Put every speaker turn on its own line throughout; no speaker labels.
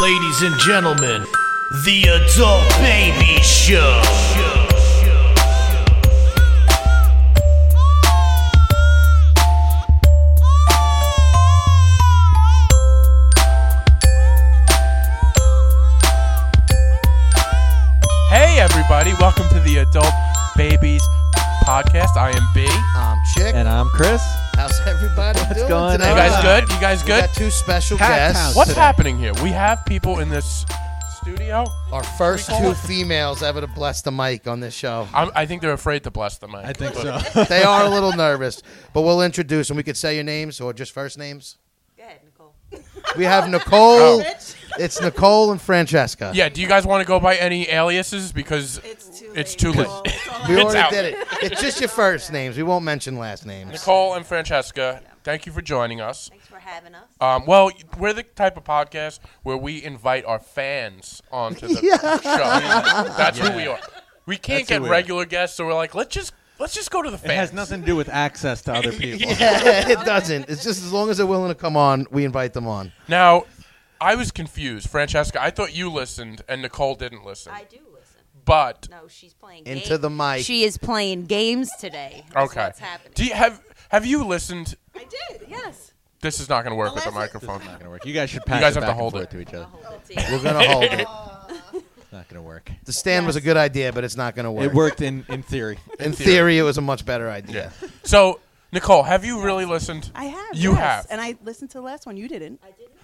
Ladies and gentlemen, the Adult Baby Show.
Hey, everybody, welcome to the Adult Babies Podcast. I am B. You
I'm Um, Chick.
And I'm Chris.
How's everybody doing
going
today?
on?
guys good? You guys
We
good?
got two special
Packed
guests.
house
What's
today.
happening here? We have people in this studio.
Our first
We call
two
it-
females ever to bless the mic on this show.
I'm, I think they're afraid to bless the mic.
I think
But-
so.
They are a little nervous, but we'll introduce them. We could say your names or just first names.
Go ahead, Nicole.
We have Nicole.
Oh.
It's Nicole and Francesca.
Yeah, do you guys want to go by any aliases? Because
It's too
It's
late.
too late.
Nicole. It's
we
all I-
It's
already
out.
did it. It's just your first names. We won't mention last names.
Nicole and Francesca, thank you for joining us.
Thanks for having us.
Um, well, we're the type of podcast where we invite our fans onto the show. That's who we are. We can't
That's who
get
we are.
regular guests, so we're like, let's just let's just go to the
It
fans.
has nothing to do with access to other people.
it doesn't. It's just as long as they're willing to come on, we invite them on.
Now, I was confused, Francesca. I thought you listened and Nicole didn't listen.
I do listen.
but
No, she's playing
Into the mic.
She is playing games today. is
okay,
What's happening?
do you have have you listened?
I did, yes.
This is not going to work with the
Unless
microphone.
Not gonna work. You guys should pass
guys
it
have to
back
hold
and
it.
forth to each
The
other.
whole team.
We're gonna hold it.
It's not gonna work.
The stand was a good idea, but it's not gonna work.
It worked in, in theory.
In
theory.
theory, it was a much better idea.
So, Nicole, have you really listened?
I have.
You
yes.
have.
And I listened to the last one. You didn't.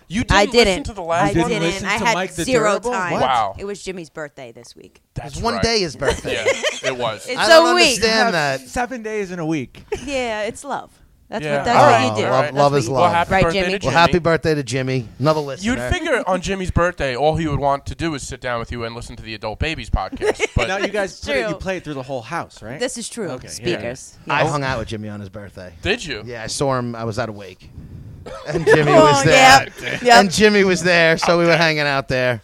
You didn't,
I
listen
didn't.
to the
I
last
You
one.
didn't
didn't.
listen
I
to
had
Mike the
zero
Durable?
time.
What?
Wow.
It was Jimmy's birthday this week.
That's
It's one
right.
day his birthday.
Yeah, it was.
It's
I
so
don't
weak.
understand that.
Seven days in a week.
Yeah, it's love. That's
Yeah.
what that's
Oh,
All
what
right.
you do.
All right.
Oh, Love, love
That's
is
what
love.
you
well, happy
Right,
birthday
Jimmy?
to
Well,
Jimmy.
Well, happy birthday to Jimmy. Another listener.
You'd figure on Jimmy's birthday, all he would want to do is sit down with you and listen to the Adult Babies podcast. But
Now you guys put it, you
true.
play it through the whole house, right?
This is true.
Okay, yeah.
Speakers.
I hung out with Jimmy on his birthday.
did you?
Yeah, I saw him. I was out awake, and Jimmy was
Oh,
there.
yep.
And
Yep.
Jimmy was there, so we were hanging out there.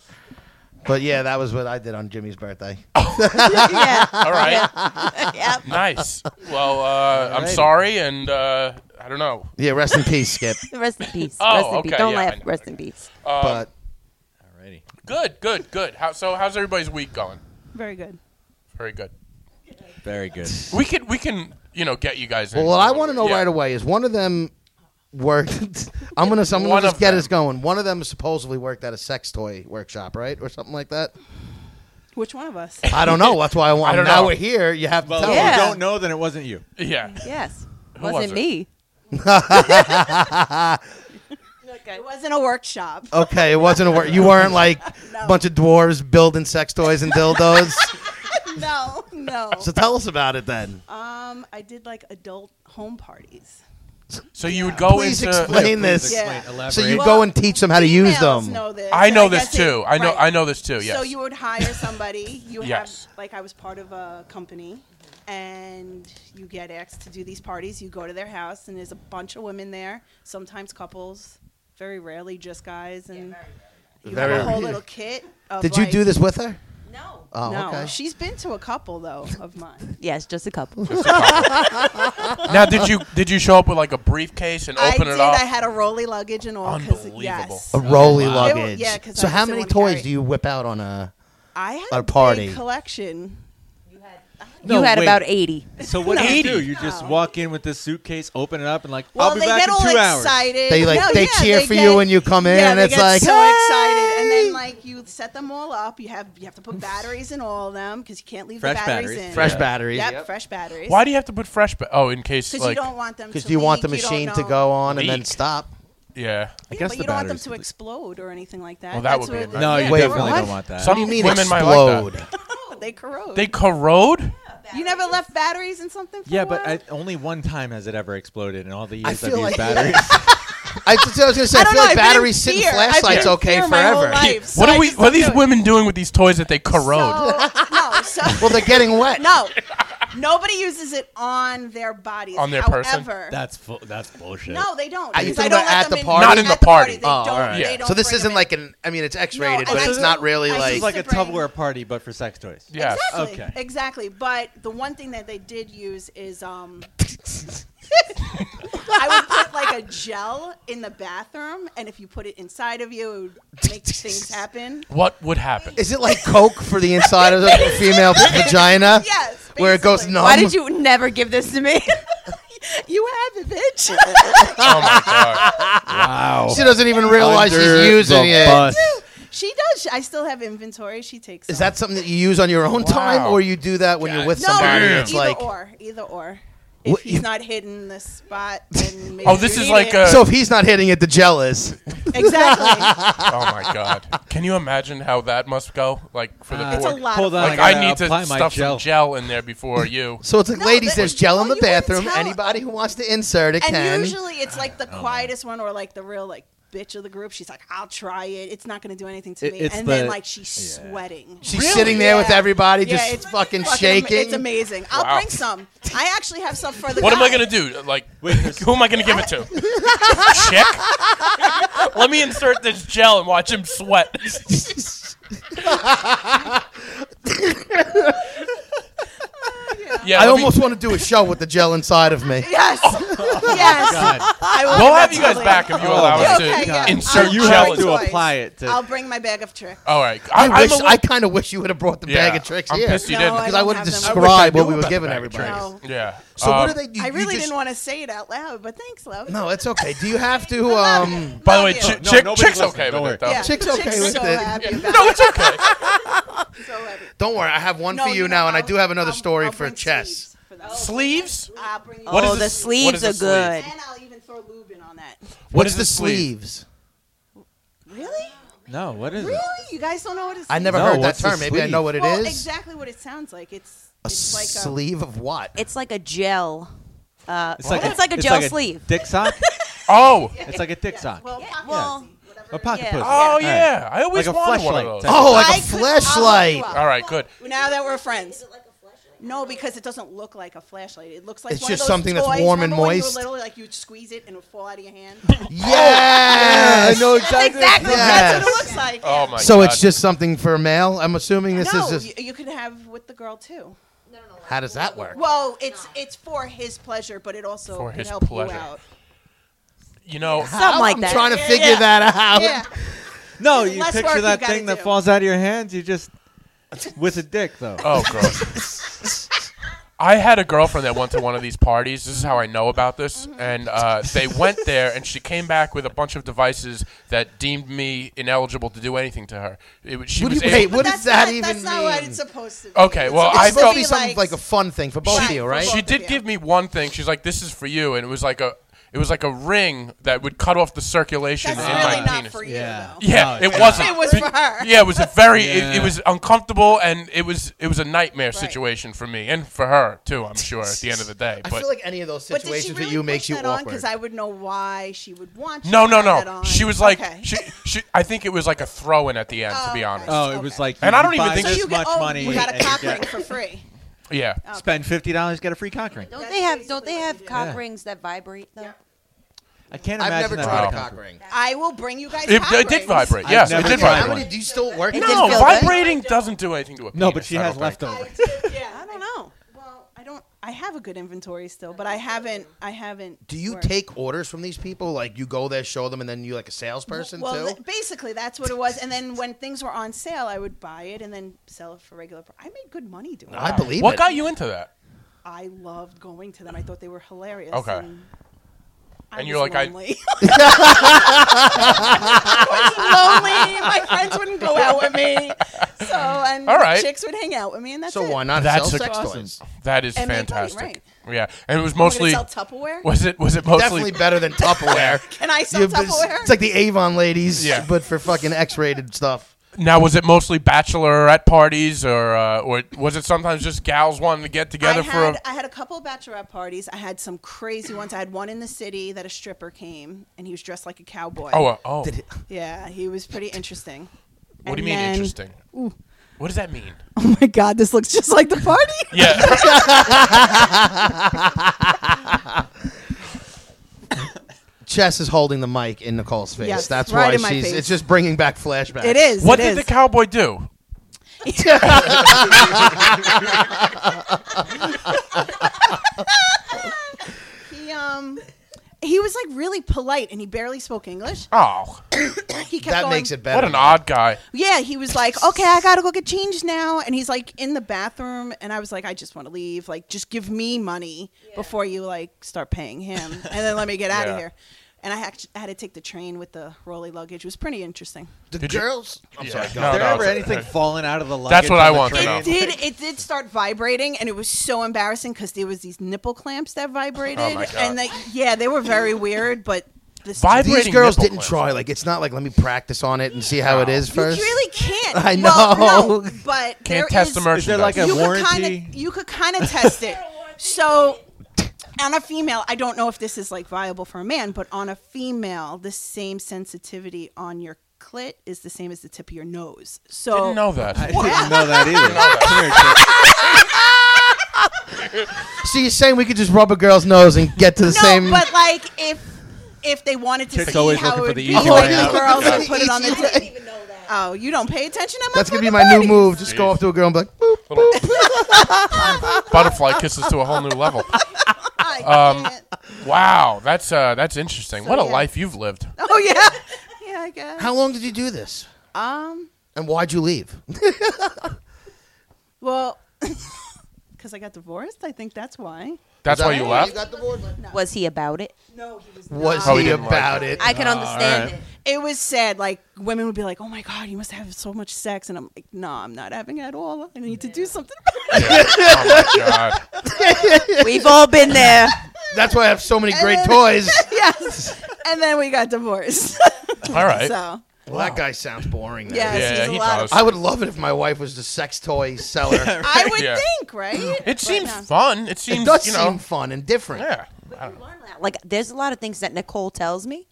But yeah, that was what I did on Jimmy's birthday.
yeah.
All right.
Yep.
Nice. Well, uh, I'm
Alrighty.
sorry, and uh, I don't know.
Yeah, rest in peace, Skip.
Rest in peace.
Oh,
Rest in
okay,
peace. Don't
yeah, I
laugh.
know.
Rest in peace.
Um,
But
Alrighty.
good, good, good. How, so, how's everybody's week going?
Very good.
Very good.
Very good.
We can, we can, you know, get you guys.
well,
in.
what I want to know
Yeah.
right away is one of them worked. I'm gonna. I'm
One
gonna just
of
get
them.
us going. One of them supposedly worked at a sex toy workshop, right, or something like that.
Which one of us?
I don't know. That's why I want.
I don't
now
know.
we're here. You have to
Well,
tell
yeah.
us.
if Oh, you don't know, then it wasn't you.
Yeah.
yes.
was
wasn't
it?
me. It wasn't a workshop.
Okay, it wasn't a word. You weren't like a bunch of dwarves building sex toys and dildos.
No, no.
so tell us about it then.
Um, I did like adult home parties.
So you would go
Please
into.
explain this.
Oh, uh, Yeah.
So
Elaborate.
you
Well,
go and teach them how to use
Females
them.
Know this,
I
and
know this
guess it-
too. I know.
right.
I know this too. Yes.
So you would hire somebody. You
Yes.
have like I was part of a company, and you get asked to do these parties. You go to their house, and there's a bunch of women there. Sometimes couples, very rarely just guys, and you
Very
have a whole
rare.
little kit. Of
Did you
like-
do this with her?
No.
Oh,
no,
okay.
she's been to a couple though of mine.
Yes, just a couple.
now, did you did you show up with like a briefcase and
I
open
did.
it up?
I had a rolly luggage and all. 'cause-
Unbelievable.
Yes.
a rolly
It wa-
luggage.
yeah, 'cause
so
I
how
was the
many
one
toys
carrying-
do you whip out on a?
I had
A
a,
party.
big collection.
No,
you had
wait.
about 80.
So what do you
80.
do? You just walk in with this suitcase, open it up, and like,
Well,
I'll be
they
back
get
in
all
two hours.
excited.
They like
No,
they
yeah,
cheer
they
for
get-
you when you come in,
yeah,
and
they
it's
get
like
so
"Hey!"
excited, and then like you set them all up. You have you have to put batteries in all of them because you can't leave
Fresh
the batteries,
batteries.
in.
fresh
Yeah.
batteries.
Yep, fresh batteries.
Why do you have to put fresh? Ba- oh, in case
Because
like
you don't want them.
Because
to
do you want the
leak, you don't
machine to
know-
go on and then
Leak.
stop?
yeah.
I
Yeah,
guess
but
the
you don't want them
batteries
to explode or anything like that.
Well, that
That's
would be
what-
a
No,
yeah,
you
Wait,
they
definitely
what?
don't want that.
Some
What do you mean
Uh, women might like
explode?
that.
corrode. They corrode.
They corrode.
you never left batteries in something. For
yeah,
a
but
while?
I, only one time has it ever exploded in all the
I
years I've
feel
used
like-
batteries.
I, that's what I was gonna say. I, feel
I don't know,
like
I've been in
batteries sit in
fear. I've been
flashlights
in
okay
fear my whole
forever.
life, so
what
I
are we?
just
What are
don't
these
do it.
women doing with these toys that they corrode?
So, no, so
Well, they're getting wet.
no, nobody uses it on their bodies.
On their person? Ah,
However,
that's fu- that's bullshit.
No, they don't.
Are you
because I
talking
don't
about
let
at
them
the
in-
party?
Not in the party.
They
Oh,
don't,
all right.
they
Yeah.
don't
so this
bring
isn't
them
like an. I mean, it's X-rated,
No,
but
I
it's
do-
not really
I
This
like.
is like a
Used to bring-
Tupperware party, but for sex toys.
Yes.
in. Exactly.
Okay.
Exactly. But the one thing that they did use is um I would put like
like a gel in the bathroom, and if you put it inside of you, it would make things happen.
What would happen?
Is it like Coke for the inside of the female vagina?
Yes,
Where it goes
basically.
numb.
Why did you never give this to me?
You have it, bitch.
Oh my god!
Wow.
She doesn't even realize
Under
she's using
the
it.
bus.
she does. I still have inventory. She takes.
Is
some.
that something that you use on your own time,
Wow.
or you do that when you're with
no?
somebody?
either
It's like
or. Either or. If
What-
he's not hitting the spot, then maybe
Oh, this
you
is
need
like
it.
a.
so if he's not hitting it, the gel is.
exactly.
oh my god! Can you imagine how that must go? Like for the
Uh,
It's a
board.
lot
Hold
of
on,
Like
I,
I,
gotta
need to
apply my
stuff
gel.
some gel in there before you.
So it's like,
No,
ladies,
but-
there's gel in
oh,
the
you wouldn't
bathroom.
tell-
Anybody who wants to insert it can.
And usually it's like the quietest one or like the real like bitch of the group. She's like, I'll try it. It's not going to do anything to
It-
me.
it's
And then
the-
like she's sweating.
she's sitting there with
Yeah.
everybody,
Yeah,
just
it's
fucking,
Fucking am-
shaking.
It's amazing. I'll
Wow.
bring some. I actually have some for the
What am I
guy.
gonna do? Like,
Wait, there's-
who am I gonna give it to? Chick? Let me insert this gel and watch him sweat. yeah, let
I
me-
almost want to do a show with the gel inside of me.
Yes. yes.
God.
I will
Oh. We'll
give
have
that
you
to
guys back if you allow us
Okay,
to
yeah.
insert
I'll
you
try
gel.
have
in-
to
Choice.
apply it to.
I'll bring my bag of tricks.
All right,
I,
I'm
wish.
a little-
I kind of wish you would have brought the
Yeah,
bag of tricks
I'm
here
pissed you
No,
didn't.
because I
don't
would
have
have
them. I wish I
described what
knew
we were
about the
giving
bag of
everybody.
No.
yeah.
So
Um,
what do they? You,
I
you
really
just-
didn't want to say it out loud, but thanks, love.
No, it's okay. Do you have to? Um,
By the way,
No,
Chick-
no,
Chick-
nobody's
Chick's
listening,
okay with
don't worry.
it, though.
Yeah.
Chick's okay with
so
it.
Happy
Yeah.
about
No,
it.
it's okay.
So happy.
don't worry. I have one
No,
for you
know,
now, and I
I'll-
do have another
I'll-
story
I'll
for
bring
chess.
sleeves for that.
Sleeves?
I'll bring you
What is
oh,
the
the
s- what is
sleeves
the
are
sleeve?
good.
And I'll even throw lube in on that.
What's
is
the
the sleeve?
sleeves?
Really?
No, what is
Really?
it?
You guys don't know what it's
I never
No,
heard that
what's the
term. Maybe I know
sleeve?
what it is.
well, exactly what it sounds like. It's
A
it's like a
sleeve of what?
It's like a gel. Uh, it's, like
a,
a
it's
gel
like a
sleeve.
dick sock.
Oh,
It's like a dick sock.
well, pocket
well-
pussy, whatever
A
it
pocket
yeah.
pussy.
oh
Alright.
yeah. I always
Like a
wanted one
flashlight
of those.
type.
oh, like a
I could- I'll hook you
flashlight.
up.
All right, good.
is. Now that we're friends. No, because it doesn't look like a flashlight. It looks like
It's
one
just
of those
something that's
toys.
warm and
Remember when you were
moist?
little, like you'd squeeze it and it would fall out of your hand.
Yes.
I know
That's
exactly.
exactly.
That's what
Yes.
it looks like.
Oh my
So
god.
it's just something for a male. I'm assuming this
no,
is just.
you, you could have with the girl too.
How does that work?
Well, it's it's for his pleasure, but it also
For
could
his
help
pleasure.
you out.
you know,
Something like
I'm
that.
trying to
Yeah,
figure
yeah.
that out.
Yeah,
No, you
Less work
picture
you
that
gotta
thing that
do.
falls out of your hands. You just with a dick though.
Oh, gross. I had a girlfriend that went to one of these parties. This is how I know about this. And uh, they went there, and she came back with a bunch of devices that deemed me ineligible to do anything to her. It, was- she
What do
was
you-
able-
wait, What
But
does
that's
that
not,
even
That's not what
mean?
it's supposed to. be.
Okay,
It's
well,
supposed
I
It's supposed
felt-
to be something like a fun thing for both of
She-
you, right?
She
Both of
did
you.
give me one thing. She's like, "This is for you," and it was like a, it was like a ring that would cut off the circulation
That's
in
really
my
not
penis.
for you,
Yeah.
though.
Yeah,
No,
it
it's
wasn't.
It was for her.
Yeah, it was a very. It, it
Yeah.
was uncomfortable, and it was it was a nightmare situation for me and for her too. I'm sure at the end of the day.
I
But
feel like any of those
But did she
situations
really
with you makes
push
you
that on?
awkward.
Because I would know why she would want. You
No,
to
no,
have that
no.
on.
She was like,
Okay.
she, she. I think it was like a throw in at the end, to be
okay.
honest.
Oh,
Okay.
it was like
And
you
I don't even
buy
think
this
you
you
much
get, oh,
money.
You got
and
a cock
get-
ring for free.
yeah.
Uh,
Spend fifty dollars, get a free cock ring.
Don't
That's
they have don't
basically
they
what
have
you do.
cock
Yeah.
rings that vibrate though?
I can't
I've
imagine
never
that
tried a
happening.
cock ring.
I will bring you guys.
It,
cock
it did
rings.
vibrate.
I've
Yes, it
never
did
tried
How
vibrate.
many do you still work?
It
now?
did
No,
feel good.
vibrating doesn't do anything to a
No, but
penis,
she
I
has
don't think.
leftovers.
Yeah, I don't know. Well, I don't. I have a good inventory still, but I haven't. I haven't.
Do you
worked.
take orders from these people? Like you go there, show them, and then you like a salesperson
Well,
too?
th- basically that's what it was. And then when things were on sale, I would buy it and then sell it for regular. Pr- I made good money doing
I
it.
believe
What
it.
got you into that?
I loved going to them. I thought they were hilarious.
Okay.
And, I
And
was
you're like, I-
lonely. I was lonely. My friends wouldn't go out with me, so and
All right.
chicks would hang out with me, and that's
So
it.
why not
That's
sell
a-
sex
awesome.
toys?
That is
And make money,
fantastic.
right.
Yeah, and it was
I'm gonna
mostly.
sell Tupperware.
Was it? Was it mostly?
Definitely better than Tupperware.
Can I sell
You've been-
Tupperware?
it's like the Avon ladies,
Yeah.
but for fucking X-rated stuff.
Now, was it mostly bachelorette parties, or uh, or was it sometimes just gals wanting to get together
I
for?
had,
a...
I had a couple of bachelorette parties. I had some crazy ones. I had one in the city that a stripper came and he was dressed like a cowboy.
Oh, uh, oh.
Yeah, he was pretty interesting.
What do you mean
And then-
interesting? What does that mean?
Oh my god, this looks just like the party.
Yeah.
Chess is holding the mic in Nicole's face.
Yes,
That's
right in
why
my
she's.
face.
It's just bringing back flashbacks.
It is.
what
it
did the
is.
cowboy do?
he um he was like really polite and he barely spoke English.
Oh,
He kept
that
going,
makes it better.
what an odd guy.
Yeah, he was like, "Okay, I gotta go get changed now," and he's like in the bathroom, and I was like, "I just want to leave. Like, just give me money before you like start paying him, and then let me get out
Yeah.
of here." And I had, I had to take the train with the rolly luggage. It was pretty interesting.
The
Did you-
girls. I'm
Yeah.
sorry. go
No,
ahead.
there
no,
ever
it's
anything
okay.
falling out of the luggage?
That's what I
on the
want to
train?
know.
It did. It did start vibrating, and it was so embarrassing because there was these nipple clamps that vibrated,
Oh, my God.
and they, yeah, they were very weird. But this
Vibra-
These
Vibrating
girls
nipple clamps.
didn't try. Like it's not like let me practice on it and see how it is
you
first.
really can't.
I
Well,
know.
no, but
Can't test the
the
merchandise.
Is there like a
you
warranty?
Could kinda, you could kind of test it. So, on a female, I don't know if this is like viable for a man, but on a female, the same sensitivity on your clit is the same as the tip of your nose. So,
Didn't know that.
I didn't know that either. Come here, Chip.
So you're saying we could just rub a girl's nose and get to the
no,
same?
but like if if they wanted to
Chicks
see
always looking
how it
for
would
the
be,
easy
like
way
the
out.
girls
Yeah.
would put it on the
Easy
tip.
didn't even know that.
Oh, you don't pay attention to my.
That's gonna be
fucking
my new
body.
move. Just go
Jeez.
up to a girl and be like, boop.
Butterfly kisses to a whole new level.
I
Um,
can't.
Wow, that's uh, that's interesting.
So,
what a
yeah.
life you've lived.
Oh yeah, yeah, I guess.
How long did you do this?
Um.
And why'd you leave?
Well, because I got divorced. I think that's why.
That's why you left.
Was he about it?
No, he was.
Was
Oh, he
he
didn't like
about
it.
it?
I can understand
right.
it.
It was sad. Like women would be like, "Oh my god, you must have so much sex," and I'm like, "No, I'm not having it at all. I need to do something." about it."
Yeah. Oh my god.
We've all been there.
That's why I have so many great
then-
toys.
yes. And then we got divorced.
All right.
so
Well, that guy sounds boring. Then.
yes,
Yeah,
there's a
he
lot
does.
of-
I would love it if my wife was the sex toy seller.
I would
Yeah.
think, right?
It seems
no.
fun. It seems
it does
you know.
seem fun and different.
Yeah. I don't know.
Like, there's a lot of things that Nicole tells me.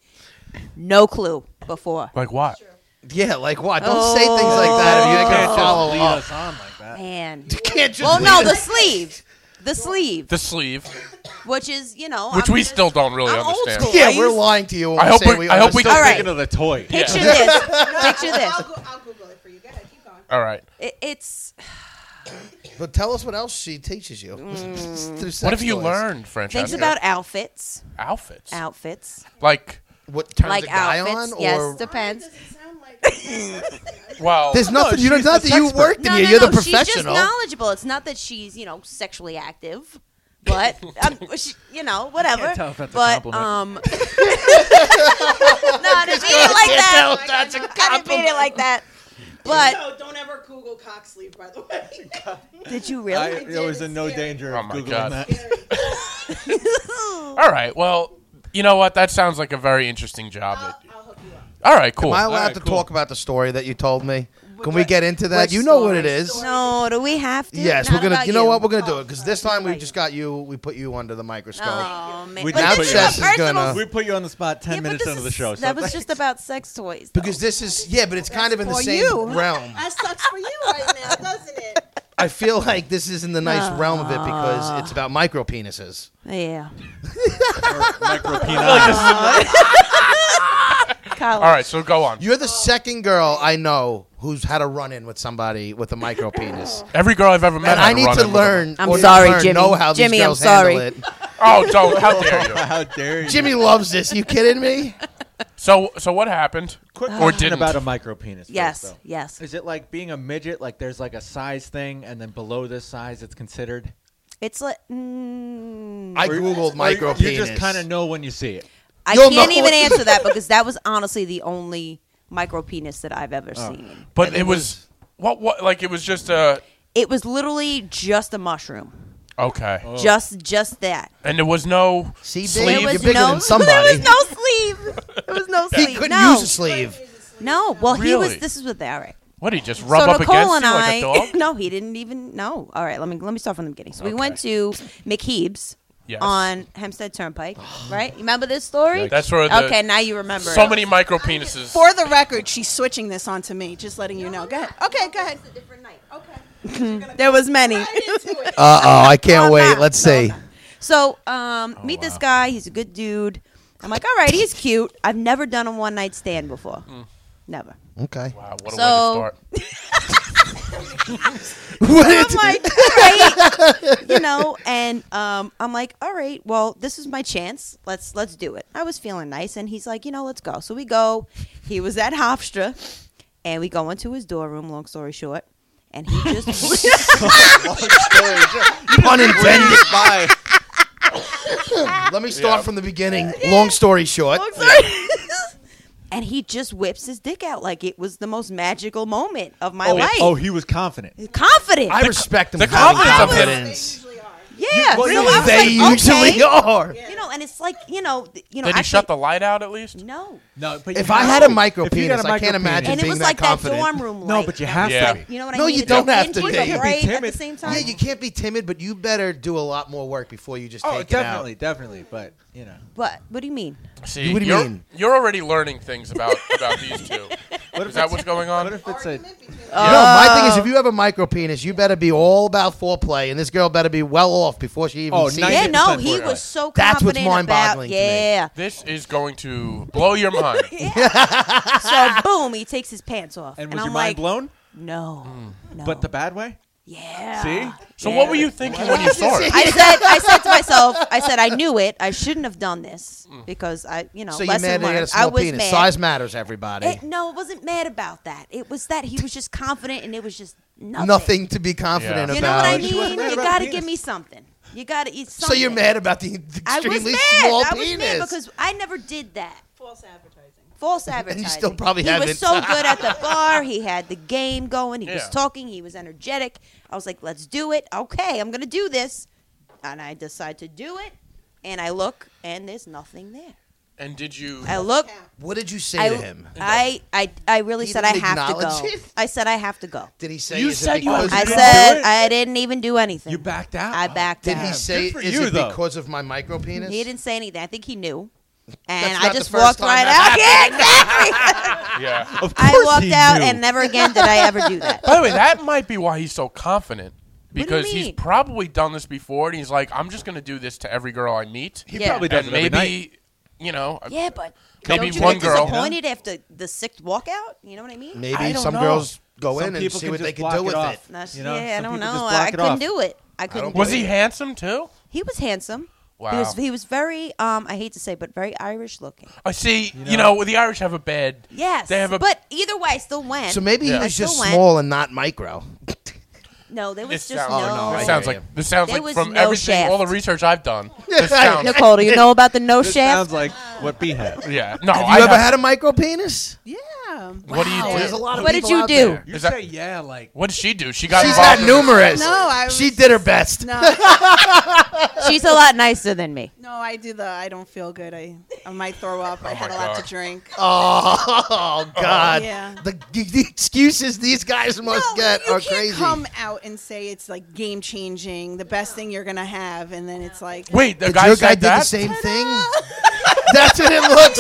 No clue before.
Like what?
Yeah, like what? Don't say things like that if you ain't
Can't
gonna
just
follow
Oh.
lead
up.
us on like that.
Man.
Oh. You can't just.
Well, no,
leave
the
it.
sleeve. The sleeve,
The sleeve,
which is, you know.
which
I'm
we
just-
still don't really
I'm old
understand.
school.
Yeah,
I
we're
used-
lying to you. When
I
we
hope
say
we- I hope we-
understand.
All right.
Thinking of the toy.
Picture this. Picture this.
I'll, go, I'll Google it for you. Go ahead, keep going.
All right.
It, it's.
But tell us what else she teaches you. Through sex
What have you
toys.
learned, Francesca?
Things about outfits.
outfits.
Outfits.
Like,
What turns
Like
a guy
outfits.
on?
yes,
or
depends.
well,
Oh,
there's nothing. you know,
she's the
nothing. You
sexpert.
worked in
No,
here.
no,
You're
no.
the
She's just
professional.
knowledgeable. It's not that she's, you know, sexually active, but um, she, you know, whatever.
tell if that's a
but
compliment.
um, no, I didn't mean it like that.
that's a
I didn't mean it like that. But
No, don't ever Google cock sleeve, by the way.
did you
I,
really?
there was in no danger
Oh
of
my
googling
God.
that.
all right. Well, you know what? That sounds like a very interesting job. that- All right. Cool.
Am I allowed
Alright,
to
cool.
talk about the story that you told me? Can we
Which-
get into that?
which
You know what it
story?
is.
no, do we have to?
Yes,
Not
we're gonna.
about Oh,
You know what? We're gonna do it because this time
Not
we
about
just
you.
got you. We put you under the microscope.
Oh man,
We
but
did
this
put
is
you-
a
Jess is
personal
gonna-
s-
We put you on the spot ten
yeah, but
minutes
this
into the
is-
show.
That
so
was just about sex toys. though.
Because this is yeah, but it's kind of in the
for
same
you.
realm.
That sucks for you right now, doesn't it?
I feel like this is in the nice realm of it because it's about micro penises.
yeah.
micro penis.
College.
all right. So go on.
You're the second girl I know who's had a run in with somebody with a micro penis,
Every girl I've ever met.
and
had
I
a
need
run
to
in with a-
learn.
I'm
or to
sorry,
learn,
Jimmy.
Know how
Jimmy,
these
I'm
girls handle
sorry.
it.
Oh, don't! How dare you?
How dare you?
Jimmy loves this. You kidding me?
So, so what happened?
Quick
or
question
didn't.
about a micro penis.
Yes, yes.
Is it like being a midget? Like there's like a size thing, and then below this size, it's considered.
It's like mm,
I
Or- or
googled micro
You
penis.
just kind of know when you see it.
I
You'll
can't
know.
even answer that because that was honestly the only micro penis that I've ever
Oh.
seen.
but it was what? What? Like it was just a.
It was literally just a mushroom,
Okay.
just just that.
And there was no
Oh. See,
sleeve.
Dave,
There
you're
was
bigger
no,
than somebody.
there was no sleeve. There was no
he
sleeve.
couldn't
no,
use a sleeve.
no. Well, he was.
Really?
This is with Eric.
What did he just rub
so
up
Nicole
against
and
you
I,
like a dog?
no, he didn't even know. All right, let me let me start from the beginning. So we
Okay.
went to McHeeb's
Yes.
on Hempstead Turnpike, right? You remember this story?
That's where the-
okay. Now you remember.
so
it.
many micro penises.
For the record, she's switching this on to me. Just letting you know. Go ahead. Okay, go ahead.
There was many.
Uh oh, I can't wait.
back.
Let's see.
So, um,
Oh,
meet this guy. He's a good dude. I'm like, all right, he's cute. I've never
Mm.
done a one night stand before. Never.
Ah,
Okay.
wow, what a way to
So-
start.
What
Oh
So
is-
I'm like, all right, you know, and um, I'm like, all right, well, this is my chance. Let's let's do it. I was feeling nice, and he's like, you know, let's go. So we go. He was at Hofstra, and we go into his dorm room. Long story short, and he just
pun intended.
Bye.
Let me start from the beginning. Long story short.
and he just whips his dick out like it was the most magical moment of my
Oh,
life.
oh, he was confident.
Confident,
I respect them.
the
for having
confidence of it.
confidence.
yeah.
well,
so
really,
I was
They
like,
usually
okay.
are.
You know, and it's like you know, th- you know.
Did he
actually,
shut the light out at least?
No,
No, but
If
you
I
have
had
to
a
be.
micro
If he had
penis,
a
I
micro
can't imagine
and it
being
was
that
like
confident.
that dorm room.
No,
light
but you
that
have
Yeah.
to. Be.
You know what
No,
I mean?
you
It's
don't have
like
to
intimate
be. You can't
but
be
brave at
timid.
the same time.
Yeah, you can't be timid, but you better do a lot more work before you just
Oh,
take
definitely,
it
definitely. But you know,
But what do you mean?
See,
What do you
are
mean?
You're already learning things about about these two.
what
Is
if
that
it's,
what's going on?
what if it's a
out. no, my
Oh.
thing is, if you have a micro penis, you better be all about foreplay, and this girl better be well off before she even
Oh,
sees
nice.
Yeah,
it.
no,
90%
he
were-
was so
That's what's
confident about.
mind-boggling to me.
Yeah.
This is going to blow your mind.
So boom, he takes his pants off,
and
and,
was
I'm
your
like,
mind blown? Mm.
no, no.
But the bad way.
yeah.
See?
So what were you thinking when you saw it?
I said, I said to myself, I said, I knew it. I shouldn't have done this
Mm.
because I, you know,
So you're
lesson
mad that you
learned.
had a small
I was
penis.
mad.
Size matters, everybody.
It- no, it wasn't mad about that. It was that he was just confident, and it was just nothing.
Nothing to be confident
Yeah.
You know what
about.
I
She wasn't
mean?
mad
You
about
got to
the
give
penis.
me something. You got to eat
So
something.
you're mad about the
I was
extremely
mad.
small
I was
penis?
mad because I never did that.
False advertising.
False advertising.
you still probably
he
haven't.
was so good at the bar. He had the game going. He was
Yeah.
talking. He was energetic. I was like, "Let's do it." Okay, I'm gonna do this, and I decide to do it. And I look, and there's nothing there.
And did you?
I look.
what did you say
I,
to him?
I, I, I really
He
said I
didn't
have to
acknowledge
go.
it?
I said I have to go.
Did he say?
You
is it
said you
because
was
I
of-
didn't do
said
it?
I didn't even do anything.
You backed out.
I backed
Did
out.
he say?
Good for
Is
you,
it
though.
because of my micro penis?
He didn't say anything. I think he knew. And
That's
I
not the
just
first
walked
time
right
that
out. Yeah, exactly.
yeah.
Of
I
course
walked
he
out
knew.
and never again did I ever do that.
By the way, that might be why he's so confident.
do you
Because he's
mean?
probably done this before, and he's like, "I'm just going to do this to every girl I meet."
he
Yeah.
probably
and
does it every
maybe
night.
you know
Yeah, but
Maybe
don't you
one
get
girl.
disappointed after the sixth walkout? You know what I mean?
I
Maybe
don't
some
know.
girls go
Some
in and
people
see
can
what they
just
can
block
do
it
with
off.
it.
That's-
You know,
yeah, I
some
don't
people
know.
just
I
block it
couldn't
off.
do it. I couldn't.
don't
do
was
it.
he handsome too
He was handsome. He
Wow.
was, he was very, um, I hate to say, but very Irish looking.
i see you know, the irish have a bad
Yes.
they have a
but either way, I still went.
So maybe
Yeah.
he was
I
just
still went.
small and not micro.
no, there
this
was just Oh,
sounds,
no.
this
I
Oh, sounds
hear
like
you.
this sounds
There
like
was
from
no
everything all the
shaft.
research i've done this sounds
Nicole, do you know about the no
This
shaft?
sounds like what B had.
yeah no
Have
i
you ever
have-
had a micro penis?
Yeah.
what do you
There's a
do
lot of
What did
people
you
out
do?
there.
You
Is that-
say yeah, like
what did she do she got
She's
involved
had
in-
numerous.
No, I was
she did her best.
No,
She's a lot nicer than me.
no, I do the. I don't feel good. I, I might throw up. I had a
Oh my
lot
God.
to drink.
Oh God!
Yeah.
The, the excuses these guys
Oh,
must
no,
get
you
are
can't
crazy.
come out and say it's like game changing, the best thing you're gonna have, and then it's like
wait the
Did
guy
your
said
guy did
that
the same thing. That's what it looks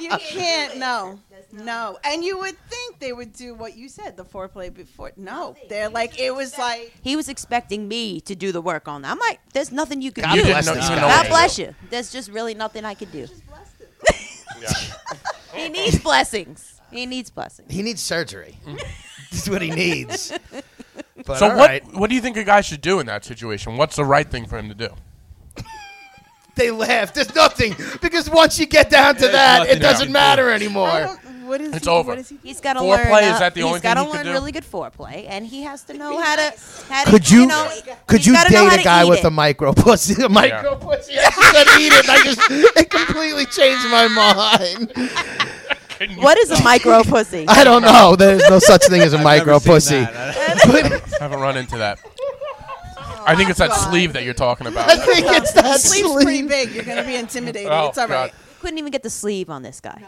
like.
you can't. No, no. And you would think they would do what you said, the foreplay before. No, they're like it was like
He was expecting me to do the work on that. I'm like, there's nothing you can
God
do.
you didn't
bless
know,
this
you
guy.
didn't know
God
what
bless you. There's just really nothing I could do. he needs blessings. He needs blessings.
he needs surgery. That's what he needs. But
to do. so
all
what
right.
what do you think a guy should do in that situation what's the right thing for him to do
They laugh. There's nothing because once you get down to that,
nothing
it
you
doesn't
can
matter
I
anymore.
don't, what is
It's
he,
over.
What is he
He's got to learn.
Foreplay, is
uh,
that the only
he's gotta
thing he can
learn
do?
really good foreplay, and he has to know how to. How to
Could you,
know,
could
he's
you
gotta know how
date
to
a guy
eat
with
it.
a micro pussy? A micro pussy. I just said eat it. and I just it completely changed my mind.
What is a micro pussy?
I don't know. There's no such thing as a
I've never
micro
seen
pussy.
that.
But
i haven't run into that i think it's that sleeve that you're talking about
I think Oh, it's that
Sleeve's pretty
sleeve.
big. You're gonna be intimidated.
Oh,
it's all right.
God.
Couldn't even get the sleeve on this guy.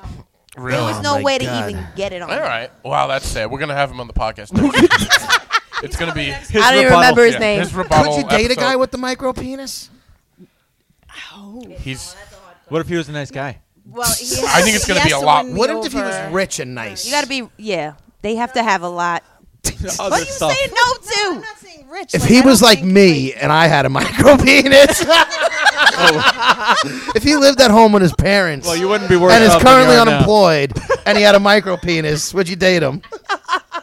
really
There's no
Oh my
way
God.
to even get it on.
all right wow that's sad we're gonna have him on the podcast next. it's gonna be
His
I don't even
rebuttal.
remember his
Yeah,
name.
His rebuttal
Could you date a
episode.
guy with the micro penis?
He's.
What if he was a nice guy?
Well, he has,
I think it's gonna
he
be
has
a lot.
win me
What if he
over.
was rich and nice?
You got to be. Yeah, they have to have a lot.
Other
What are you
stuff.
saying no to?
I'm not saying rich.
If he
I don't
was like
think,
me and I had a micro penis, if he lived at home with his parents
Well, you wouldn't be worried.
and is currently unemployed and he had a micro penis, would you date him?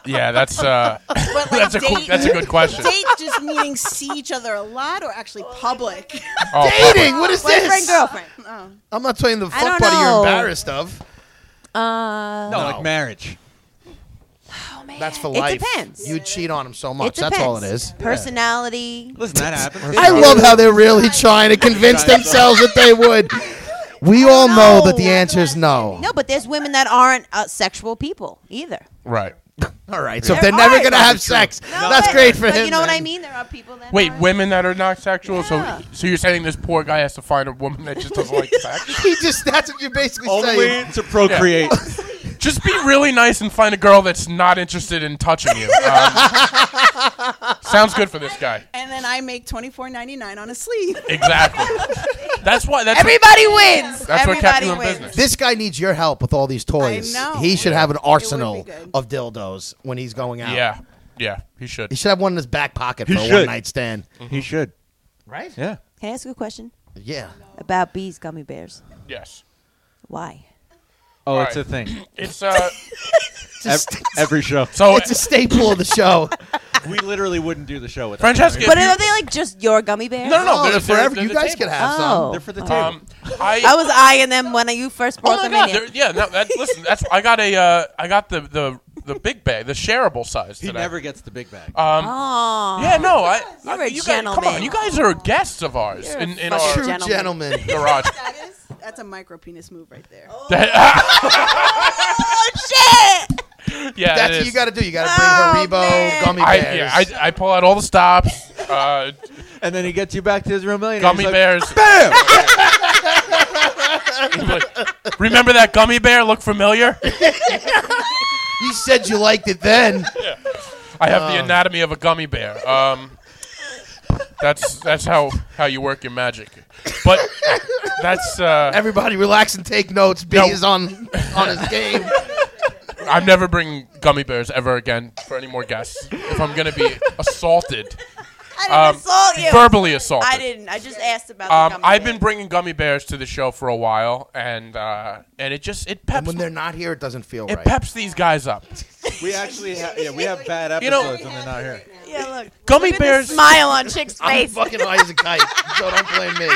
yeah, that's uh,
But, like,
that's a cool,
date-
that's a good question.
Date just meaning see each other a lot or actually public.
Oh, probably.
Dating? What is
Boyfriend,
this?
girlfriend.
Oh.
I'm not saying the
don't
fuck party you're
know.
embarrassed of.
Uh,
No, like marriage.
That's for
It
life.
depends.
You'd cheat on him so
it
much.
depends.
That's all it is.
Personality.
Listen, that happens.
I love how they're really trying to convince themselves that they would. We all know that the
No.
answer is no.
No, but there's women that aren't uh, sexual people either.
right.
All right, so if
There
they're never
are.
going to have sex, that's
but-
great for
but
him.
You know what I
then.
mean? There are people that.
Wait,
aren't-
women that are not sexual.
Yeah.
So, so you're saying this poor guy has to find a woman that just doesn't like sex?
He just, that's what you're basically saying.
Only to procreate.
Just be really nice and find a girl that's not interested in touching you. Um, sounds good for this guy.
And then I make twenty four ninety nine on a sleeve.
Exactly. That's why. That's
Everybody wins.
That's what
Everybody
kept you in
wins.
business.
This guy needs your help with all these toys.
know.
He should have an arsenal
good.
of dildos when he's going out.
yeah, yeah. He should.
He should have one in his back pocket
He
for a
should.
one night stand.
he should.
Right?
Yeah.
Can I ask you a question
Yeah.
about bees, gummy bears?
Yes.
Why?
Oh,
All
it's
right.
a thing.
It's uh.
Ev- every show.
So
It's a staple of the show.
We literally wouldn't do the show without.
Francesca, if
But
you-
are they like just your gummy bears?
No, no, no.
Oh,
they're-
they're
they're-
forever.
they're
You
the
guys
table.
could have some.
Oh.
They're for the table.
Um, I,
I was eyeing them when you first
Oh
brought
my
them
god!
in. here.
they're- Yeah, no, that, listen. That's I got a uh, I got the the the big bag, the shareable size.
he
today.
never gets the big bag.
Um,
Aw.
yeah, no, I. I-
You're a
you guys, come on,
gentleman.
you guys are guests of ours
You're a
in, in
fucking
our
True
Gentlemen.
gentleman.
garage.
That is that's a micro penis move right there.
Oh shit!
yeah,
That's
it
what
is.
you got to do. You got to bring
Oh,
Haribo
man.
gummy
I,
bears.
yeah, I, I pull out all the stops. Uh,
and then he gets you back to his room millionaire.
gummy bears. Like, Remember that gummy bear? Look familiar?
you said you liked it then.
I have
Oh.
the anatomy of a gummy bear. Um, that's that's how how you work your magic. But that's uh,
Everybody relax and take notes. B
No.
is on on his game.
I'm never bringing gummy bears ever again for any more guests. If I'm gonna be assaulted,
I didn't
Um,
assault you.
verbally assaulted.
I didn't. I just asked about. the
Um,
gummy
I've
bears.
been bringing gummy bears to the show for a while, and uh, and it just it
And
peps
when they're not here, it doesn't feel
it
right.
peps these guys up.
We actually, ha- yeah, we have bad episodes
You know-
when they're not here.
Yeah, look.
Gummy
Look at the
bears.
smile on chick's
I'm
face.
fucking high as a kite, so don't blame me.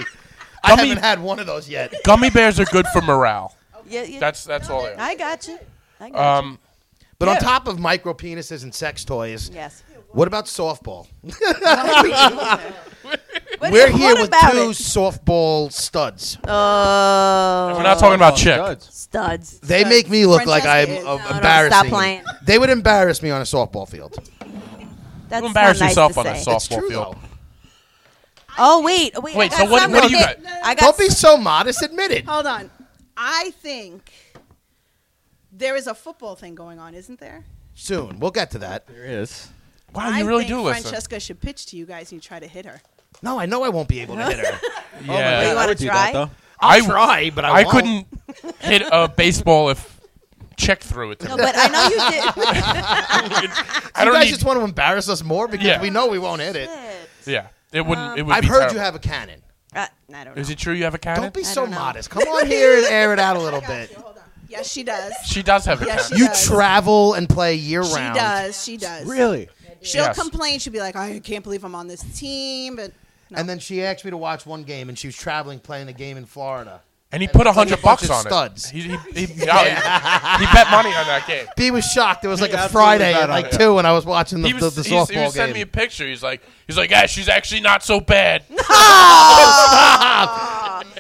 I
Gummy-
haven't had one of those yet.
Gummy bears are good for morale.
Yeah, yeah.
That's that's all. They are.
I got you. I got
Um,
But on
Yeah.
top of micro penises and sex toys,
you. Yes.
what about softball?
What-
We're
what
here with
about
two
it?
softball studs.
Oh.
we're not talking about chick.
Studs.
studs.
They make me look like I'm
Francesca is-
uh,
No,
don't
embarrassing.
stop playing.
They would embarrass me on a softball field.
That's
You embarrass
not nice
yourself
to
on a
say.
softball
It's true,
field.
though.
Oh wait, wait.
Wait,
I
so
got
what-
some
what do
real
you
good-
got?
I got.
Don't be
some-
so modest. Admit
Oh.
it.
Hold on. I think there is a football thing going on, isn't there?
Soon. We'll get to that.
There is.
Wow,
I
Oh, you really
think
do listen.
Francesca should pitch to you guys and you try to hit her.
No, I know I won't be able to hit her.
Oh,
yeah,
You
Oh I
wanna
would do
try?
that though.
I
I'll try, but I,
I
won't.
couldn't hit a baseball if chick threw it. To
No,
me.
but I know you did.
I
you
don't
guys
need.
just want to embarrass us more because
Yeah.
we know we won't hit it.
yeah, it wouldn't. It would
I've
be
heard
terrible.
you have a cannon.
Uh, I don't know.
Is it true you have a cannon?
Don't be so
don't know.
modest. Come on here and air it out a little bit.
Yes, she does.
She does have a
Yeah,
cannon.
she
You
does.
travel and play year
She
round.
does. She does.
Really?
She'll
Yes.
complain. She'll be like, I can't believe I'm on this team. But no.
And then she asked me to watch one game, and she was traveling playing a game in Florida.
And he put a
it's only a
hundred
bunch
bucks
of
on
studs.
it. He, he, he, yeah, he, he bet money on that game.
B was shocked. It was like
Yeah,
a
absolutely
Friday
not
at
on
like
it.
two, and I was watching the,
He was,
the, the
he, was-
softball
he was sending me a
game.
picture. He's like, he's like, yeah, she's actually not so bad.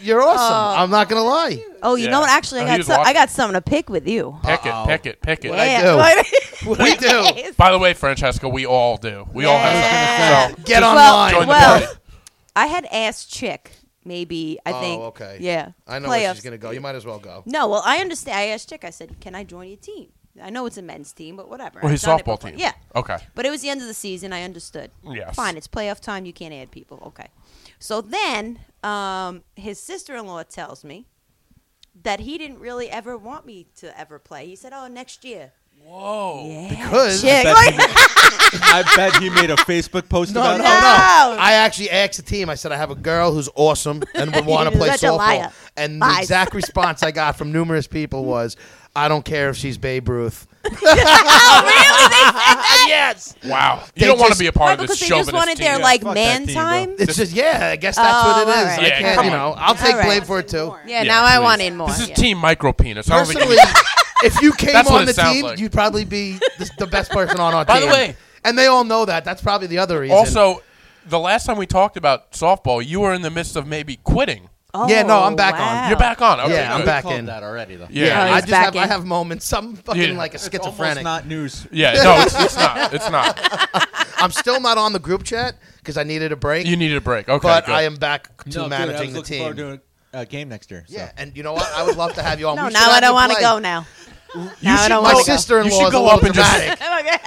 You're awesome. I'm not gonna lie.
Oh, you
Yeah.
know what? Actually,
Oh,
I
he
got
was
some, I
watching.
got something to pick with you.
Pick it, pick it, pick it.
I We do.
By the way, Francesca, we all do. We all have something.
Get
well,
online.
Join the
well,
party.
I had asked Chick. Maybe I
Oh,
think.
okay.
Yeah.
I know where she's
Playoffs.
gonna go. You might as well go.
No, well, I understand. I asked Chick. I said, "Can I join your team?" I know it's a men's team, but whatever.
Or his
I've done it
softball
before.
team.
Yeah.
Okay.
But it was the end of the season. I understood.
Yes.
Fine. It's playoff time. You can't add people. Okay. So then um, his sister in law tells me that he didn't really ever want me to ever play. He said, Oh, next year.
Whoa.
Because
Chick.
bet he made- I bet he made a Facebook post
No, no,
about
no.
that.
No.
I actually asked the team. I said I have a girl who's awesome and would want to
You're
play
such a liar.
softball. And the
Lies.
exact response I got from numerous people was, "I don't care if she's Babe Ruth." yes.
Wow. You
They
don't want to
just-
be a part of
because
this
they
chauvinist
just wanted
team.
their like
Fuck that
man
team, bro.
time.
It's just yeah. I guess that's what it
Oh, all
is.
right.
I
Yeah,
can't.
come
You
on.
know, I'll take
right.
blame for it too.
Yeah,
Yeah, now I
please.
want in more.
This is
yeah.
team micro penis.
Personally, if you came
That's what
on
it
the
sounds
team,
like.
you'd probably be the, the best person on our
By the
team.
way-
and they all know that. That's probably the other reason.
also, the last time we talked about softball, you were in the midst of maybe quitting.
Yeah, no,
Oh,
I'm back on.
wow.
You're back on. Okay,
Yeah, I'm
good.
We
back
called
in.
that already, though.
Yeah.
Yeah,
I
Oh, he's
just
back
have I
in.
have moments. I'm fucking
Yeah.
like a
It's almost
schizophrenic.
not news.
Yeah, no, it's, it's not. It's not.
I'm still not on the group chat because I needed a break.
You needed a break. Okay,
but
good.
I am back to
No, dude, I was
managing the
looking
team.
forward to a, a game next year. so.
yeah, and you know what? I would love to have you on.
No,
We
now
should
I
have
don't
you
want to
play.
go now.
You
I
should
don't
My
wanna go.
sister-in-law
You should
is
go
a little
up and just-
dramatic,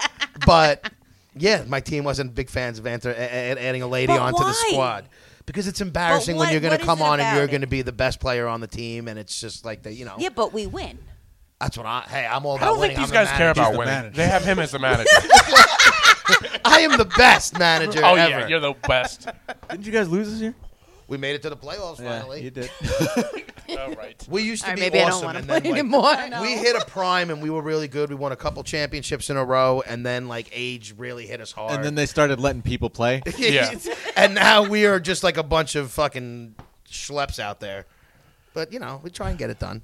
but yeah, my team wasn't big fans of Anter- a- a- adding a lady
But
onto the
why?
squad because it's embarrassing when
what-
you're going
what
to
is
come
it
on and
about
you're
it?
going to be the best player on the team, and it's just like the you know
Yeah, but we win.
that's what I hey I'm all
I
about
don't
winning.
think these
I'm
guys
the
care
manager.
about
the
winning.
manager.
They have him as the manager.
I am the best manager
oh
ever.
yeah, you're the best.
Didn't you guys lose this year?
we made it to the playoffs finally.
you did.
All right.
We used to
All right,
be
maybe I don't
awesome,
wanna
and then,
play
like,
anymore.
We hit a prime, and we were really good. We won a couple championships in a row, and then like age really hit us hard.
and then they started letting people play.
Yeah.
and now we are just like a bunch of fucking schleps out there. But you know, we try and get it done.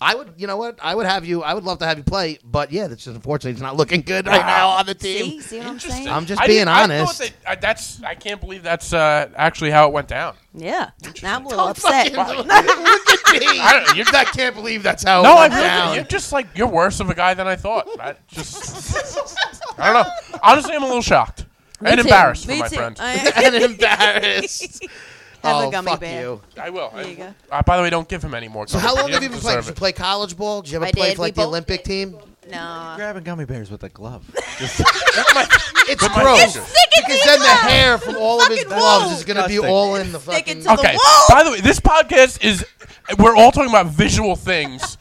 I would, you know what? I would have you. I would love to have you play, but yeah, that's just unfortunately it's not looking good right now on the
See,
team.
see what I'm saying?
I'm just
I
being
didn't- I thought
honest.
that- I- that's I can't believe that's uh, actually how it went down.
yeah, now I'm a little upset.
Look at me.
I don't- you're
I can't believe that's how
No,
it
I'm
went
down.
down.
You're just like you're worse of a guy than I thought. I just I don't know. Honestly, I'm a little shocked
Me
and
too.
embarrassed
Me
for my
too.
friend. I,
I-
and embarrassed.
Have a
oh,
gummy
fuck
bear.
you.
will.
There you go.
I, uh, by the way, don't give him any more.
So how long have you been playing? Did you play college ball? Did you ever
I
play
did.
for
We
like the
both
Olympic team?
no,
Grabbing gummy bears with a glove.
It's gross.
fingers.
Because then the hair from all of his gloves is going to be
Disgusting.
all in the
Stick
fucking.
it to the
Okay.
wall.
By the way, this podcast is we're all talking about visual things.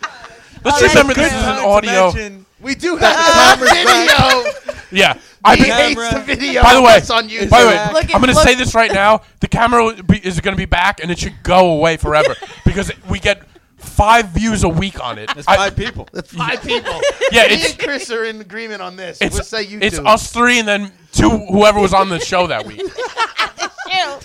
Let's
that's
remember this
true.
is an audio.
We do have the camera video.
Yeah, I've
He
been.
Camera.
hates the video.
By the way,
It's on YouTube.
By the way,
back.
Look at-
I'm going to
look-
say this right now. The camera will be- is going to be back, and it should go away forever because we get five views a week on it.
There's
I-
five people.
five people.
Yeah,
Me
it's-
and Chris are in agreement on this.
it's
we'll say YouTube.
it's us three, and then two whoever was on the show that week.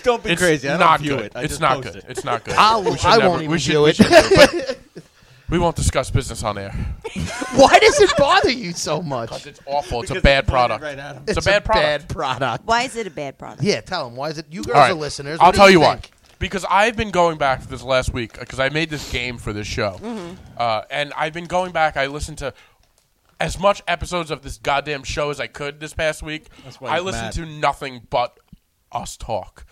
Don't be
It's
crazy. I don't
not
view
good.
it. I
it's
just
not
post
good.
it.
It's not good.
I'll-
We should
I
never-
won't even
we should,
view
we
it.
should do it. but we won't discuss business on air.
Why does it bother you so much?
It's awful. It's a
Because
bad
they pointed
product.
right at 'em.
It's, a bad product.
Bad product.
Why is it a bad product?
Yeah, tell them. Why is it? You girls
All right.
are listeners.
I'll
What do
tell you,
you
why.
think?
Because I've been going back this last week because I made this game for this show,
Mm-hmm.
uh, and I've been going back. I listened to as much episodes of this goddamn show as I could this past week.
That's why
I
he's
listened
mad.
to nothing but us talk,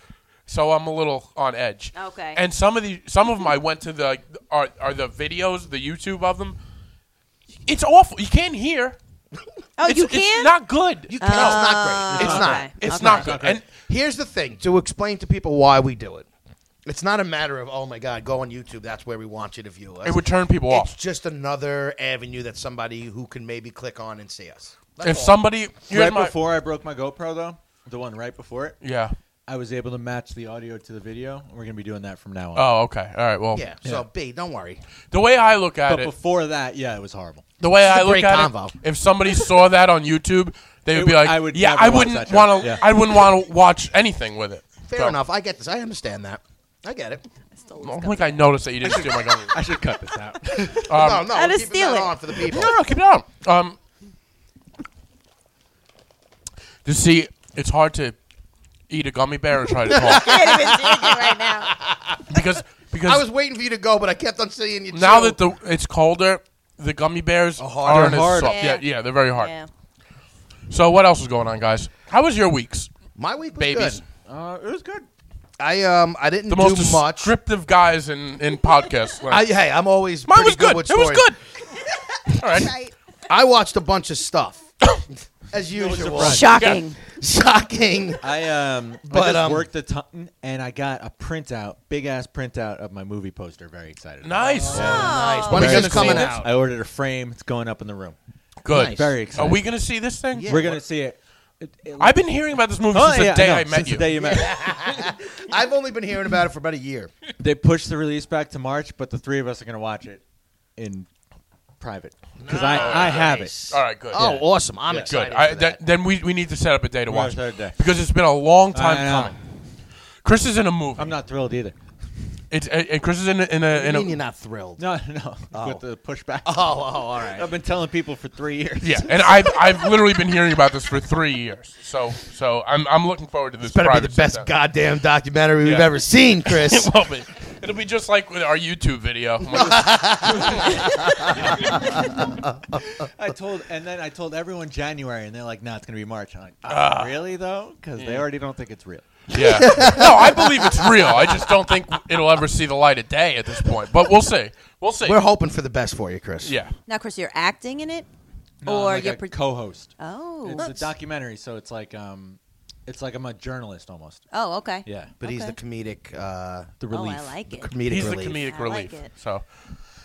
so I'm a little on edge.
Okay.
And some of the some of them I went to the are are the videos the YouTube of them. It's awful. You can't hear.
Oh,
it's,
you
it's
can?
not good.
You can. it's not great. It's
it's
not.
Oh, okay.
It's not good. And
Here's the thing to explain to people why we do it. It's not a matter of oh my god, go on YouTube. That's where we want you to view us.
it would turn people off.
It's just another avenue that somebody who can maybe click on and see us. That's
if
all.
somebody here's
Right
my-
before I broke my GoPro, though, the one right before it,
yeah
I was able to match the audio to the video. We're gonna be doing that from now on.
oh okay all right well
yeah, so B, don't worry.
the way I look at
but
it
before that, yeah, it was horrible.
the way I look
great
at
convo.
it if somebody saw that on YouTube they would
It
be
would-
like
I would
yeah
never
I
watch
wouldn't
that show.
want to
Yeah.
I wouldn't want to watch anything with it
Fair
So,
enough. I get this. I understand that. I get it.
I don't think I noticed that you didn't steal my gum
I should cut this out.
no, no,
How
we're
to
keeping
steal
that
it.
on for the people.
Um, no no keep it on um to see it's hard to eat a gummy bear and try to talk
can't even see it right now.
because because
I was waiting for you to go, but I kept on seeing you.
now
too.
that the it's colder the gummy bears
harder.
aren't as
Hard.
soft yeah.
Yeah.
yeah they're very hard
Yeah.
so what else is going on guys how was your weeks
my week was
babies.
good.
Uh, it was good.
I um I didn't
the
do
most
much.
descriptive guys in in podcasts.
I,
land.
hey, I'm always
Mine
pretty
was good.
with
It was
stories.
good. All right.
I watched a bunch of stuff, as usual.
Shocking.
Shocking.
I um,
But,
I just
um,
worked a ton, and I got a printout, big ass printout of my movie poster. Very excited. about it.
Nice.
Oh.
When is
Very
this coming
excited.
out?
I ordered a frame. It's going up in the room.
Good.
Nice.
Very excited.
Are we going to see this thing?
Yeah.
We're gonna see it. It- it-
I've been hearing about this movie
Oh,
since
yeah,
the day
know,
I met
since
you.
The day you met.
I've only been hearing about it for about a year.
they pushed the release back to March, but the three of us are gonna watch it in private because I, I have it.
All right, good.
Oh,
Yeah.
awesome! I'm
good.
excited.
I,
for
that.
that.
then we, we need to set up a day to
We're
watch
on
it.
third day.
because it's been a long time
I know.
coming. Chris is in a movie.
I'm not thrilled either.
It's uh, and Chris is in a, in a,
I
in a
mean, you're not thrilled.
No, no, with the pushback.
Oh, oh, all right.
I've been telling people for three years.
yeah, and I've I've literally been hearing about this for three years. So so I'm I'm looking forward to this.
Better be
private
the best
sit-down.
goddamn documentary we've
Yeah.
ever seen, Chris.
It will be. It'll be just like with our YouTube video. I'm like,
I told, and then I told everyone January, and they're like, "No, it's gonna be March." I'm like, "Ah, "Really though?" Because they already don't think it's real.
yeah. No, I believe it's real. I just don't think it'll ever see the light of day at this point. But we'll see. We'll see.
We're hoping for the best for you, Chris.
yeah.
Now, Chris, you're acting in it,
No, I'm
or
like
you're
a
pro-
co-host.
oh,
It's a documentary, so it's like, um, it's like I'm a journalist almost.
oh, okay,
Yeah,
But he's
Okay.
the comedic, uh,
the
Oh,
relief.
I like it.
comedic
He's
relief.
the comedic
I
relief.
like it.
So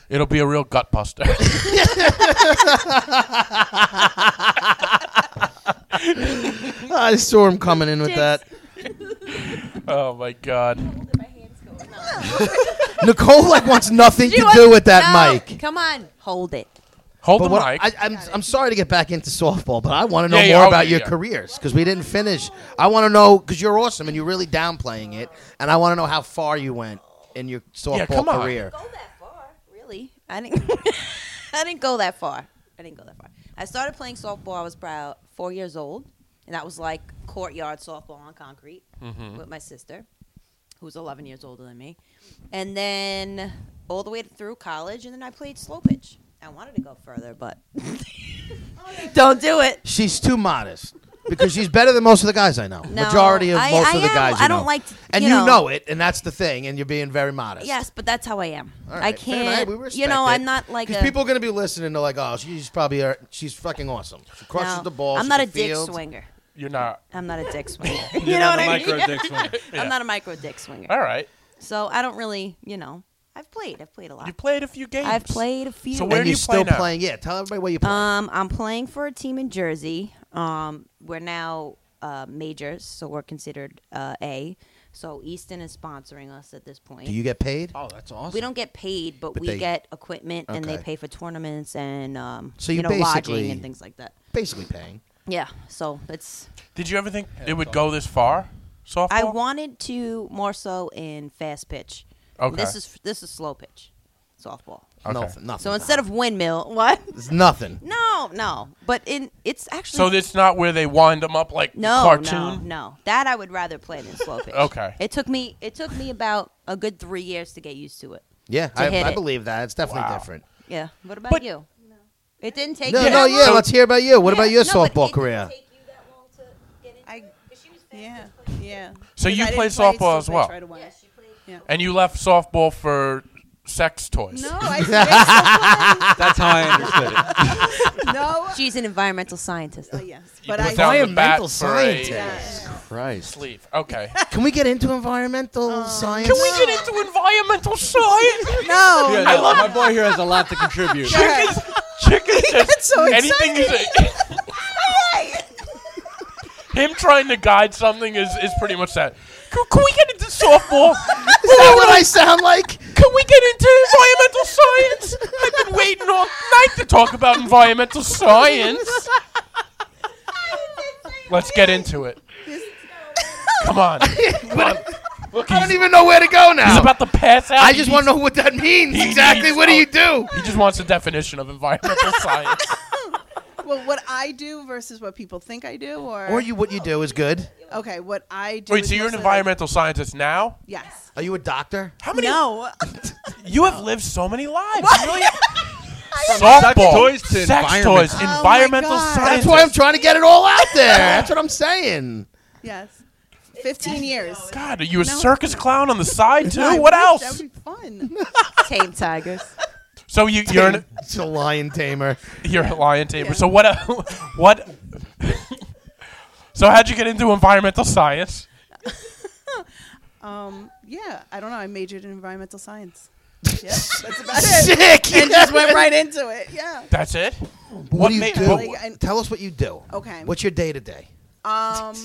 it'll be a real gut buster.
Ah, I saw him coming in with that.
oh my god.
Nicole like wants nothing to
want-
do with that
No,
mic.
Come on, hold it.
Hold
But
the
what,
mic.
I, I'm, I'm sorry to get back into softball, but I want to know
Yeah, yeah,
more
oh,
about
yeah,
your
yeah.
careers because we didn't finish. I want to know because you're awesome and you're really downplaying it, and I want to know how far you went in your softball
come on.
career.
go that far, really. I didn't. I didn't go that far. I didn't go that far. I started playing softball. I was about four years old, and that was like courtyard softball on concrete
Mm-hmm.
with my sister, who's 11 years older than me. And then all the way through college, and then I played slow pitch. I wanted to go further, but don't do it.
She's too modest because she's better than most of the guys I know.
No,
Majority of
I-
most
I
of the
am.
guys
I
you
don't
know.
like to-
and
you know.
it, and that's the thing, and you're being very modest.
Yes, but that's how I am.
All right,
I
fair enough. Hey,
can't.
we
you
respect
know,
it.
I'm not like
'Cause
a
people are going to be listening. They're like, "Oh, she's probably uh, she's fucking awesome. She crushes
no,
the ball.
I'm
she's
not
a
a dick
field.
swinger.
You're not.
I'm not a dick swinger.
You're
you know
not
what
a
I mean?
micro dick swinger.
I'm not a micro dick swinger.
All right.
So I don't really, you know, I've played. I've played a lot.
You played a few games.
I've played a few.
So
And
Where do
you're
you play
still
now?
playing. Yeah, tell everybody where you play.
um, I'm playing for a team in Jersey. Um, we're now uh, majors, so we're considered uh, A. So Easton is sponsoring us at this point.
Do you get paid?
Oh, that's awesome.
we don't get paid, but,
But
we
they-
get equipment, and they
Okay.
pay for tournaments and um,
So
you,
you
know lodging
basically-
and things like that.
Basically paying.
Yeah. So it's
Did you ever think it would go this far? Softball.
I wanted to more so in fast pitch.
Okay.
This is this is slow pitch, softball.
Okay.
Nothing. Nothing.
So instead of windmill, what?
It's nothing.
No, no. But in it's actually
So it's not where they wind them up like
no,
the cartoon.
no, no. That I would rather play than slow pitch.
Okay.
It took me it took me about a good three years to get used to it.
Yeah,
To
I,
hit
I
it.
believe that. It's definitely
Wow.
different.
Yeah. What about
But-
you? No. It didn't take.
No,
you
no,
that
yeah.
long.
Let's hear about you. What about
Yeah,
your
no, but
softball
it didn't
career?
take you that long to get into
I-
it, 'cause she was fast
Yeah,
as fuck.
yeah.
So
Because
you
I
play
didn't play
softball as well?
right away.
Yeah, she played.
And you left softball for sex toys.
No, I
That's how I understood it.
played softball. No.
She's an environmental scientist.
Oh, yes,
You
but
put down the
I
bat
Environmental
for a
scientist.
Christ.
sleeve. Okay.
Can we get into environmental
Um,
science?
Can we get into environmental science?
No.
Oh,
Yeah, no, my boy here has a lot to contribute.
Chickens. Chickens. Just,
so
anything is. Him trying to guide something is, is pretty much that. Can, can we get into softball?
Is that what I sound like?
Can we get into environmental science? I've been waiting all night to talk about environmental science. Let's get into it. Come on. Come on. Look,
I don't
he's,
even know where to go
he's
now.
about to pass out.
I just
He
want to
needs-
know what that means.
He
Exactly.
needs
What do you do?
help. He just wants a definition of environmental science.
Well, what I do versus what people think I do, or
Or you, what you do is good.
Okay, what I do.
Wait,
is
so you're an
mostly, like-
environmental scientist now?
yes.
Are you a doctor?
How many?
No.
You have lived so many lives. You really have-
Sex
Softball,
toys to
sex
environment.
toys,
Oh
my
environmental
God.
science.
That's why I'm trying to get it all out there. That's what I'm saying.
yes. Fifteen years.
God, are you a
No.
circus clown on the side
I
too? What
wish,
else?
That would be fun.
Tame tigers.
So you, you're an,
It's a lion tamer.
You're a lion tamer. So what? what? so how'd you get into environmental science?
Um, yeah, I don't know. I majored in environmental science. Yeah, that's about it.
Sick.
And just went right into it. Yeah.
That's it.
What do you
made-
do?
but-
Like, and-
Tell us what you do.
Okay.
What's your day to day?
Um,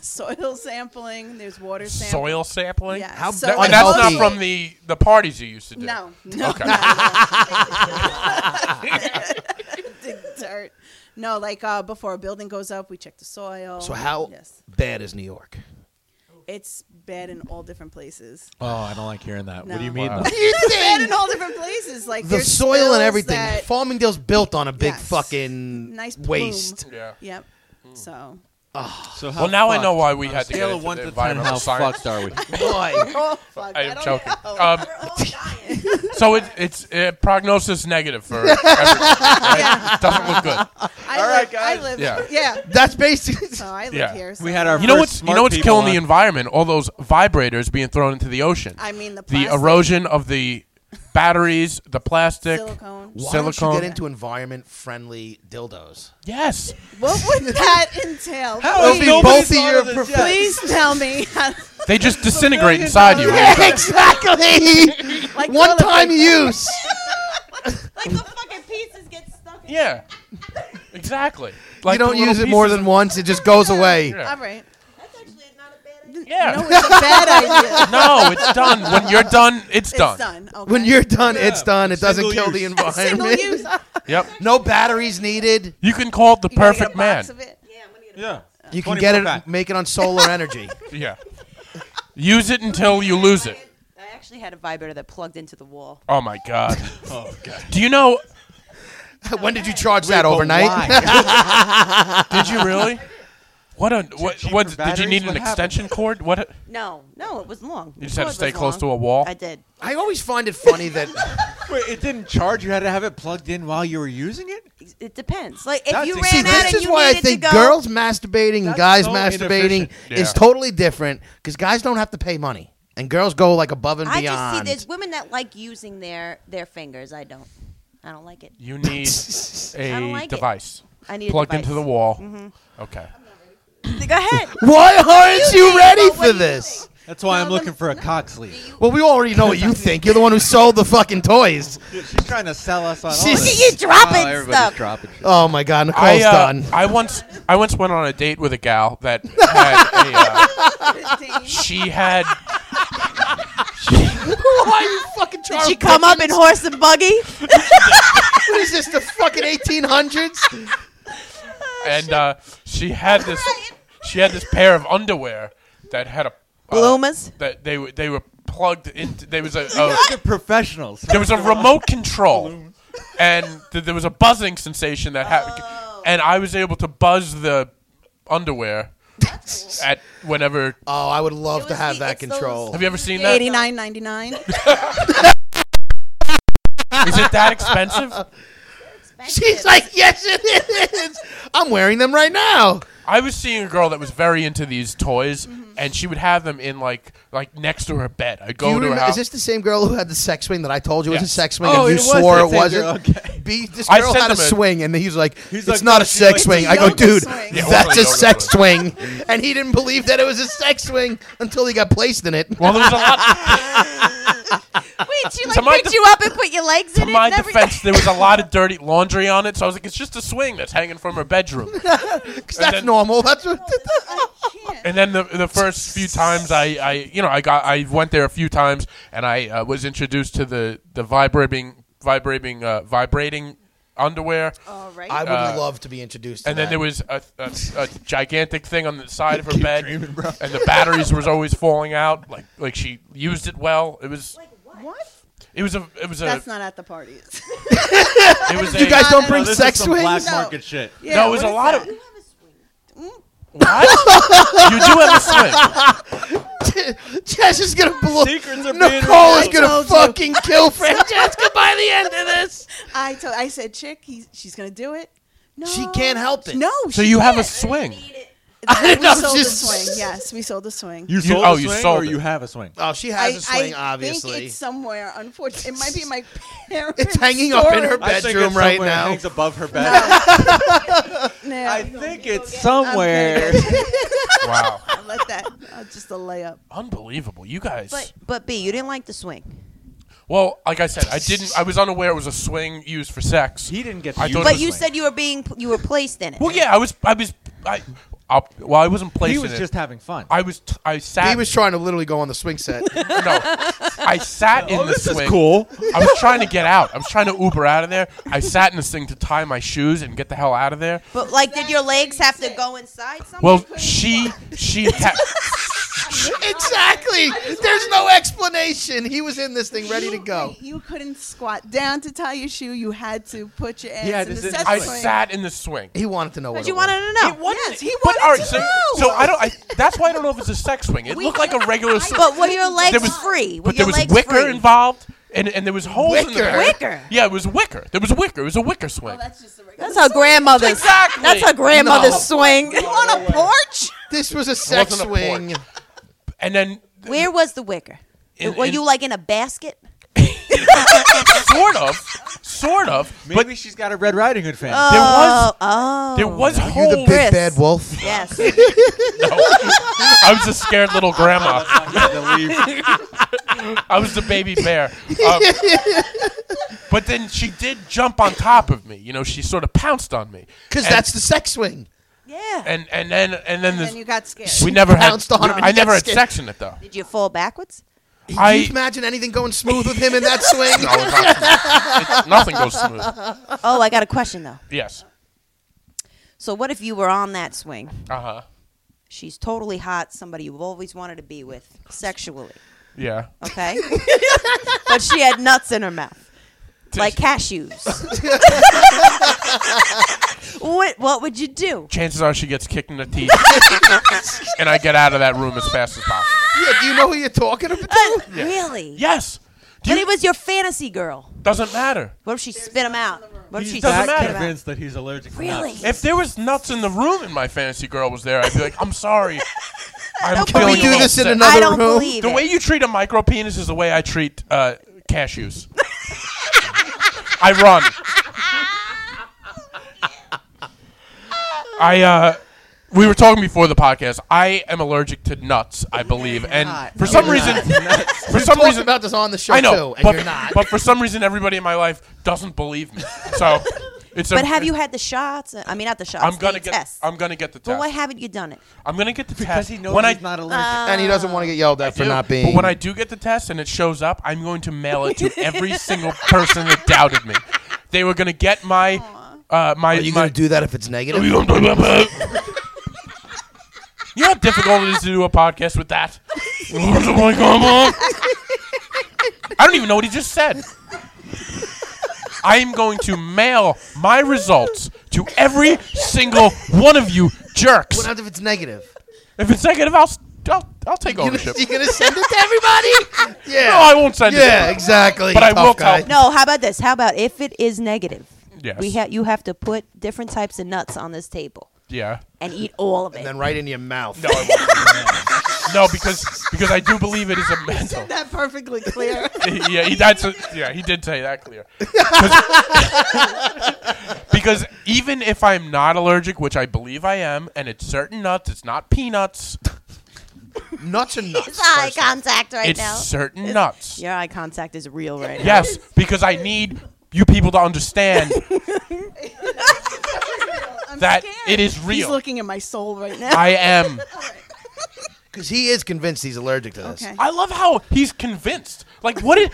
soil sampling. There's water sampling.
Soil sampling.
Yes.
How
so
That-
Soil
and Oh, that's not
sampling.
from the the parties you used to do.
No, no,
Okay.
no, no. Dig dirt. No, like uh, before a building goes up, we check the soil.
So how
Oh, Yes,
bad is New York?
it's bad in all different places.
Oh, I don't like hearing that. What do you
No.
mean?
Wow.
though?
It's bad in all different places. Like
The
there's
soil
spills
and everything.
that-
Farmingdale's built on a big
Yes.
fucking
Nice plume.
waste.
Yeah.
Yep.
Hmm.
So
So how
Well, now I
fucked-
know why we
on
had
a
to get
scale
into
of one
the
to ten. How
environmental science.
fucked are we?
Boy,
oh, fuck,
I
I,
am
don't
joking.
know.
Um,
We're all dying.
So it, it's uh, prognosis negative for. everyone, right? It doesn't look good.
I
All
live,
right, guys.
I live.
Yeah.
Yeah.
that's basically.
So I live
Yeah.
here. So
We had our
You know
first
what's you
smart
know what's
people
killing the
on.
environment? All those vibrators being thrown into the ocean.
I mean the
the
plastic,
erosion of the batteries, the plastic,
silicone.
Why don't you
silicone.
get into environment friendly dildos?
yes,
What would that entail?
How
It'll be
Nobody
both of
thought
your
this
prof-
yet.
Please tell me. how-
they just disintegrate inside you.
exactly.
like
One
toilet
time
paper.
use.
like the fucking pieces get stuck. In
Yeah, exactly. Like
you don't
the little
use it more
pieces
than once. It just goes away.
Yeah.
All right.
That's actually not a bad idea.
Yeah.
No, it's a bad idea.
No, it's done. When you're done, it's,
It's
done.
done. Okay.
When you're done, it's
Yeah.
done. It doesn't
Single
kill the
use.
single
environment.
use,
Yep.
No batteries needed.
You can call it the
you gotta get
perfect
a
man.
box of it.
Yeah, I'm gonna get a
Yeah.
You can
24
get it,
pack.
make it on solar energy.
Yeah. Use it until you lose it.
I actually had a vibrator that plugged into the wall.
Oh my god.
Oh god.
Do you know?
when did you charge that
But
overnight?
why?
Did you really? What a what?
cheaper
what did you
batteries?
need an
What happened?
extension cord? What? a-
No, no, it was long.
You just had to stay close to a wall.
I did.
I always find it funny that
Wait, it didn't charge. You had to have it plugged in while you were using it.
It- It depends. Like if
That's
you
ex-
ran
See,
out
this
and
is
you
why I
needed
think
to go,
girls masturbating and
That's
guys
so
masturbating
inefficient.
is
Yeah.
totally different because guys don't have to pay money and girls go like above and
I just see
beyond.
there's women that like using their their fingers. I don't. I don't like it.
You need
I
a
don't like it.
device
I need a
plugged
device. Mm-hmm.
into the wall. Okay.
Go ahead.
why aren't you ready for
what do you
this?
That's why I'm looking for a cock sleeve.
Well, we already know what you think. You're the one who sold the fucking toys.
She's trying to sell us on all
She's-
this.
You dropping
Wow, everybody's
stuff.
dropping shit.
Oh my God,
I,
Nicole's
uh,
done.
I once I once went on a date with a gal that had a, uh, she had
Oh,
Why are you fucking
Did
Charles
she come up in horse and buggy?
What is this, the fucking 1800s?
and uh, she had this she had this pair of underwear that had a uh,
Bloomers.
that they were they were plugged into there was a,
You
a
guys are professionals.
there was a remote control and th- there was a buzzing sensation that happened and I was able to buzz the underwear at whenever
Oh, I would love
It
to
was
have
the-
that
it's those-
control.
have you ever seen that?
Eighty nine ninety nine.
Is it that expensive?
She's like, yes, it is. I'm wearing them right now.
I was seeing a girl that was very into these toys, and she would have them in like like next to her bed. I'd
Do
go
you
to her
remember-
house.
Is this the same girl who had the sex swing that I told you was
Yes.
a sex swing
Oh,
and
it
you
was
swore
that
it
same
wasn't?
girl, okay.
Be- this
I
girl
sent
had a
him a-
swing and he's like,
He's
it's
like,
not
no,
a
she's
sex
like-
swing.
It's
I
a
go,
yoga
dude,
swing.
Yeah, it wasn't
that's a
a yoga
sex swing. And he didn't believe that it was a sex swing until he got placed in it.
well, there was a lot.
Wait, she
To my
like picked
def-
you up and put your legs in
To
it.
my
and everything?
defense, there was a lot of dirty laundry on it, so I was like, "It's just a swing that's hanging from her bedroom."
'Cause that's
then-
normal. That's what.
and then the the first few times, I, I you know I got I went there a few times, and I uh, was introduced to the the vibrating vibrating uh, vibrating underwear.
All right.
I would
Uh,
love to be introduced to
And then
that.
there was a, a, a gigantic thing on the side of her bed, and the batteries was always falling out. Like like she used it well. It was
what?
it was a it was a
That's not at the parties.
it was
you
a,
guys don't
No,
bring
this is
sex
some black
swings?
market shit.
Yeah,
no, it was
what
a
is
lot
that?
of what you do have a swing.
Jess is gonna blow.
Secrets are being
Nicole is
revealed.
gonna fucking kill Francesca by the end of this.
I told. I said, chick, he's, she's gonna do it. No,
She can't help it.
No,
So
she
you have a
can't.
swing.
I
We sold the
just-
swing. Yes, we sold the swing.
You
sold
sold
a
a
swing
swing
oh, sold
or
it.
you have a swing?
Oh, she has a swing, obviously.
think it's somewhere. Unfortunately, it might be in my parents.
It's hanging up in her
storage.
I think
Bedroom
it's
right
somewhere-
now.
It hangs above her bed.
No,
I think it's somewhere.
Wow,
I'll let that. I'll uh, just a layup.
unbelievable! You guys.
But but B, you didn't like the swing.
Well, like I said, I didn't. I was unaware it was a swing used for sex.
He didn't get. To
I
use
thought
the
it
But you
slang.
said you were being you were placed in it.
Well, yeah, I was. I was. I. I well, I wasn't placing
he was
it.
just having fun.
I was. T- I sat.
He was trying to literally go on the swing set.
no, I sat in the swing.
Oh, cool.
I was trying to get out. I was trying to Uber out of there. I sat in this thing to tie my shoes and get the hell out of there.
But like, did your legs have to go inside something?
Well, she she had
exactly. There's no explanation. He was in this thing ready to
You-
go.
You couldn't squat down to tie your shoe. You had to put your ass
Yeah,
in the
this is-
set
I
swing.
sat in the swing.
He wanted to know what
But you
it was.
wanted to know.
Yes, he
But
wanted
all right,
to
so
know.
so I don't. I, that's why I don't know if it's a sex swing. It looked like a regular swing.
But were your legs
There was-
free? Were
but
your
there was
legs
wicker
free?
involved, and, and there was holes in the
Wicker?
Wicker? Oh,
Yeah, it was wicker. There was wicker. It was a wicker swing.
That's just a regular.
That's how grandmothers.
Exactly.
That's how grandmothers
No.
swing.
on a porch?
This was a sex
wasn't a
swing.
porch. and then
Where was the wicker?
In-
were
in-
you like in a basket?
sort of, sort of,
Maybe
but
she's got a Red Riding Hood fan.
there was
Oh, oh.
there was
You
holes.
the big
Chris.
bad wolf.
Yes.
I was a scared little grandma.
Leave.
I was the baby bear. Um, but then she did jump on top of me. You know, she sort of pounced on me.
Because
And-
that's the sex swing.
yeah.
and and then and then, this,
And you got scared.
we never had.
pounced on him and
I
he got
never had
scared.
sex in it though.
did you fall backwards?
I-
Can you imagine anything going smooth with him in that swing?
No, it's not- it- nothing goes smooth.
Oh, I got a question though.
Yes.
So what if you were on that swing?
Uh huh.
She's totally hot, somebody you've always wanted to be with sexually,
Yeah.
okay? but she had nuts in her mouth. Like cashews. what what would you do?
Chances are she gets kicked in the teeth, and I get out of that room as fast as possible.
Yeah, do you know who you're talking about?
Really?
Yes. Do
But
you-
it was your fantasy girl.
doesn't matter.
What if she spit him out? What if
He's
she
Doesn't
Doesn't
spit
matter.
him out?
Convinced that he's allergic. to
Really?
nuts.
If there was nuts in the room and my fantasy girl was there, I'd be like, I'm sorry. I'm
Don't believe
killing you
it.
do this in
all.
another
I don't
room?
believe
The
it.
way you treat a micro penis is the way I treat uh, cashews. I run. I uh, we were talking before the podcast. I am allergic to nuts, I believe, and for some reason, for some
Talked
reason,
about this on the show
I know,
too, and
but,
you're not.
but for some reason, everybody in my life doesn't believe me. So it's.
But
a,
have you had the shots? I mean, not the shots.
I'm gonna
the
get.
tests.
I'm gonna get the
but
test.
why haven't you done it?
I'm gonna get the
Because
test
he knows
when I,
he's
Uh,
not allergic.
and he doesn't want to get yelled at for
do.
not being.
But when I do get the test and it shows up, I'm going to mail it to every single person that doubted me. They were going to get my uh, my.
are you
my
going to do that if it's negative?
you know how difficult it is to do a podcast with that. I don't even know what he just said. I am going to mail my results to every single one of you jerks.
What happens if it's negative?
If it's negative, I'll s- I'll, I'll take
You're
ownership.
going to send it to everybody? Yeah.
No, I won't send it.
Yeah, exactly.
But I
tough
will
guy.
tell-
No. How about this? How about if it is negative?
Yes.
We ha- you have to put different types of nuts on this table
Yeah.
and eat all of it.
And then right in your mouth.
No, I won't. no, because because I do believe it is a mental.
That perfectly clear.
yeah, he that's a, yeah, he did say that clear. 'Cause- because even if I'm not allergic, which I believe I am, and it's certain nuts, it's not peanuts.
Nuts and
it's
nuts.
eye contact right
it's
now.
certain nuts.
Your eye contact is real right now.
Yes, because I need you people to understand
I'm
that
scared.
it is
He's
real.
looking at my soul right now.
I am.
Because he is convinced he's allergic to this.
Okay.
I love how he's convinced. Like what it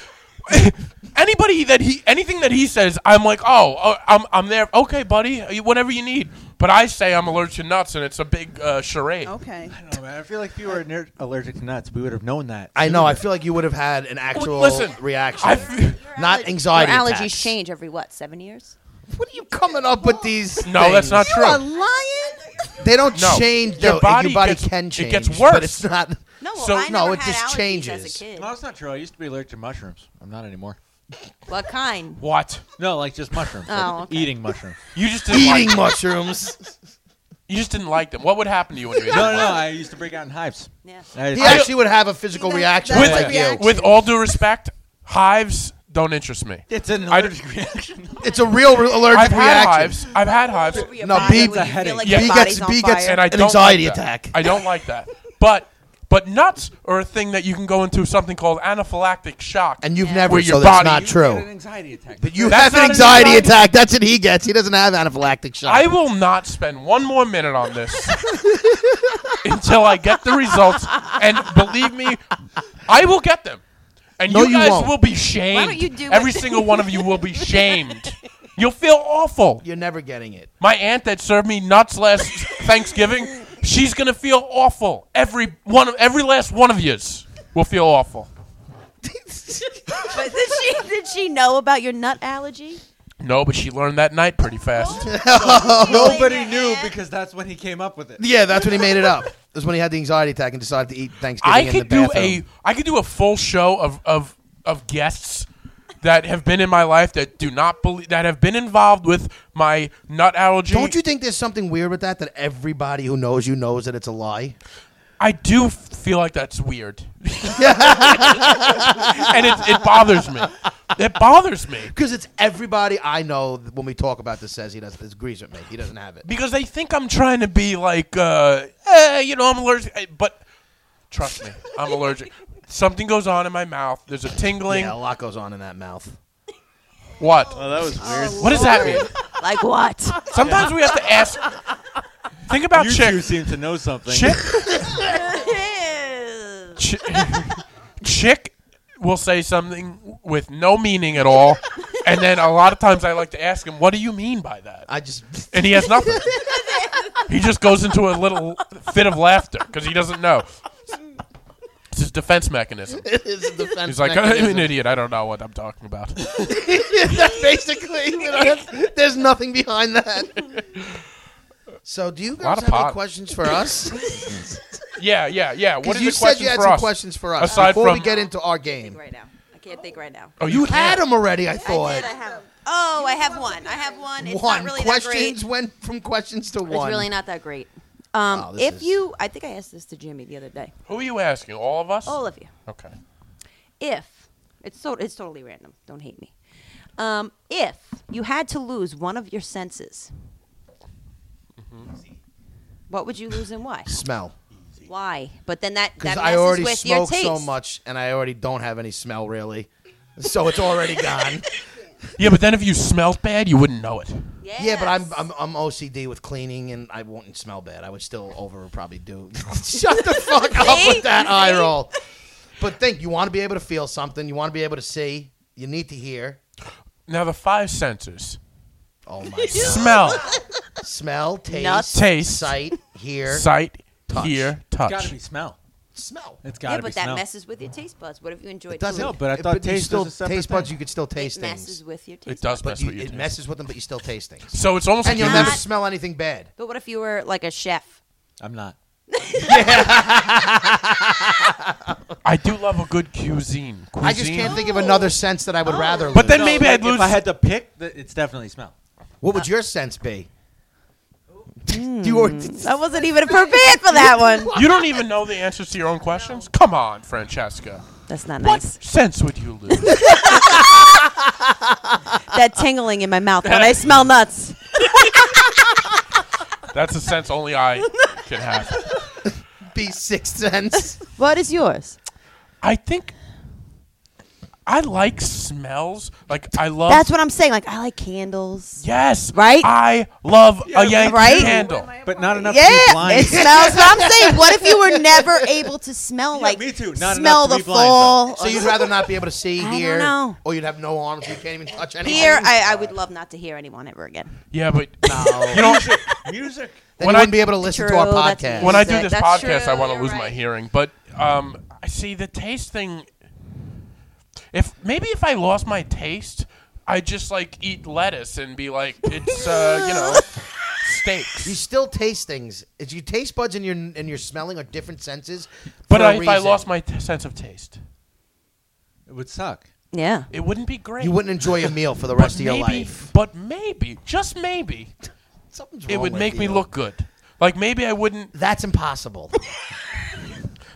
anybody that he anything that he says, I'm like, oh, oh, I'm I'm there. Okay, buddy, whatever you need. But I say I'm allergic to nuts, and it's a big uh, charade.
Okay.
I don't know, man. I feel like if you were ner- allergic to nuts, we would have known that.
I know. I feel like you would have had an actual
listen,
reaction.
I f-
not anxiety.
Your allergies
attacks.
change every what? Seven years.
What are you coming up with these?
no, that's
things?
not true.
They don't
No.
change.
Your
no,
body
your body
gets-
can
it
change.
gets worse.
But it's not.
No, well,
So-
I
no,
never
it
had
just
allergies
changes.
As a kid.
No, that's not true. I used to be allergic to mushrooms. I'm not anymore.
What kind?
What
No, like just mushrooms. like
Oh, okay.
Eating mushrooms.
you just didn't like
Eating
them.
mushrooms.
you just didn't like them. What would happen to you when you ate
No,
them?
no, no. I used to break out in hives.
Yeah.
I-
He
I-
actually would have a physical reaction
With,
like you.
with all due respect, hives don't interest me.
it's an
I-
allergic reaction.
It's a real re- allergic
I've had
reaction.
hives. I've had hives.
Your
No,
body
B-
where you
headache.
Feel like
Yeah.
your
B
body's
gets-
on
B gets
fire.
and I
An
don't
anxiety
like that.
attack.
I don't like that. But But nuts are a thing that you can go into something called anaphylactic shock.
And you've never,
Where
so
your
that's
body-
not
You get an
true.
anxiety attack.
But you
That's
have an
not an
anxiety
anxiety-
attack. That's what he gets. He doesn't have anaphylactic shock.
I will not spend one more minute on this until I get the results. And believe me, I will get them. And
No,
you
you
guys
won't.
will be shamed.
don't you do
Every
it?
single one of you will be shamed. You'll feel awful.
You're never getting it.
My aunt that served me nuts last Thanksgiving, she's gonna feel awful. Every one of every last one of yous will feel awful.
But did she did she know about your nut allergy?
No, but she learned that night pretty fast.
Nobody knew because that's when he came up with it.
Yeah, that's when he made it up. That's when he had the anxiety attack and decided to eat Thanksgiving
I
in
could
the
do
bathroom.
a I could do a full show of of of guests that have been in my life that do not believe that have been involved with my nut allergy.
Don't you think there's something weird with that? That everybody who knows you knows that it's a lie.
I do f- feel like that's weird, and it, it bothers me. It bothers me
Because it's everybody I know that when we talk about this says he doesn't this agrees with me. He doesn't have it.
because they think I'm trying to be like, uh, eh, you know, I'm allergic. eh, But trust me, I'm allergic. Something goes on in my mouth. There's a tingling.
Yeah, a lot goes on in that mouth.
What?
Oh, that was weird.
What does that mean?
Like what?
Sometimes we have to ask. Think about
You
chicks.
two seem to know something.
Chick, chick, chick will say something with no meaning at all, and then a lot of times I like to ask him, "What do you mean by that?"
I just
And he has nothing. he just goes into a little fit of laughter because he doesn't know. It's his defense mechanism.
it's a defense.
He's like, "I'm an
mechanism.
idiot. I don't know what I'm talking about."
basically. you know, that's- there's nothing behind that. So, do you
Lot
guys
of
have any
pot.
questions for us?
yeah, yeah, yeah. What
Because
is
you
the
said
question
you had
for
some
us?
questions for us
Aside
before we
from-
get into our game.
right now. I can't think right now.
Oh, you
Had
can't.
them already, I
I
thought.
did. I have. Oh, I have one. I have one. It's
one
not really that great.
questions went from questions to one.
It's really not that great. Um,
Wow, this
if
is-
you, I think I asked this to Jimmy the other day.
Who are you asking? All of us?
All of you,
Okay.
if it's so, it's totally random. Don't hate me. Um, if you had to lose one of your senses,
Mm-hmm.
what would you lose and why?
smell.
why? But then that that
Because
messes
I already
with your
smoke
taste.
so much, and I already don't have any smell really, so it's already gone.
Yeah, but then if you smelled bad, you wouldn't know it.
Yeah, but I'm,
Yes.
I'm I'm OCD with cleaning, and I wouldn't smell bad. I would still over probably do. Shut the fuck up with that eye roll. But think, you want to be able to feel something. You want to be able to see. You need to hear.
Now the five senses:
Oh my!
smell,
smell, taste,
Nuts.
Taste.
sight, hear,
sight,
Touch.
hear,
It's got to
touch.
be smell.
smell.
It's got to
yeah,
be
but that
smell.
messes with your taste buds. What if you enjoyed
It doesn't.
food?
No, but I
it-
thought
you
taste
still,
was a separate
taste buds.
thing.
You could still taste
It
things,
messes with your taste.
It does
but
mess
you,
with your
it
taste.
messes with them. But you still taste things,
So it's almost
and
like
you'll
you
never
not-
smell anything bad.
But what if you were like a chef?
I'm not.
I do love a good cuisine. cuisine.
I just can't think of another sense that I
Oh.
would rather.
But
lose.
then maybe
like,
I'd lose.
If I had to pick, th- it's definitely smell.
what
uh,
would your sense be? You were-
I wasn't even prepared for that one.
you don't even know the answers to your own questions. Come on, Francesca.
That's not
What
nice.
sense would you lose?
That tingling in my mouth when I smell nuts.
That's a sense only I can have.
be sixth sense.
What is yours?
I think I like smells. Like I love.
That's what I'm saying. Like I like candles.
yes,
Right?
I love a Yankee
Right?
candle.
But not enough
Yeah,
to be blind.
it smells. But I'm saying, what if you were never able to smell? like
me too. Not
smell
enough to
the
be blind,
fall.
So you'd rather not be able to see,
I don't
hear,
know.
or you'd have no arms. You can't even touch anything.
Here, I, I would love not to hear anyone ever again.
Yeah, but
no.
you know
Music.
Then
When
you
I-
wouldn't be able to listen to
True,
our
that's
podcast.
me.
when I do
That-
this
that's
podcast, I
true,
want to
you're
lose my
right.
hearing. But um, I see the taste thing. If maybe if I lost my taste, I'd just like eat lettuce and be like, it's uh, you know,
you
steaks.
still taste things. It's your taste buds and your and your smelling are different senses.
But
for a
I, if I
reason.
lost my t- sense of taste,
It would suck.
Yeah.
it wouldn't be great.
you wouldn't enjoy a meal for the
But
rest of your
maybe-
life.
But maybe, just maybe,
Something's
it
wrong
would
with
make me
you.
look good. Like maybe I wouldn't.
That's impossible.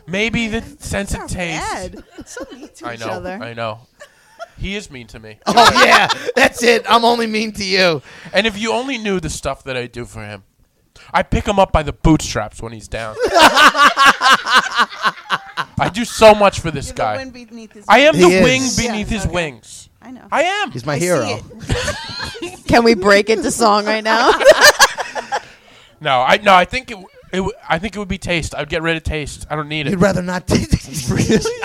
Maybe the sense of taste.
Ed, so mean to
I
each
know.
other.
I know. He is mean to me.
oh yeah, that's it. I'm only mean to you.
And if you only knew the stuff that I do for him. I pick him up by the bootstraps when he's down. I do so much for this
You're the
guy.
wind beneath his
I am
He
the
is.
wing beneath his
okay.
wings.
I know.
I am.
He's my
I see
hero.
it.
Can we break into song right now?
No, I no. I think it. w- it w- I think it would be taste. I'd get rid of taste. I don't need it.
You'd rather not. really?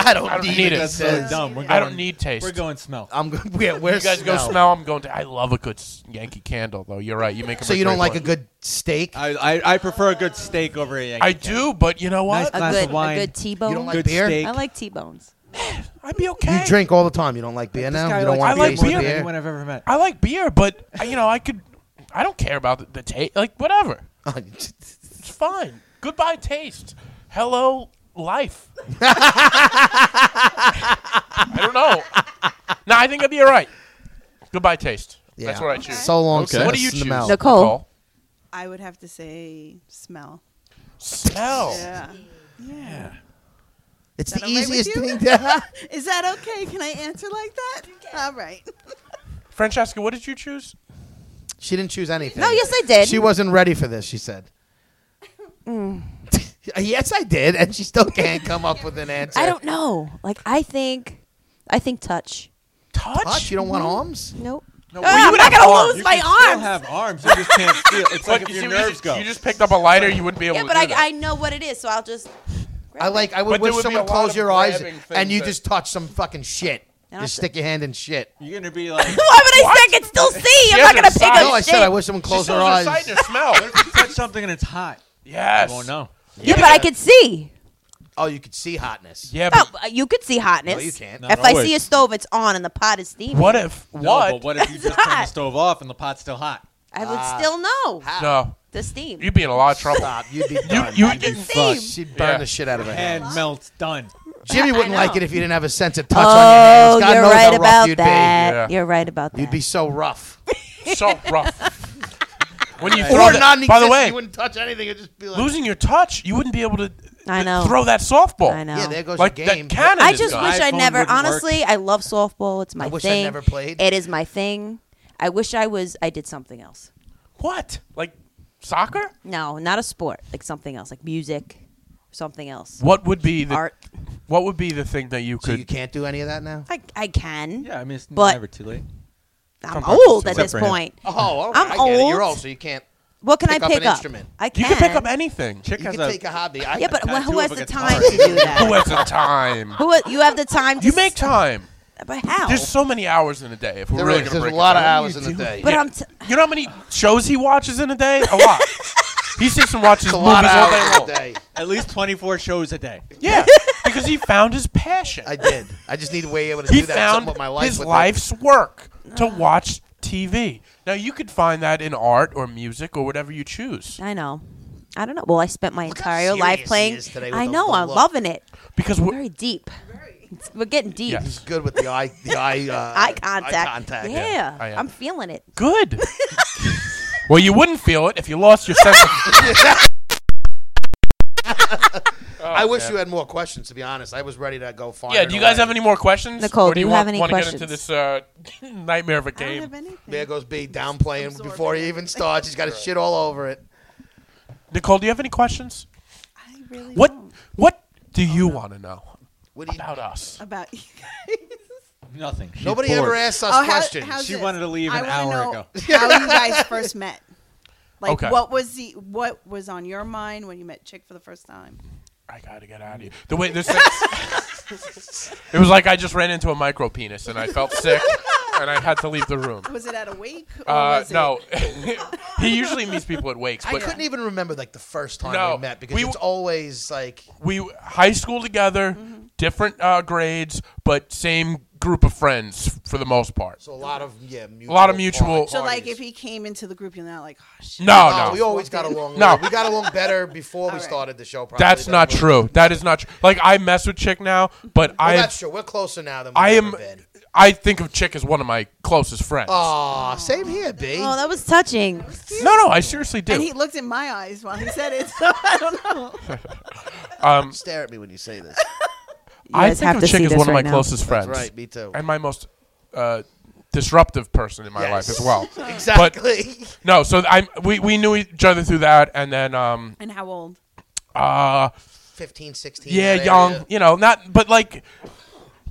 I don't,
I don't
need,
need it.
it. he
That's
says.
really dumb. We're going,
I don't need taste.
We're going smell.
I'm going. Yeah, where's
you guys go
smell?
smell. I'm going to. I love a good s- Yankee candle, though. You're right. You make. 'em
So you
great
don't like a
point.
good steak?
I, I I prefer a good steak over a Yankee.
I do, but you know
Nice
what?
a
glass
good,
of wine.
a good T-bone.
You don't like
good
beer?
steak.
I like T-bones.
I'd be okay.
You drink all the time. You don't like beer
This
now.
guy
You don't
likes
want
beer more
to taste
than
beer?
anyone I've ever met.
I like beer, but uh, you know, I could. I don't care about the, the taste. Like whatever,
Oh,
it's fine. Goodbye taste. Hello life. I don't know. No, I think I'd be all right. Goodbye taste.
yeah.
That's what I choose.
So long.
Okay.
sis,
what do you
in the
choose,
mouth.
Look- Nicole.
I would have to say smell.
Smell.
Yeah. Yeah.
It's
Is
the
that all right with
easiest
you?
thing. To-
Is that okay? Can I answer like that? All right.
Francesca, what did you choose?
she didn't choose anything.
No, yes, I did.
She wasn't ready for this. She said. yes, I did, and she still can't come up with an answer.
I don't know. Like I think, I think touch.
Touch.
Touch? You don't want arms?
Nope.
No,
Ah,
well, you
I'm
would
not
have
gonna
arms.
lose
You
my
can still
arms.
have arms. You just can't feel. It's like
But
if
you, see,
your
you
nerves
just,
go.
you just picked up a lighter. You wouldn't be able
yeah,
to.
but
do
I,
that.
I know what it is, so I'll just.
I like. I would
But there
wish
would be a
someone
lot
close
of
your eyes
grabbing
and
things
you
that-
just touch some fucking shit.
And I'll
Just
sit-
stick your hand in shit.
You're gonna be like.
Why would I say I can still see?
She
I'm not
has
gonna
her
pick
size.
up shit.
No, I said I wish someone closed
Still
their
has a
eyes.
sight to smell.
What if you touch something and it's hot?
yes.
Oh no.
yeah, but I could see.
Oh, you could see hotness.
Yeah,
No,
but
you could see hotness.
No, you can't.
Not
If I
always.
see a stove, it's on and the pot is steaming.
what if?
No,
What?
but what if you just turn the
Hot.
stove off and the pot's still hot?
I would still know
No,
the steam.
you'd be in a lot of trouble.
Stop. You'd be
You,
done.
you,
I can
you-
see.
She'd burn
Yeah.
the shit out of her hand.
And melts done.
Jimmy
I
wouldn't
know.
like it if you didn't have a sense of touch
Oh,
on your hands. God
you're
knows how
right
rough
about
you'd
that.
Yeah.
You're right about that.
Be. You'd be so rough.
so rough. When you
Or
throw that,
non-existent.
by the way,
you wouldn't touch anything. It'd just be like,
losing your touch, you wouldn't be able to
I
th-
know.
throw that softball.
I know.
yeah, there goes
Like
your game.
that cannon.
I
is
just
gone.
wish I
iPhone
never.
wouldn't work.
Honestly, I love softball. It's my
I wish I
thing.
never played.
It is my thing. I wish I was. I did something else.
what like soccer.
No, not a sport. Like something else, like music, something else,
What would be the
art.
what would be the thing that you
So
could?
you can't do any of that now?
I, I can.
Yeah, I mean it's
But-
never too late.
I'm
Sometimes
old
it's
at this
separate.
point.
Oh, all
I'm
I get it. You're
old.
old, so you can't.
What can
Pick
I
up
pick
an
up?
instrument.
I can.
you can pick up anything.
Chick
You
has
could
a,
take a hobby. I,
Yeah, but
tattoo
who has
of a
the
guitar.
time to do
Who
that?
has the time?
Who you have the time? To
You make time.
s- But how?
There's so many hours in a day. If we're
there
really
is.
gonna
There's
break
a lot
it
of
down.
hours in the day.
but I'm. T-
You know how many shows he watches in a day? A lot. he sits and watches
It's a
movies
lot of
all day
hours in
long.
the day.
At least 24 shows a day.
Yeah, because he found his passion.
I did. I just need to be able to
he
do that something
found
with my life.
his
with it.
life's work to watch TV. Now you could find that in art or music or whatever you choose.
I know. I don't know. Well, I spent my
Look how
entire
serious
life
he
playing.
is today with
I
the-
know.
the
I'm
look.
loving it.
Because we're,
Very deep. It's- We're getting deep.
Yes.
He's good with the eye, the eye, uh,
Eye contact.
Eye contact.
Yeah,
I am.
I'm feeling it.
good. well, you wouldn't feel it if you lost your sense. of...
I wish you had more questions. To be honest, I was ready to go far.
Oh, Yeah. Do you guys have any more questions?
Nicole,
or
do
do you,
you
want,
have any
want to get
questions?
into this uh, nightmare of a
I don't
game?
have anything.
There goes B downplaying before he even starts. He's got his shit all over it.
Nicole, do you have any questions?
I really
What
don't.
What do you want to know
What do you,
about us?
about you
Nothing. She's
nobody
bored.
ever asks us
Oh, how-
questions.
how's
She
this?
wanted to leave
I
an
wanna
hour
know
ago.
How you guys first met? Like,
Okay.
what was the what was on your mind when you met Chick for the first time?
I gotta get out of here. The way this. it was like I just ran into a micro penis and I felt sick and I had to leave the room.
Was it at a wake? Or
Uh,
was it-
no, he usually meets people at wakes,
I
but
couldn't even remember like the first time
No,
we met because
we-
it's always like
we high school together,
Mm-hmm.
different uh, grades, but same group of friends for the most part.
so a lot of yeah, mutual
lot of mutual-
So, like,
parties.
if he came into the group, you're not like, oh shit.
No,
Oh,
no,
we always got along.
No.
No, we got along better before we
right.
started the show. Probably
that's
than
not
we-
true. That is not true. Like I mess with chick now,
Mm-hmm.
but
Well,
I
that's true. We're closer now than we've
I am
ever been.
I think of chick as one of my closest friends.
Aw, same here, B.
Oh, that was touching.
no, no, I seriously do.
And he looked in my eyes while he said it. So I don't know.
Stare at me when you say this.
You
I
guys
think
have
of
to
chick
see
as
this
one of my
right now.
closest friends.
That's right, me too.
and my most uh, disruptive person in my life as well.
Exactly.
No, so I we we knew each other through that, and then um
And how old?
uh
Fifteen, sixteen. 15, 16.
yeah,
that
young,
area.
you know, not but like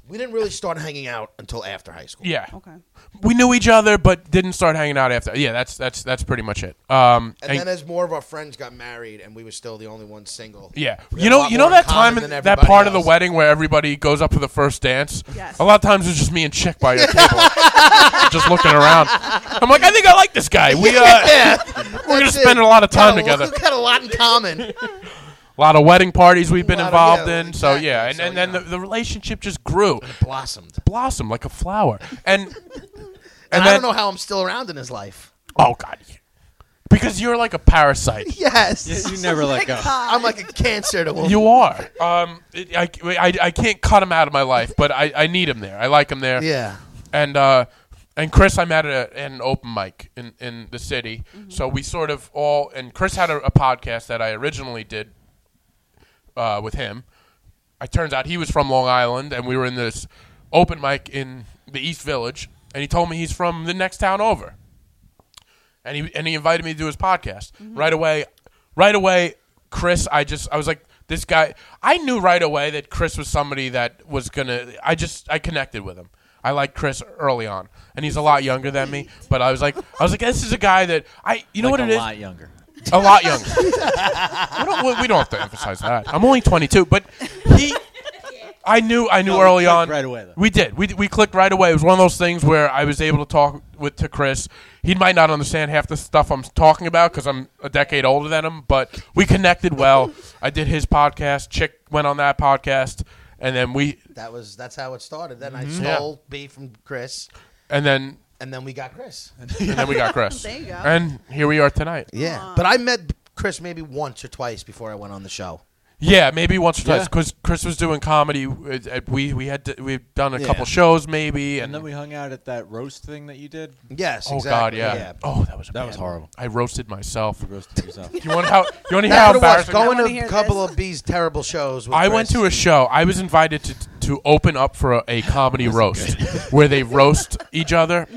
We didn't really start hanging out until after high school.
yeah,
Okay.
we knew each other, but didn't start hanging out after. Yeah, that's that's that's pretty much it. Um,
And,
and-
then as more of our friends got married and we were still the only ones single.
yeah,
we had
you
a
know,
lot
you
more
know
in
that time,
common
in-
than
that
everybody
part of the
else.
wedding where everybody goes up for the first dance.
Yes.
A lot of times it's just me and Chick by your table, just looking around. I'm like, I think I like this guy. We uh,
Yeah.
we're gonna
That's it.
spend a lot of time
Got a lo-
together.
Got a lot in common.
A lot of wedding parties we've been
Lot of-
involved
yeah,
in. So
exactly.
yeah, and,
So,
and then
yeah.
the, the relationship just grew,
Blossomed.
blossomed like a flower, and and,
And
then,
I don't know how I'm still around in his life.
oh god, because you're like a parasite.
Yes.
You, you never let go.
Uh,
I'm like a cancer to him.
You are. Um, it, I, I, I can't cut him out of my life, but I, I need him there. I like him there.
yeah.
And uh, and Chris, I met at, a, at an open mic in, in the city. So we sort of all and Chris had a, a podcast that I originally did uh, with him. It turns out he was from Long Island, and we were in this open mic in the East Village, and he told me he's from the next town over and he and he invited me to do his podcast right away. Right away, Chris. I just I was like this guy. I knew right away that Chris was somebody that was gonna. I just I connected with him. I liked Chris early on, and he's a lot younger than me. But I was like I was like this is a guy that I you know
like
what it
a
is
lot younger.
a lot younger. we, don't, we- we don't have to emphasize that. I'm only 22, but he. I knew. I knew
No, we
early
clicked
on.
right away, though.
We did. We, we clicked right away. It was one of those things where I was able to talk with to Chris. He might not understand half the stuff I'm talking about because I'm a decade older than him, but we connected well. I did his podcast. Chick went on that podcast, and then we
That was that's how it started. Then I
Mm-hmm. Yeah.
stole B from Chris,
and then
and then we got Chris.
and then we got Chris.
There you go.
And here we are tonight.
Yeah, but I met Chris maybe once or twice before I went on the show.
Yeah, maybe once or twice.
Yeah.
Because Chris was doing comedy. uh, uh, We we had we had done a
Yeah.
couple shows maybe, and,
And then we hung out at that roast thing that you did.
Yes.
oh
exactly.
god, yeah. Oh, that was a
That
bad
was horrible.
one. I roasted myself.
You roasted yourself.
You want how? You want to hear
That's
how
what it was.
embarrassing?
Going
wanna
to
hear
a couple
this.
of B's terrible shows. With
I went
Chris.
to a show. I was invited to to open up for a, a comedy roast where they roast each other.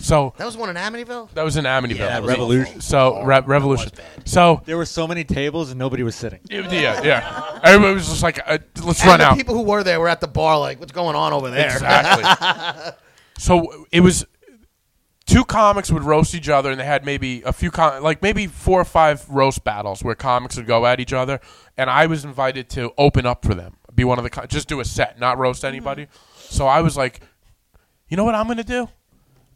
So
That was one in Amityville.
that was in Amityville.
that was
Revolution.
So Re- revolution. So
There were so many tables and nobody was sitting.
yeah, yeah. Everybody was just like, uh, let's
And
run
the
out.
people who were there were at the bar, like, "What's going on over there?"
Exactly. so it was two comics would roast each other, and they had maybe a few, com- like maybe four or five roast battles where comics would go at each other. And I was invited to open up for them, be one of the, co- just do a set, not roast anybody. So I was like, you know what I'm going to do?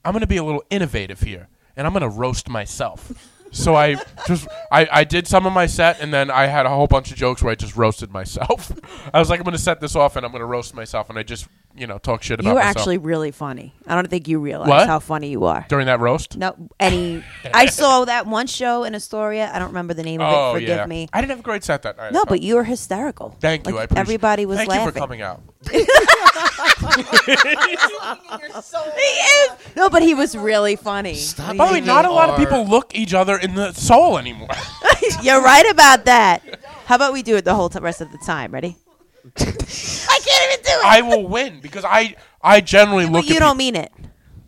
I'm going to be a little innovative here, and I'm going to roast myself. So I just I, I did some of my set and then I had a whole bunch of jokes where I just roasted myself. I was like, I'm gonna set this off and I'm gonna roast myself and I just you know talk shit about
You were
myself
actually really funny. I don't think you realize
What?
how funny you are.
during that roast.
No, any. I saw that one show in Astoria. I don't remember the name of
oh
it. Forgive
yeah,
me.
I didn't have a great set that night.
no,
so-
but you were hysterical.
thank
Like,
you. I appreciate
everybody was
thank
laughing.
you for coming out.
No, but he was really funny.
Stop
By the way,
eating
not a lot of
our-
people look each other in the soul anymore.
You're right about that. How about we do it the whole t- rest of the time? Ready? I can't even do it.
I will win because I I generally look.
but you
at
don't
peop-
mean it.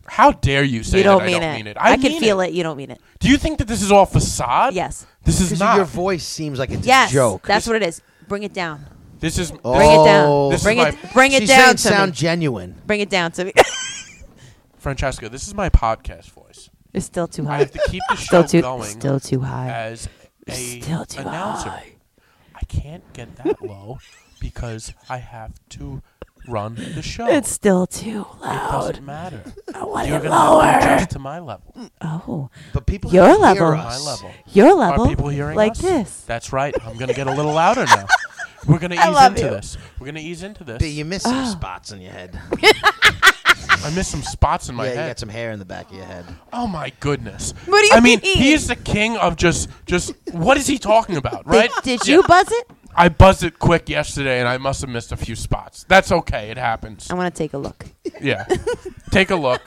How dare you say
You don't
that
mean
I don't
it.
mean it?
I,
mean
can feel it. You don't mean it.
Do you think that this is all facade?
Yes.
This is
'Cause
not.
your voice seems like it's
Yes.
a joke.
That's what it is. Bring it down.
this is.
Bring it
Oh.
down.
This is
Bring
my-
it. Bring it
She's saying
down to
sound
me.
genuine.
Bring it down to me.
Francesca, this is my podcast voice.
it's still too
I
high.
have to keep the show
Still too.
going
Still too high.
as a
Still too
announcer.
high.
I can't get that low because I have to run the show.
It's still too
it
loud.
doesn't matter.
I want
You're
it
gonna have to
lower.
adjust to my level.
Oh,
But people
Your
can hear
level.
My
us.
level.
your level.
Are people hearing
like
us?
this?
That's right. I'm gonna get a little louder now. We're gonna
I
ease
love
into
you.
this. We're gonna ease into this.
B, you miss some
Ah.
spots in your head.
I missed some spots in my
yeah, you
head.
got some hair in the back of your head.
Uh,
Oh my goodness!
What do you
I mean,
mean?
he is the king of just, just what is he talking about, right?
Did, did you buzz it?
I buzzed it quick yesterday, and I must have missed a few spots. That's okay; it happens.
I want to take a look.
Yeah, take a look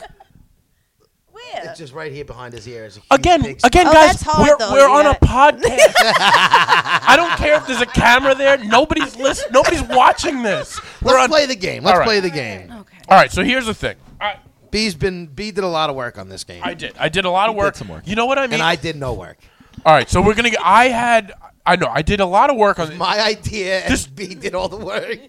It's just right here behind his ear. Is a huge
again,
big spot.
again,
Oh,
guys.
that's hard,
we're
though.
we're
You
on a
gotta-
podcast. I don't care if there's a camera there. Nobody's listening. Nobody's watching this.
Let's
we're on.
play the game. Let's
All right.
play the game.
All right, so here's the thing. I,
B's been B did a lot of work on this game,
I did. I did a lot of
You did
work.
some work.
You know what I mean?
and I did no work.
All right, so we're gonna. Get, I had. I know. I did a lot of work on
My idea, and
This-
B did all the work.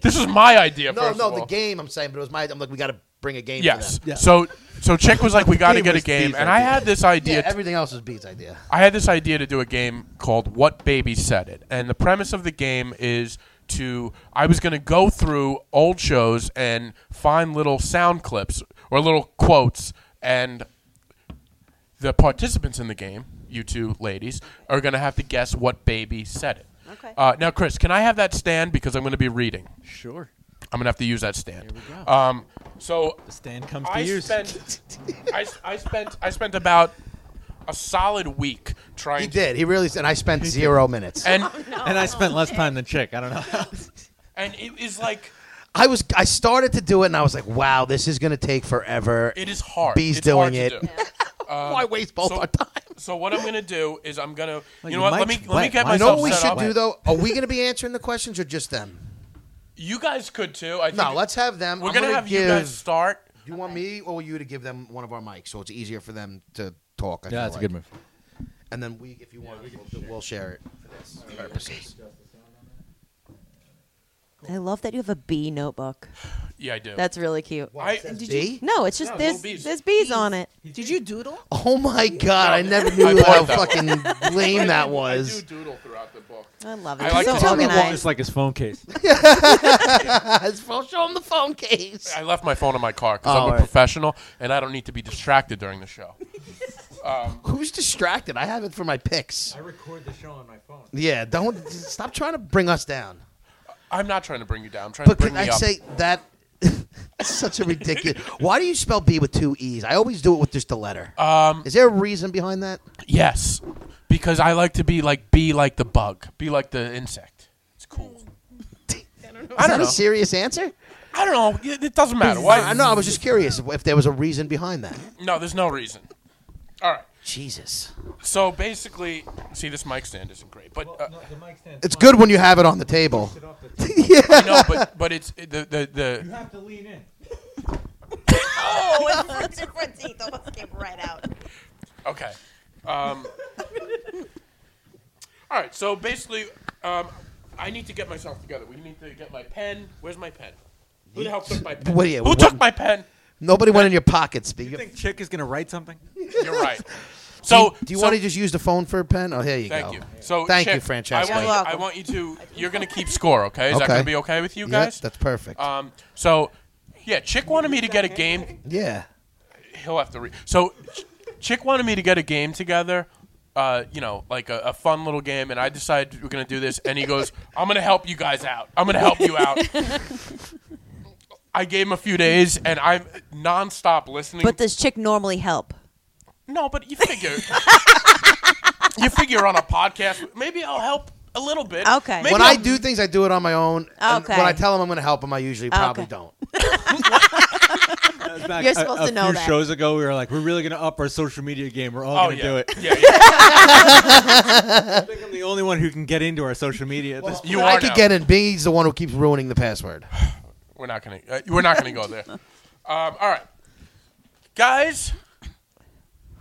This is my idea.
No,
first
no,
of
the
all.
game. I'm saying, but it was my. I'm like, we got to bring a game.
Yes.
For them.
Yeah.
So so Chick was like, we got to
game
get a
was
game,
Steve's
and I
idea.
had this idea.
Yeah, everything else is B's idea.
I had this idea to do a game called What Baby Said It. And the premise of the game is to I was going to go through old shows and find little sound clips or little quotes and the participants in the game, you two ladies, are going to have to guess what baby said it.
Okay.
Uh, now, Chris, can I have that stand because I'm going to be reading?
Sure.
I'm going to have to use that stand.
Here we go.
Um, so
The stand comes to
I
use.
spent, I, s- I spent, I spent about a solid week trying.
He
to
did. He really said. I spent zero minutes.
and
and I spent less time than Chick. I don't know.
and it is like
I was. I started to do it, and I was like, wow, this is gonna take forever.
it is hard.
B's
It's hard
doing
to
it.
do.
Why waste both
so-
our time?
So what I'm gonna do is I'm gonna you know
Like, your
what let me
mic's
let me
wet.
get
Why
You
not?
myself
know what we
set
should
up.
do though? Are we gonna be answering the questions or just them?
You guys could too. I think
No, let's have them.
We're
I'm
gonna,
gonna
have you guys
give-
start.
You want me or you to give them one of our mics so it's easier for them to talk? I feel like.
move.
And then we, if you want, we'll, we'll share it for this purposes.
I love that you have a bee notebook.
Yeah, I do.
That's really cute.
Why,
I-
it says
did
B?
No, it's just
No,
there's
no bees.
there's bees on it.
Did you doodle?
Oh my god! I never knew
I
how
bought that
fucking lame that
I
was.
do doodle throughout the book.
I love it.
I like
so
to tell
people
organized.
like his phone case.
I'll show him the phone case.
I left my phone in my car because I'm
Oh,
a
all right.
professional and I don't need to be distracted during the show.
Who's distracted? I have it for my picks.
I record the show on my phone.
Yeah, don't stop trying to bring us down.
I'm not trying to bring you down. I'm trying
But
to bring
can
me
I
up.
say that? such a ridiculous. Why do you spell B with two E's? I always do it with just a letter. Um, Is there a reason behind that?
Yes, because I like to be like be like the bug, be like the insect. It's cool.
Is
don't
that
know.
a serious answer?
I don't know. It it doesn't matter. Why?
I know. I was just curious if there was a reason behind that.
No, there's no reason. All right.
Jesus,
So basically, see, this mic stand isn't great, but uh,
the mic stand.
it's good when you have it on the table.
I know, but but it's it- the the
You
the.
have to lean in.
Oh, it's the front teeth almost came right out.
Okay. Um, all right. So basically, um, I need to get myself together. We need to get my pen. Where's my pen? Who the hell took my pen?
What do you-
Who
what-
took my pen?
Nobody went in your pockets. But
You
you,
think Chick is gonna write something?
You're right. So
do you
so-
want to just use the phone for a pen? Oh, here you
Thank
go.
you. So
Thank you,
Chick,
Francesca.
I want,
You're
you- I
welcome.
want you to. You're gonna keep score. Okay. Is that
Okay.
gonna be okay with you
Yep,
guys?
that's perfect.
um. So, yeah, Chick wanted me to get a game.
yeah.
He'll have to read. So, Ch- Chick wanted me to get a game together. Uh, you know, like a, a fun little game, and I decided we're gonna do this. And he goes, "I'm gonna help you guys out. I'm gonna help you out." I gave him a few days, and I'm nonstop listening.
But does chick normally help?
No, but you figure. you figure on a podcast, maybe I'll help a little bit.
Okay.
Maybe
When
I'll-
I do things, I do it on my own. and
Okay.
When I tell them I'm going to help them, I usually probably
Okay.
don't.
Back
You're
a-
supposed
a
to know
few
that.
shows ago, we were like, we're really gonna up our social media game. We're all
Oh,
gonna
yeah.
do it.
Yeah, yeah.
I think I'm the only one who can get into our social media at this point.
You
I
are
could
now.
get in. B's the one who keeps ruining the password.
We're not gonna. Uh, we're not gonna go there. Um, all right, guys.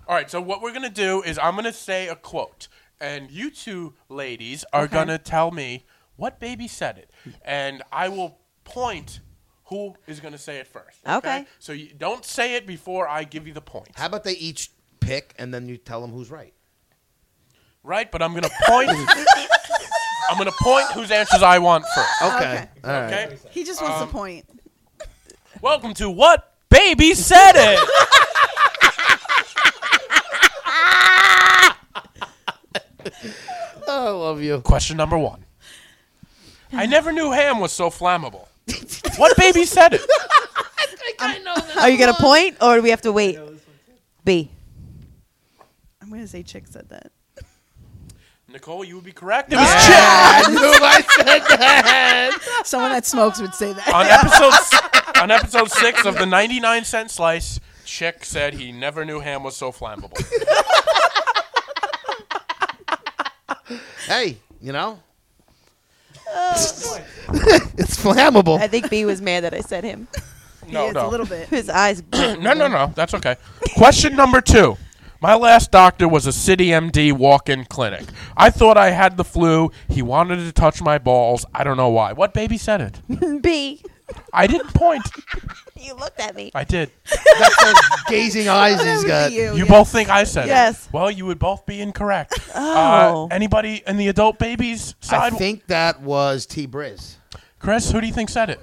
All right. So what we're gonna do is I'm gonna say a quote, and you two ladies are gonna tell me what baby said it, and I will point who is gonna say it first.
Okay.
So you don't say it before I give you the point.
How about they each pick and then you tell them who's right?
Right, but I'm gonna point. I'm gonna point whose answers I want first.
Okay. All right.
Okay.
He just wants the point.
Welcome to what baby said it.
Oh, I love you.
Question number one. I never knew ham was so flammable. what baby said it?
Are you gonna point or do we have to wait? B.
I'm gonna say Chick said that.
Nicole, you would be correct. It was
Someone that smokes would say that.
on episode s- on episode six of the ninety nine cent slice. Chick said he never knew ham was so flammable.
Hey, you know? it's flammable.
I think B was mad that I said him.
No,
he is
Oh, no.
a little bit.
His eyes.
No, no, no. That's okay. Question number two. My last doctor was a City MD walk in clinic. I thought I had the flu. He wanted to touch my balls. I don't know why. What baby said it?
B.
I didn't point.
You looked at me.
I did.
That's those gazing eyes he's got.
You both think I said
Yes.
it. Well, you would both be incorrect.
Oh.
Uh, anybody in the adult babies
I
side?
think that was T. Briz.
Chris, who do you think said it?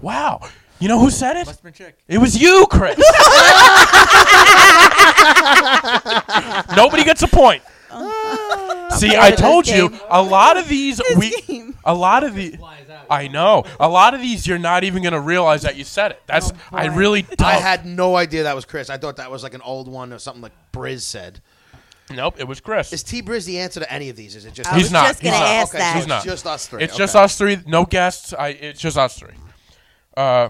Wow. You know who said it?
Must have been chick.
It was you, Chris. Nobody gets a point. See, I
this
told you
game.
a lot of these we
game.
a lot of the I know. A lot of these you're not even going to realize that you said it. That's I really don't.
I had no idea that was Chris. I thought that was like an old one or something like Briz said.
Nope, it was Chris.
Is T. Briz the answer to any of these? Is it just
I
He's
was
not.
just gonna
He's not.
ask
okay,
that.
So
He's
it's
not.
just us three.
It's just
okay.
us three. No guests. I, it's just us three. Uh,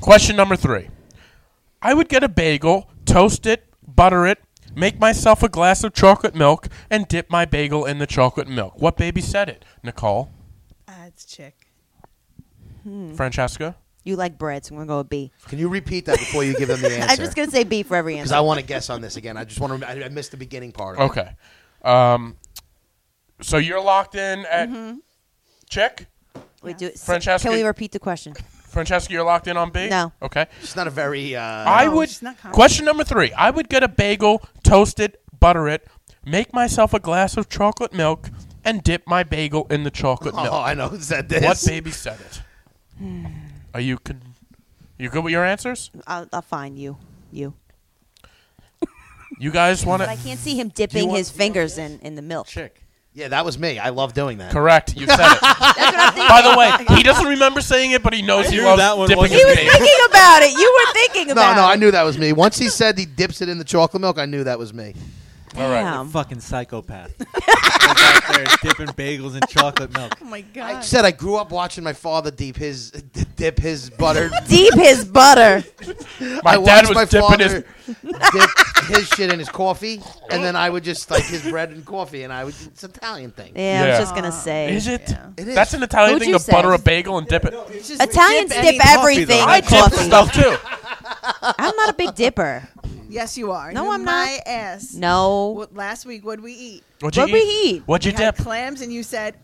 question number three. I would get a bagel, toast it, butter it, make myself a glass of chocolate milk, and dip my bagel in the chocolate milk. What baby said it? Nicole?
Ah, it's chick.
Francesca?
You like bread, so I'm gonna go with B.
Can you repeat that before you give them the answer?
am just gonna say B for every
because
answer.
I want to guess on this again. I just want to. I, I missed the beginning part. Of it.
Okay. Um, so you're locked in at Chick?
Wait, do it.
Francesca-
Can we repeat the question?
Francesca, you're locked in on B?
No.
Okay.
It's not a very. Uh,
I
No,
would
she's not confident.
question number three. I would get a bagel, toast it, butter it, make myself a glass of chocolate milk, and dip my bagel in the chocolate
oh,
milk.
I know who said this.
What baby said it? Are you con- you good with your answers?
I'll, I'll find you. You.
You guys want
But I
to
can't see him dipping
want-
his fingers in, in the milk.
Chick.
Yeah, that was me. I love doing that.
correct? You said it.
That's what I'm thinking.
By the way, he doesn't remember saying it, but he knows he
knew
loves
that one
dipping
wasn't
his
he was
bagel.
thinking about it. You were thinking
No,
about
no, I
it.
knew that was me. Once he said he dips it in the chocolate milk, I knew that was me.
All right.
Damn.
Fucking psychopath. Out there dipping bagels in chocolate milk.
Oh my
I
god.
said I grew up watching my father dip his dip his butter.
Deep his butter.
My
I
dad
watched
was
my
dipping his.
father dip his shit in his coffee, and then I would just like his bread and coffee, and I would. It's an Italian thing.
Yeah, I
Yeah.
was just gonna say.
Is it?
It is.
That's an Italian
Who'd
thing
you
to
say?
butter a bagel and dip it.
Italians
dip
dip,
any coffee,
everything
though.
in
I dip
coffee.
stuff too.
I'm not a big dipper.
yes, you are.
No,
You're
I'm
my
not.
ass.
No.
What, last week, what would we eat?
What'd you
What'd we eat?
What'd you
we had
dip?
clams, and you said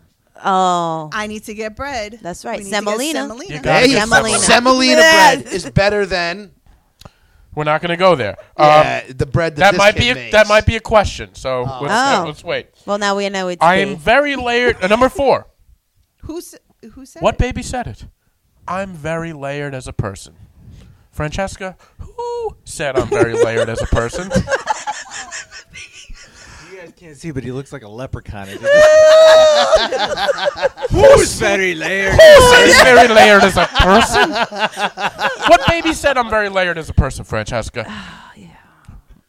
Oh.
I need to get bread.
That's right,
We need to get
semolina.
semolina.
You
There
gotta
you
get
go.
Semolina.
Semolina
Yes.
bread is better than
We're not going to go there.
yeah,
Um,
the bread that,
that
this
might
kid
be a,
makes.
that might be a question. So let's,
Oh.
let's wait.
Well, now we know it's
I
B.
am very layered. uh, number four.
Who s- who said
What
it?
baby said it? I'm very layered as a person. Francesca, who said I'm very layered as a person?
You guys can't see, but he looks like a leprechaun. Who's very layered?
Said I'm very layered as a person. what baby said I'm very layered as a person, Francesca?
Oh,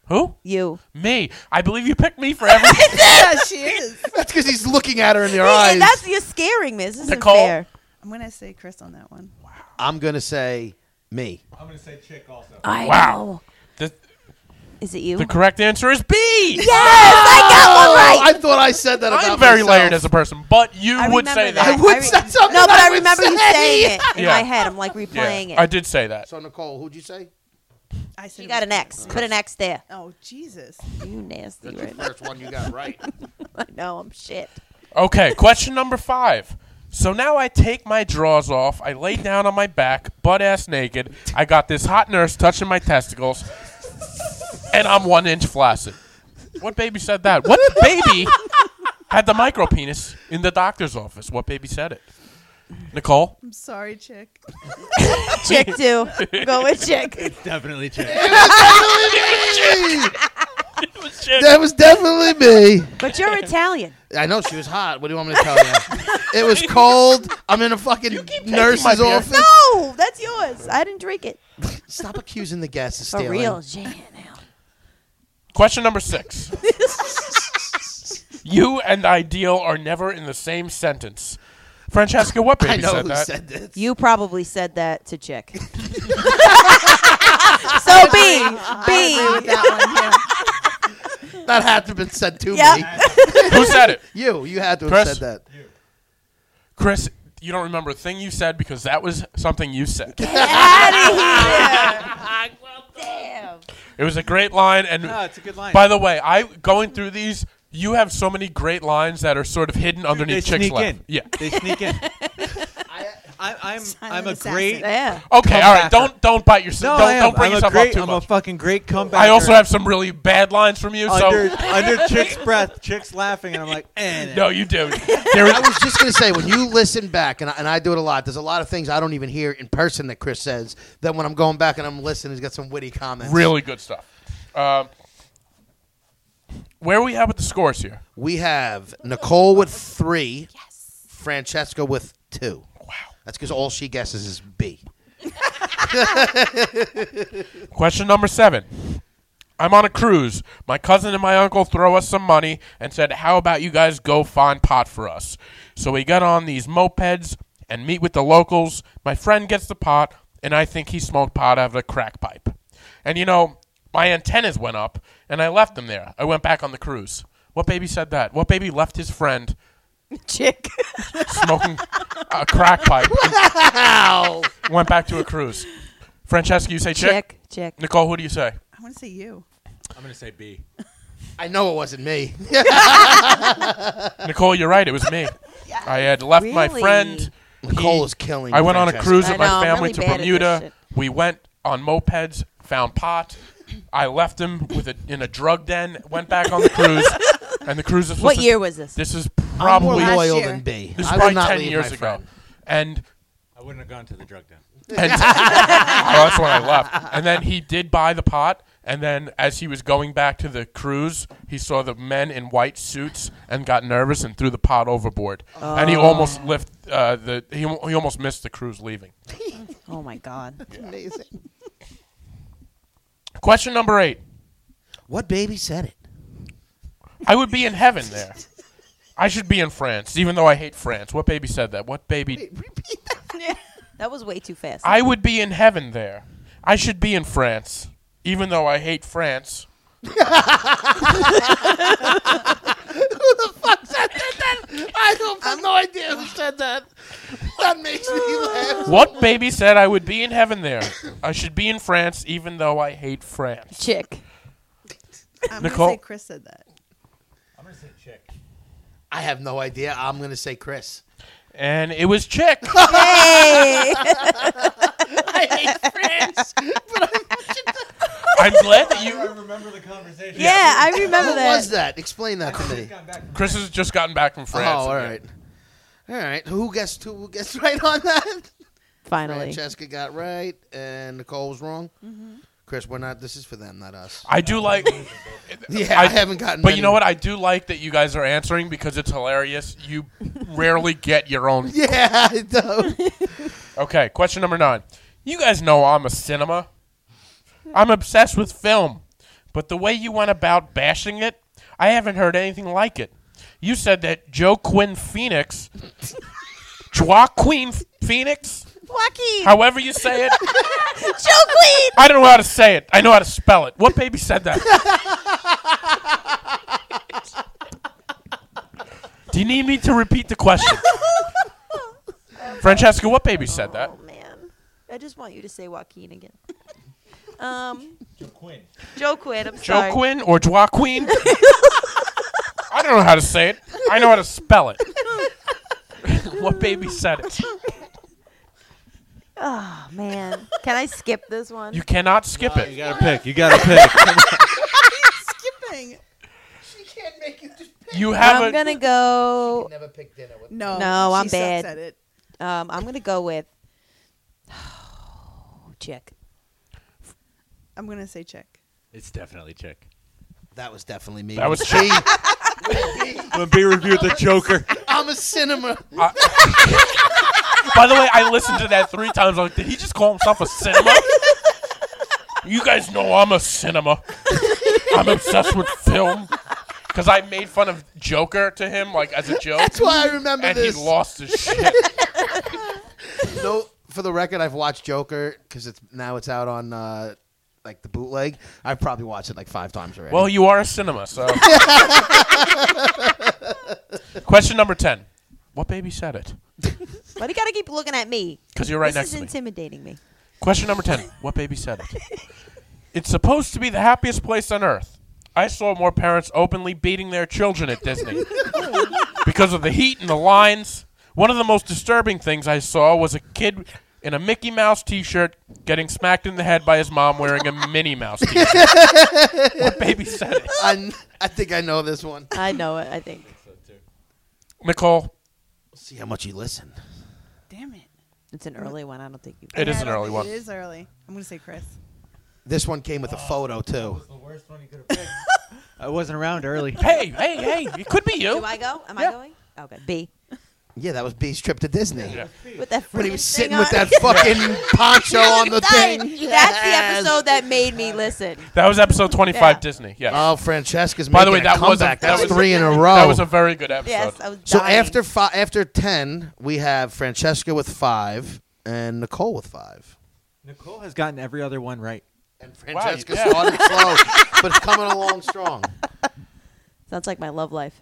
Who?
you.
Me. I believe you picked me for every.
yeah, she is.
That's because he's looking at her in your
Hey,
eyes.
and that's you're scaring me. This isn't
Nicole?
fair.
I'm gonna say Chris on that one.
I'm gonna say me.
I'm gonna say chick also.
I
Wow.
know.
the,
Is it you?
the correct answer is B.
yes, I got one right.
I thought I said that.
I'm
about
very
myself.
layered as a person, but you
I
would
remember
say
that.
that.
I would
I re-
say something.
no, but I,
would
remember you
say.
saying it in
Yeah.
my head. I'm like replaying
I
it.
did say that.
So Nicole, who'd you say?
I said
You
it
got
was
an X. Put an X there.
Oh Jesus!
You nasty
That's
right
the first one you got right.
I know I'm shit.
Okay, question number five. So now I take my drawers off. I lay down on my back, butt ass naked. I got this hot nurse touching my testicles, and I'm one inch flaccid. What baby said that? What baby had the micro penis in the doctor's office? What baby said it? Nicole?
I'm sorry, chick.
Chick too. Go with chick.
Definitely chick.
that was definitely me.
But you're Italian.
I know she was hot. What do you want me to tell you? it was cold. I'm in a fucking
my
nurse's
beer.
office.
No, that's yours. I didn't drink it.
Stop accusing the guests of
For
stealing.
real, Jan.
Question number six. you and ideal are never in the same sentence. Francesca, what baby
I know
said
who
that?
said this.
You probably said that to chick. so B, B.
that
That had to have been said to
Yep.
me.
who said it?
You, you had to have
Chris?
said that.
Chris, you don't remember a thing you said because that was something you said.
Damn.
It was a great line, and
No, Ah, it's a good line.
by the way, I going through these. You have so many great lines that are sort of hidden
they
underneath chicks.
sneak
left.
in.
Yeah.
they sneak in. I, I, I'm I'm a
assassin.
great.
Yeah.
Okay. All right.
Comebacker.
Don't don't bite yourself.
No,
don't,
I am.
don't bring
I'm a
yourself
great,
up too
I'm
much.
a fucking Oh, great comeback.
I also have some really bad lines from you. So
under under chicks breath, chicks laughing, and I'm like, eh.
no, you do. There
I was just gonna say when you listen back, and I, and I do it a lot. There's a lot of things I don't even hear in person that Chris says. That when I'm going back and I'm listening, he's got some witty comments.
really good stuff. Um, where are we at with the scores here?
We have Nicole with three. Yes. Francesca with two. Wow. That's because all she guesses is B.
Question number seven. I'm on a cruise. My cousin and my uncle throw us some money and said, How about you guys go find pot for us? So we get on these mopeds and meet with the locals. My friend gets the pot, and I think he smoked pot out of a crack pipe. And you know, my antennas went up, and I left them there. I went back on the cruise. What baby said that? What baby left his friend
Chick.
smoking a crack pipe and
Ow!
went back to a cruise? Francesca, you say chick?
Chick. Chick.
Nicole, who do you say?
I want to say you.
I'm gonna say B.
I know it wasn't me.
Nicole, you're right. It was me. I had left my
Really?
friend.
Nicole
He-
is killing.
I
you,
went on a
Francesca.
cruise
I
with my
know, I'm
family
really
to
bad at this
Bermuda.
shit.
We went on mopeds, found pot. I left him with a, in a drug den. Went back on the cruise, and the cruise was.
What year was this?
This is
I'm more
probably
loyal
year.
than B.
this is
I would
probably
not
ten
leave
years ago,
my friend.
and.
I wouldn't have gone to the drug den.
And oh, that's when I left. And then he did buy the pot. And then, as he was going back to the cruise, he saw the men in white suits and got nervous and threw the pot overboard. And he almost lift uh, the he, al- he almost missed the cruise leaving.
Oh my god.
Amazing.
Question number eight:
What baby said it?
I would be in heaven there. I should be in France, even though I hate France. What baby said that? What baby?
That was way too fast.
I would be in heaven there. I should be in France, even though I hate France.
I don't have no idea who said that. That makes me laugh.
What baby said I would be in heaven there? I should be in France, even though I hate France.
Chick.
I'm
Nicole?
gonna say Chris said that.
I'm gonna say chick.
I have no idea. I'm gonna say Chris.
And it was Chick.
Hey.
I hate France.
I'm glad that
I
you.
remember the conversation.
yeah, I remember
What
that.
was that? Explain that to me.
Chris has just gotten back from
Oh,
France.
all right, all right. Who guessed? Who guessed right on that?
Finally.
Francesca got right, and Nicole was wrong. Chris, we're not. This is for them, not us.
I do like,
Yeah, I,
I-
haven't gotten.
but
many-
you know what? I do like that you guys are answering because it's hilarious. You rarely get your own.
Yeah, I don't.
Okay, question number nine. You guys know I'm a cinema. I'm obsessed with film, but the way you went about bashing it, I haven't heard anything like it. You said that Joe Quinn Phoenix, Joaquin Phoenix,
Joaquin.
however you say it,
Joaquin.
I don't know how to say it. I know how to spell it. What baby said that? Do you need me to repeat the question? Francesca, what baby said that?
Oh man. I just want you to say Joaquin again. Um,
Quinn.
Joe Quinn. I'm
Joe
sorry.
Quinn or Joaquin? I don't know how to say it. I know how to spell it. what baby said it?
Oh man. Can I skip this one?
You cannot skip
You
it.
gotta pick. You gotta pick.
Skipping.
she can't make you just pick.
You have
I'm
a
gonna go.
Never pick dinner with.
No,
No, I'm
she
bad.
Sucks at it.
Um, I'm gonna go with. Chick.
I'm gonna say chick.
it's definitely chick.
That was definitely me.
That was
she.
When B reviewed the Joker,
I'm a cinema.
By the way, I listened to that three times. Like, did he just call himself a cinema? you guys know I'm a cinema. I'm obsessed with film because I made fun of Joker to him, like as a joke,
That's why I remember
and he
this.
lost his shit.
No, for the record, I've watched Joker because it's now it's out on uh, like the bootleg. I've probably watched it like five times already.
Well, you are a cinema, so. Question number 10. What baby said it?
Why do you gotta keep looking at me?
'Cause you're right
This
next
is
to me.
intimidating me.
Question number 10. What baby said it? It's supposed to be the happiest place on earth. I saw more parents openly beating their children at Disney because of the heat and the lines. One of the most disturbing things I saw was a kid in a Mickey Mouse t shirt getting smacked in the head by his mom wearing a Minnie Mouse t shirt. what baby said it?
I, kn- I think I know this one.
I know it. I think
Nicole,
See how much you listen.
Damn it.
it's an early one. I don't think you.
it is
Yeah,
an
I don't
early
think
one.
It is early. I'm going to say Chris.
This one came with a photo too.
The worst one you could have picked. I wasn't around early.
Hey, hey, hey, it could be you.
Do I go? Am I going? Okay. B.
Yeah, that was B's trip to Disney.
Yeah.
With that.
When he
friggin'
was
thing
sitting with that
on.
fucking poncho on the
Done.
thing.
That's the
Yes.
episode that made me listen.
That was episode 25
Yeah.
Disney. Yes.
Oh, Francesca's
By the
making
way, that
a
was a-
comeback.
that
That's
was-
three in a row.
that was a very good episode.
Yes, I was.
so
dying.
after fi- after ten, we have Francesca with five and Nicole with five.
Nicole has gotten every other one right.
And
Francesca
Francesca
yeah.
started slow, but it's coming along strong.
sounds like my love life.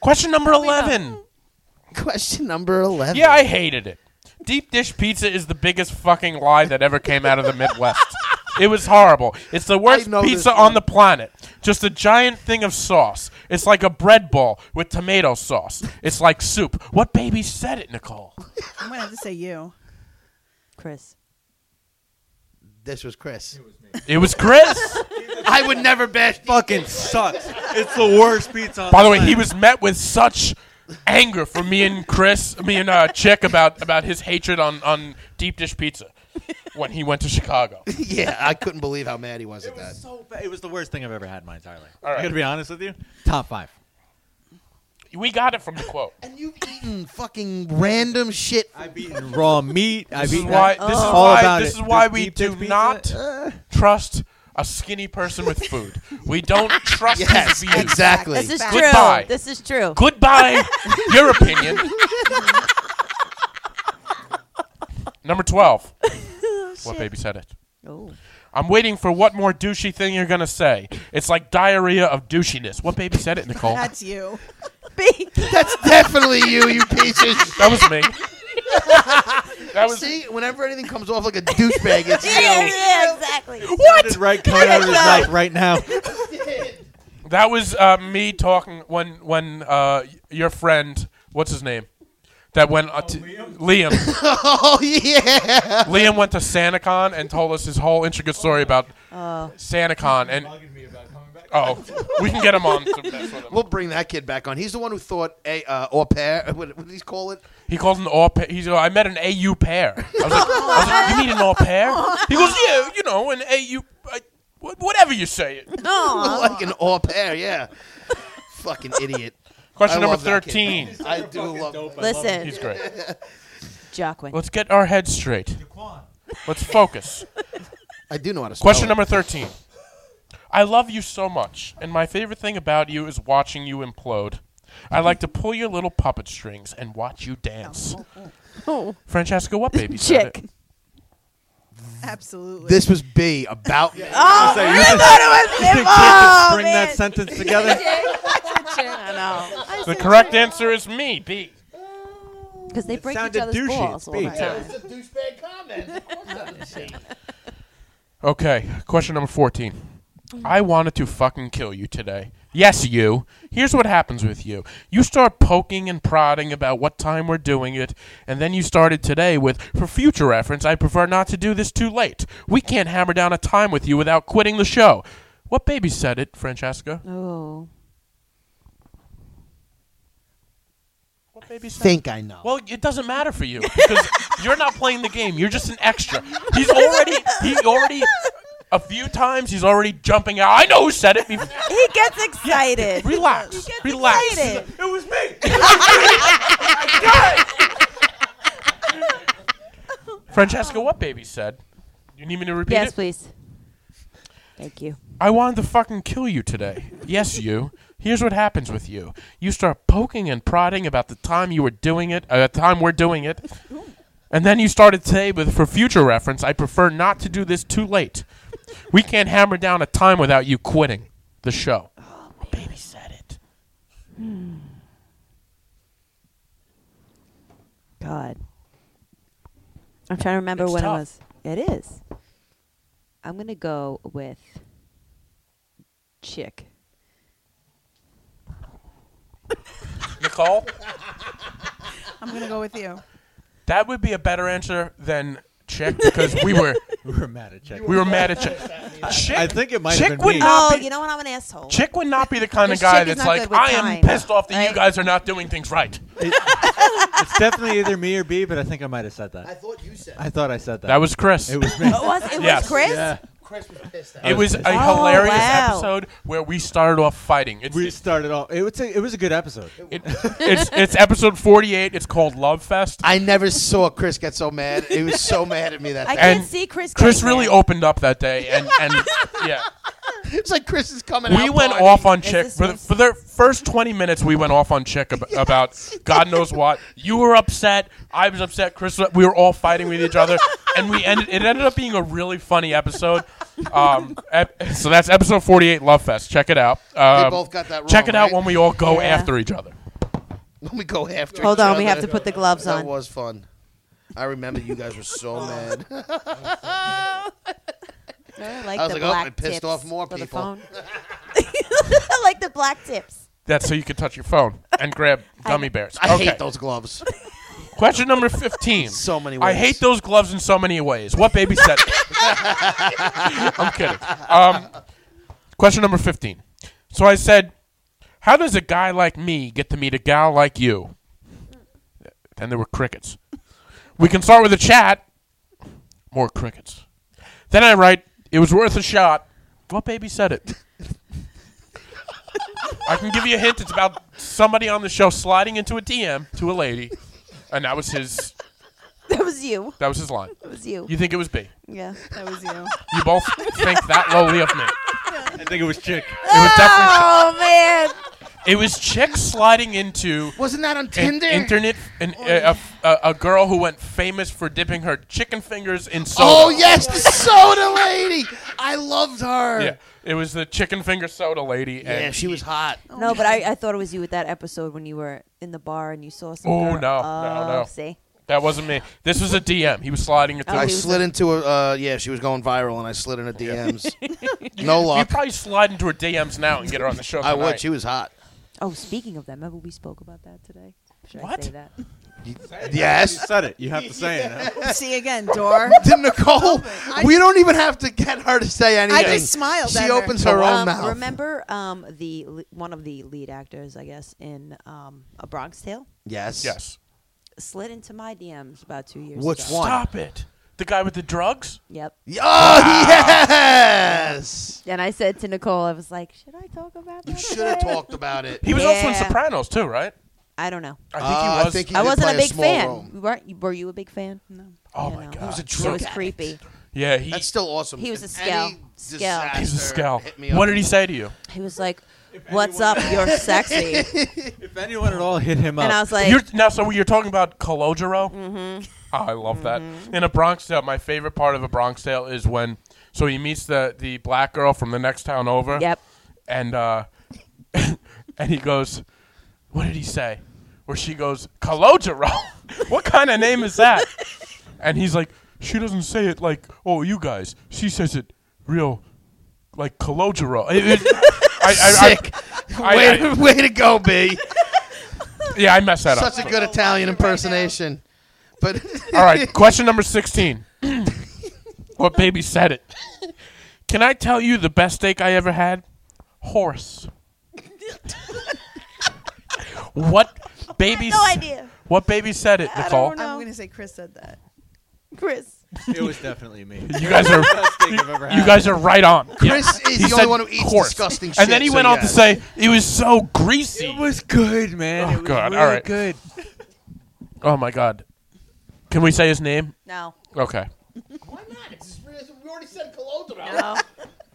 Question number 11.
Question number eleven.
Yeah, I hated it. Deep dish pizza is the biggest fucking lie that ever came out of the Midwest. It was horrible. It's the worst
know this
pizza
one.
on the planet. Just a giant thing of sauce. It's like a bread ball with tomato sauce. It's like soup. What baby said it, Nicole?
I'm going to have to say you.
Chris.
this was Chris.
It was Chris.
I would never bash fucking.
Sucks. it's the worst pizza. on
By the way,
planet.
he was met with such anger from me and Chris, me and uh, Chick about about his hatred on on deep dish pizza when he went to Chicago.
yeah, I couldn't believe how mad he was at
It
that.
was so bad. It was the worst thing I've ever had in my entire life.
All right.
I'm gonna be honest with you. Top five.
We got it from the quote.
And you've eaten fucking random shit.
I've eaten raw meat. I've
This is
eaten
why. This is
all
why.
about
This
it.
is why we
deep dish
do
pizza,
not
uh,
trust a skinny person with food. We don't trust
Yes,
his views.
exactly.
This is
Fact.
true.
Goodbye.
This is true.
Goodbye, your opinion. Number twelve. what baby said it?
Oh.
I'm waiting for what more douchey thing you're gonna say. It's like diarrhea of douchiness. What baby said it, Nicole?
That's you.
B.
That's definitely you, you piece of shit.
that was me. that was
See, whenever anything comes off like a douchebag, it's
Yeah,
you.
yeah, exactly.
sounded right coming out of his mouth right now.
that was uh, me talking when when uh, your friend, what's his name, that went uh, to, Liam.
Oh yeah.
Liam went to SantaCon and told us his whole intricate story about SantaCon. And oh, we can get him on. To mess with him.
We'll bring that kid back on. He's the one who thought a uh, au pair. What, what did he call it?
He calls an au pair. He's like, I met an AU pair. I was like, I was like, you meet an au pair? He goes, yeah, you know, an AU, I, wh- whatever you say it.
No.
like an au pair, yeah. Fucking idiot.
Question
I
number
love that kid.
thirteen.
I do love.
Listen,
He's great.
Jockwin.
Let's get our heads straight. Let's focus.
I do know how to. Spell
Question
it.
number 13. I love you so much, and my favorite thing about you is watching you implode. I like to pull your little puppet strings and watch you dance. Francesca, what baby said
Chick.
it?
Absolutely.
This was B about.
Oh,
Say, you
I
think-
thought it was him.
Think Jake
Oh,
can string
man.
that sentence together.
I know.
The correct answer is me, B.
Because they break each
sounded
other's
douchey.
balls all the
It's big.
time.
a douchebag comment.
Okay, question number 14. I wanted to fucking kill you today. Yes, you. Here's what happens with you. You start poking and prodding about what time we're doing it, and then you started today with, for future reference, I prefer not to do this too late. We can't hammer down a time with you without quitting the show. What baby said it, Francesca?
Oh.
What baby said
Think I know.
Well, it doesn't matter for you because you're not playing the game. You're just an extra. He's already, he already, a few times he's already jumping out. I know who said it before.
He gets excited.
Relax.
gets
Relax.
excited.
It was me. Francesca, what baby said? You need me to repeat
Yes,
it?
please. Thank you.
I wanted to fucking kill you today. yes, you. Here's what happens with you. You start poking and prodding about the time you were doing it, uh, the time we're doing it. And then you started today with, for future reference, I prefer not to do this too late. We can't hammer down a time without you quitting the show. baby said it.
God. I'm trying to remember
It's
when
tough.
it was. It is. I'm going to go with chick.
Nicole,
I'm gonna go with you.
that would be a better answer than chick because we were
We were mad at Czech.
we were mad at chick. Chick,
I think it might
chick
have been
would
me.
not
Oh,
be
you know what? I'm an asshole.
chick would not be the kind of
Because
guy
chick is
that's
not
like
good with
I am
time,
pissed off that you
right?
guys are not doing things right.
it's definitely either me or B, but I think I might have said that.
thought you said
I thought I said that.
That was Chris.
It was me.
It was, it
Yes.
was Chris?
yeah.
Chris was pissed out.
It was a
Oh,
hilarious
wow.
episode where we started off fighting. It's,
We started off. It was a, it was a good episode.
it- it's, it's episode 48. It's called Love Fest.
I never saw Chris get so mad. He was so mad at me that
I
day.
can't
And
see Chris.
Chris
getting
really
there.
opened up that day, and, and yeah,
It's like Chris is coming out.
we went
party.
off on
Is
Chick
this
for the,
what's-
for the first 20 minutes. We went off on Chick ab- about God knows what. You were upset. I was upset. Chris, was- we were all fighting with each other, and we ended. It ended up being a really funny episode. Um, ep- so that's episode 48, Love Fest. Check it out. Um,
both got that
Check
wrong,
it out
right?
when we all go
Yeah.
after each other.
When we go after.
Hold
each
on, we have
other.
to put the gloves
That
on. Oh.
was fun. I remember you guys were so mad.
I like
I was like,
the
oh,
black
it pissed
tips
off more
for the
people.
phone. I like the black tips.
That's so you can touch your phone and grab gummy bears.
I
Okay.
hate those gloves.
Question number 15.
So many
I
ways.
hate those gloves in so many ways. What baby said? I'm kidding. Um, question number 15. So I said, How does a guy like me get to meet a gal like you? Then there were crickets. We can start with a chat. More crickets. Then I write, It was worth a shot. What baby said it? I can give you a hint. It's about somebody on the show sliding into a DM to a lady, and that was his.
That was you.
That was his line.
That was you.
You think it was B?
yeah.
That was you.
You both think that lowly of me. It
I think it was Chick.
was definitely.
Oh man.
It was chick sliding into
Wasn't that on
an
Tinder?
internet an, a, a, a girl who went famous for dipping her chicken fingers in soda.
Oh yes, the soda lady. I loved her.
Yeah, it was the chicken finger soda lady. And
Yeah, she was hot.
No, but I, I thought it was you with that episode when you were in the bar and you saw some.
Oh,
girl.
no,
oh,
no, no.
See,
that wasn't me. This was a DM. He was sliding into.
Oh,
I
he was
slid into a uh, yeah. She was going viral, and I slid into DMs. no
you
luck.
probably slide into her DMs now and get her on the show.
Oh. I would.
tonight.
She was hot.
oh, speaking of that, remember we spoke about that today. Should
What?
I say that?
You
Yes.
said it. You have to say it. now.
See again, door.
To Nicole, we don't even have to get her to say anything.
I just smiled.
She
at her.
opens her own
um,
mouth.
Remember um, the le- one of the lead actors, I guess, in um, A Bronx Tale,
Yes.
Yes.
slid into my DMs about two years
Which
ago.
one?
Stop it. The guy with the drugs?
Yep.
Oh yes.
And I said to Nicole, I was like, "Should I talk about that?"
You should have
today?"
talked about it.
He was also in
Yeah.
Sopranos too, right?
I don't know.
I think
Uh,
he
I
was.
think he-
I
did
wasn't
play
a
a
big
small
fan.
role.
You weren't were you a big fan? No.
oh
you
my
know.
god.
He was
a
It
drug
was
addict.
creepy.
yeah, he,
That's still awesome.
He was
If
a scale.
any
Scale.
disaster
he's a scowl.
hit me up-
What did he say to you?
He was like, "What's up? You're sexy."
If anyone at all hit him up,
And I was like,
you're, now, so you're talking about Calogero? Mm-hmm. I love that. In a Bronx Tale, my favorite part of a Bronx Tale is when so he meets the the black girl from the next town over.
Yep.
And uh, and he goes, what did he say? Where she goes, Calogero. what kind of name is that? and he's like, she doesn't say it like, oh, you guys. She says it real, like Calogero. It- it- I, I- I-
Sick.
I-
way,
I-
way to go, B.
yeah, I messed that up.
Such a good Italian impersonation. But
All right, question number 16. what baby said it? Can I tell you the best steak I ever had? Horse. what baby
no idea.
What baby said it, Nicole?
don't know.
I'm gonna say Chris said that.
Chris.
it was definitely me.
You guys are
Best thing I've ever
you
had.
guys are right on.
Chris is the only
said
one who eats
horse.
disgusting shit.
And then he
so
went on to
yes.
say it was so greasy.
It was good, man.
Oh,
It was
God,
really
all right.
Good.
oh my god. Can we say his name?
No.
Okay.
Why not? It's- We already said Colodro.
No.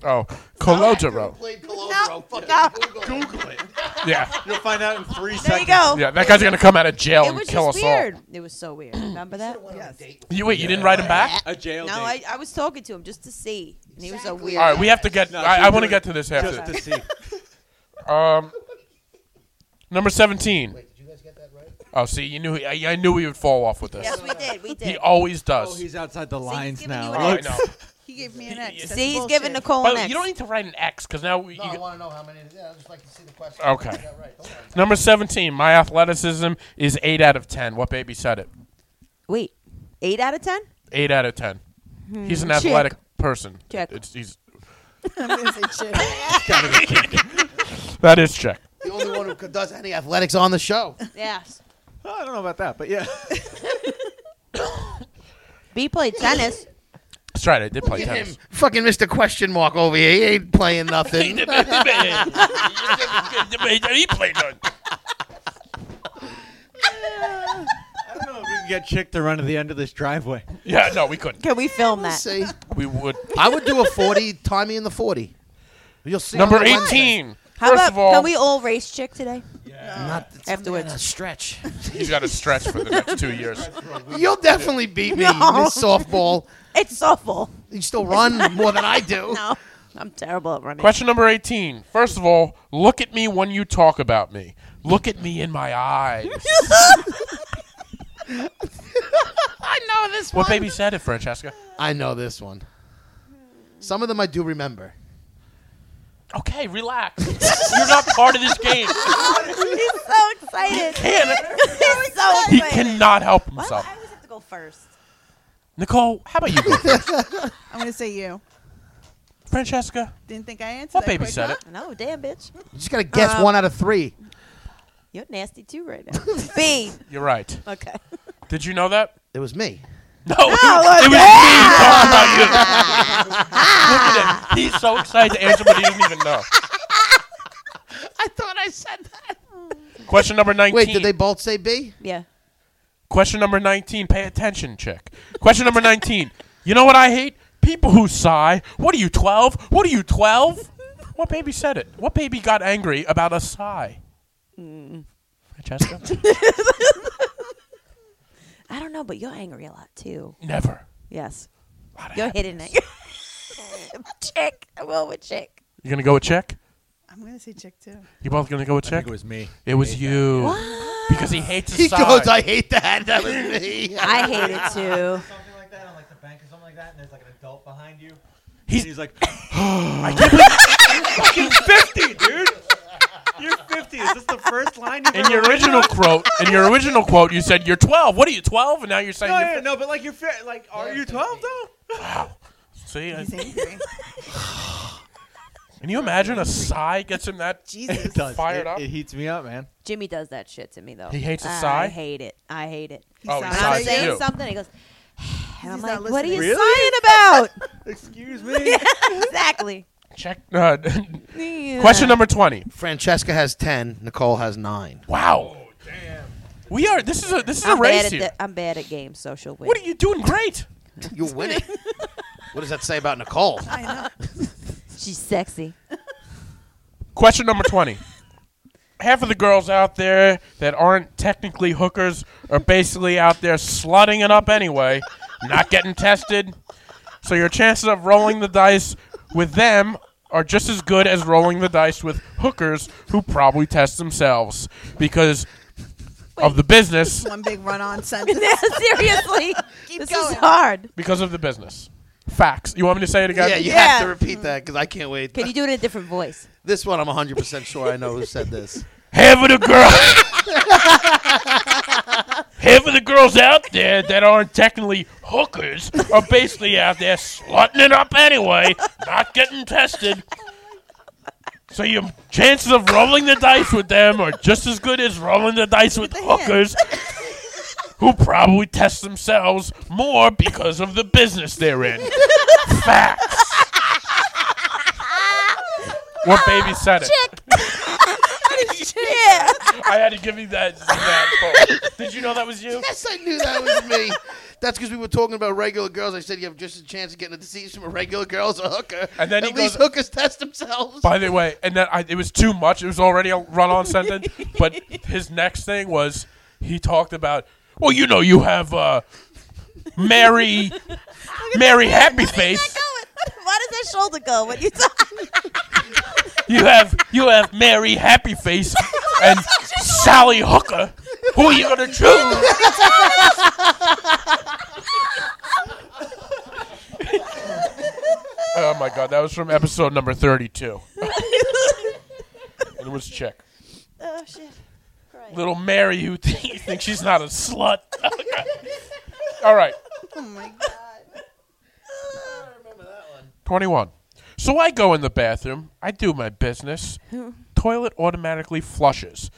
Oh, Colodero.
Played Colodro. Fucking Google. it.
Yeah.
You'll find out in three
There you
seconds.
go.
Yeah, that guy's going to come out of jail
It
and
was
kill
just
us
weird. It was so weird. Remember that?
all. You wait, you didn't write him back?
A jail
Mm. No,
date.
I, I was talking to him just to see, and he was a weird.
All right, we have to get.
No,
I,
she's
I want to
doing
get to this
just
after.
to see.
Um, Number 17.
Did you guys get that right?
Oh, see, you knew he, I, I knew he would fall off with this.
Yes, we did. We
He
did.
always does.
Oh, he's outside the
he's
lines
giving you
now.
an
I
Look,
X.
know.
He gave me an X. That's
See, he's
bullshit.
giving Nicole
By
an
the way,
X.
you don't need to write an X because now you
No, I
got-
want to know how many. Yeah, I just like to see the question.
Okay.
You got right. Don't worry.
number seventeen. My athleticism is eight out of ten. What baby said it? e-
Wait, eight out of ten?
Eight out of ten. He's an
Check.
athletic person.
Hmm, Check.
It's, he's,
I'm gonna say chick.
that is check.
The only one who could- does any athletics on the show.
Yes.
oh, I don't know about that, but yeah.
B played tennis.
That's right. I did play
Him,
tennis.
fucking Mr. Question Mark over here. He ain't playing nothing.
he played none.
I don't know if we can get Chick to run to the end of this driveway.
Yeah, no, we couldn't.
Can we film that?
see,
We would.
I would do a forty. Tie me in the forty. You'll see.
Number
on the Wednesday.
eighteen.
How
First
about
of all,
can we all race chick today?
Not it's
Afterwards.
a stretch.
he's got to stretch for the next two years.
You'll definitely beat me, Miss Softball.
It's awful.
You still run more than I do.
No, I'm terrible at running.
Question number 18. First of all, look at me when you talk about me. Look at me in my eyes.
I know this
what baby said it, Francesca?
I know this one. Some of them I do remember.
Okay, relax. You're not part of this game.
He's so excited.
Can,
He's so
he
excited.
cannot help himself.
always have to go first.
Nicole, how about you? go first?
I'm gonna say you.
Francesca,
Didn't think I answered.
what
that
baby
quick,
said
huh?
it?
No, oh, damn bitch.
You just gotta guess
Um,
one out of three.
You're nasty too right now. B.
You're right.
Okay.
Did you know that?
It was me.
No, it was me talking about you. Look at him. He's so excited to answer, but he doesn't even know.
I thought I said that.
Question number 19.
Wait, did they both say B?
Yeah.
Question number 19. Pay attention, chick. Question number 19. You know what I hate? People who sigh. What are you, 12? What are you, 12? What baby said it? What baby got angry about a sigh? Francesca?
I don't know, but you're angry a lot too.
Never.
Yes.
Lot of
You're
happy-
hidden it. chick. I will with chick.
You're going to go with chick?
I'm gonna say chick too.
You both going to go with chick?
it was me.
It was you. Because he hates a
He
sigh.
goes, I hate that. That was me.
I hate it
Something
too.
like that on like the bank or something like that, and there's like an adult behind you.
He's-
He's, he's like,
fifty, dude.
"You're 50. Is this the first line?" you've
In your
ever written?"
original quote, in your original quote, you said you're 12. What are you 12? And now you're saying
No,
you're
yeah,
fif-
no, but like you're fi- like, are you 12 though?
See, I-
He's angry.
can you imagine a sigh gets him that
Jesus.
It does.
fired
it,
up?
It heats me up, man.
Jimmy does that shit to me though.
He hates a
I
sigh?
hate it. I hate it.
He
Oh, he
sighed.
When
sighed
I'm
at
saying
you.
something, he goes, and I'm
He's not
like, what are you
listening.
sighing
Excuse me.
about? exactly.
Check. Uh, question number 20.
Francesca has ten. Nicole has nine.
Wow. damn. We are. This is a this is a
I'm bad,
race
at
here.
the- I'm bad at games, so she'll win.
What are you doing? Great.
You're winning. what does that say about Nicole?
I know.
She's sexy.
Question number 20. Half of the girls out there that aren't technically hookers are basically out there slutting it up anyway, not getting tested. So your chances of rolling the dice with them are just as good as rolling the dice with hookers who probably test themselves because of the business.
One big run-on sentence.
Seriously, this is
going.
hard.
Because of the business. Facts. You want me to say it again?
Yeah, you
Yeah.
have to repeat that because I can't wait.
Can you do it in a different voice?
This one, I'm 100% sure I know who said this.
half of the girls, half of the girls out there that aren't technically hookers are basically out there slutting it up anyway, not getting tested. So your chances of rolling the dice with them are just as good as rolling the dice with hookers, who probably test themselves more because of the business they're in. Facts. What baby said it?
Yeah.
I had to give you that. that quote. Did you know that was you?
Yes, I knew that was me. That's because we were talking about regular girls. I said you have just a chance of getting a disease from a regular girl as a hooker.
And then
At
he
least
goes-
hookers test themselves.
By the way, and then I, it was too much. It was already a run-on sentence. But his next thing was he talked about. Well, you know, you have uh, Mary, Mary Happy Face.
Why does that shoulder go when you talk?
You have you have Mary Happy Face, and Sally Hooker. Who are you gonna choose? oh my god, that was from episode number thirty-two. it was chick.
Oh shit.
Little Mary, who th- you think she's not a slut. Oh, God. All right.
Oh my god.
Twenty-one. So I go in the bathroom. I do my business. Toilet automatically flushes.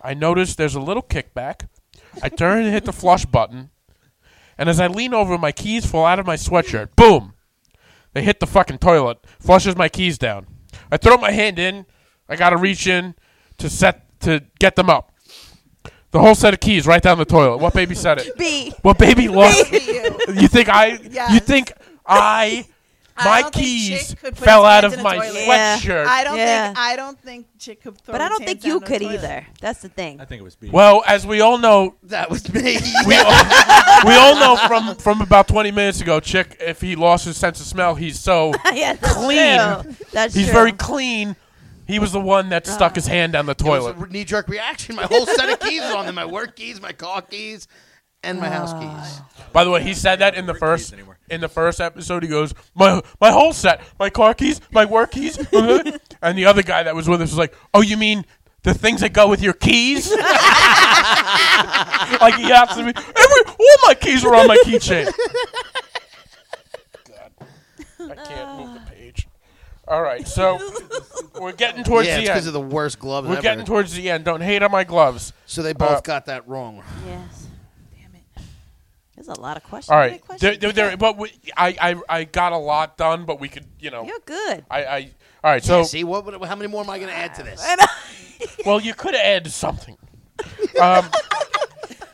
I notice there's a little kickback. I turn and hit the flush button. And as I lean over, my keys fall out of my sweatshirt. Boom! They hit the fucking toilet. Flushes my keys down. I throw my hand in. I gotta reach in to set to get them up. The whole set of keys right down the toilet. What baby said it?
B.
What baby lost?
You.
You think I? You
Yes.
think I?
I
My
don't think
keys
Chick could put
fell
his
out
hands in
of
a
my
toilet.
Yeah.
sweatshirt.
I don't
Yeah.
think I don't think Chick could throw
But I
his
don't
hands
think
down
you
the
could
toilet.
either. That's the thing.
I think it was B.
well, as we all know,
That was me.
we all, we all know from from about 20 minutes ago, Chick. If he lost his sense of smell, he's so
yeah, that's
Clean.
True. That's
he's
true.
very clean. He was the one that stuck his hand down the toilet.
knee jerk reaction. My whole set of keys was on there. My work keys, my car keys, and my house
Ah.
keys.
By the way, he said that in the
Work
first
keys anymore.
in the first episode. He goes, "My my whole set, my car keys, my work keys," and the other guy that was with us was like, "Oh, you mean the things that go with your keys?" like he asked me, "Every all my keys are on my keychain." God, I can't move the page. All right, so we're getting towards
yeah,
the
it's
end.
because of the worst gloves
we're
ever.
getting towards the end. Don't hate on my gloves.
so they both
uh,
got that wrong.
Yes.
Damn it.
There's a lot of questions.
All right,
Good
there,
questions.
there, there- but we, I, I, I got a lot done, but we could, you know,
You're good.
I, I all right. So,
See what? what- How many more am I going to add to this?
well, you could add something. Um,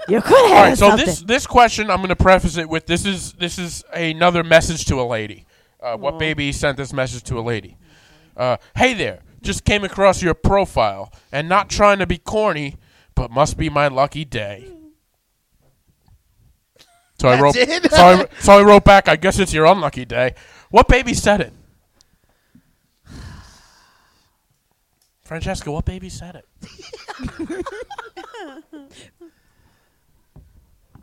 You could
all
have
right. So
something.
this this question, I'm going to preface it with this is this is another message to a lady. Uh, what baby sent this message to a lady? Uh, hey there, just came across your profile, and not trying to be corny, but must be my lucky day. So I wrote.
That's it?
So I, so I wrote back. I guess it's your unlucky day. What baby said it? Francesca, what baby said it?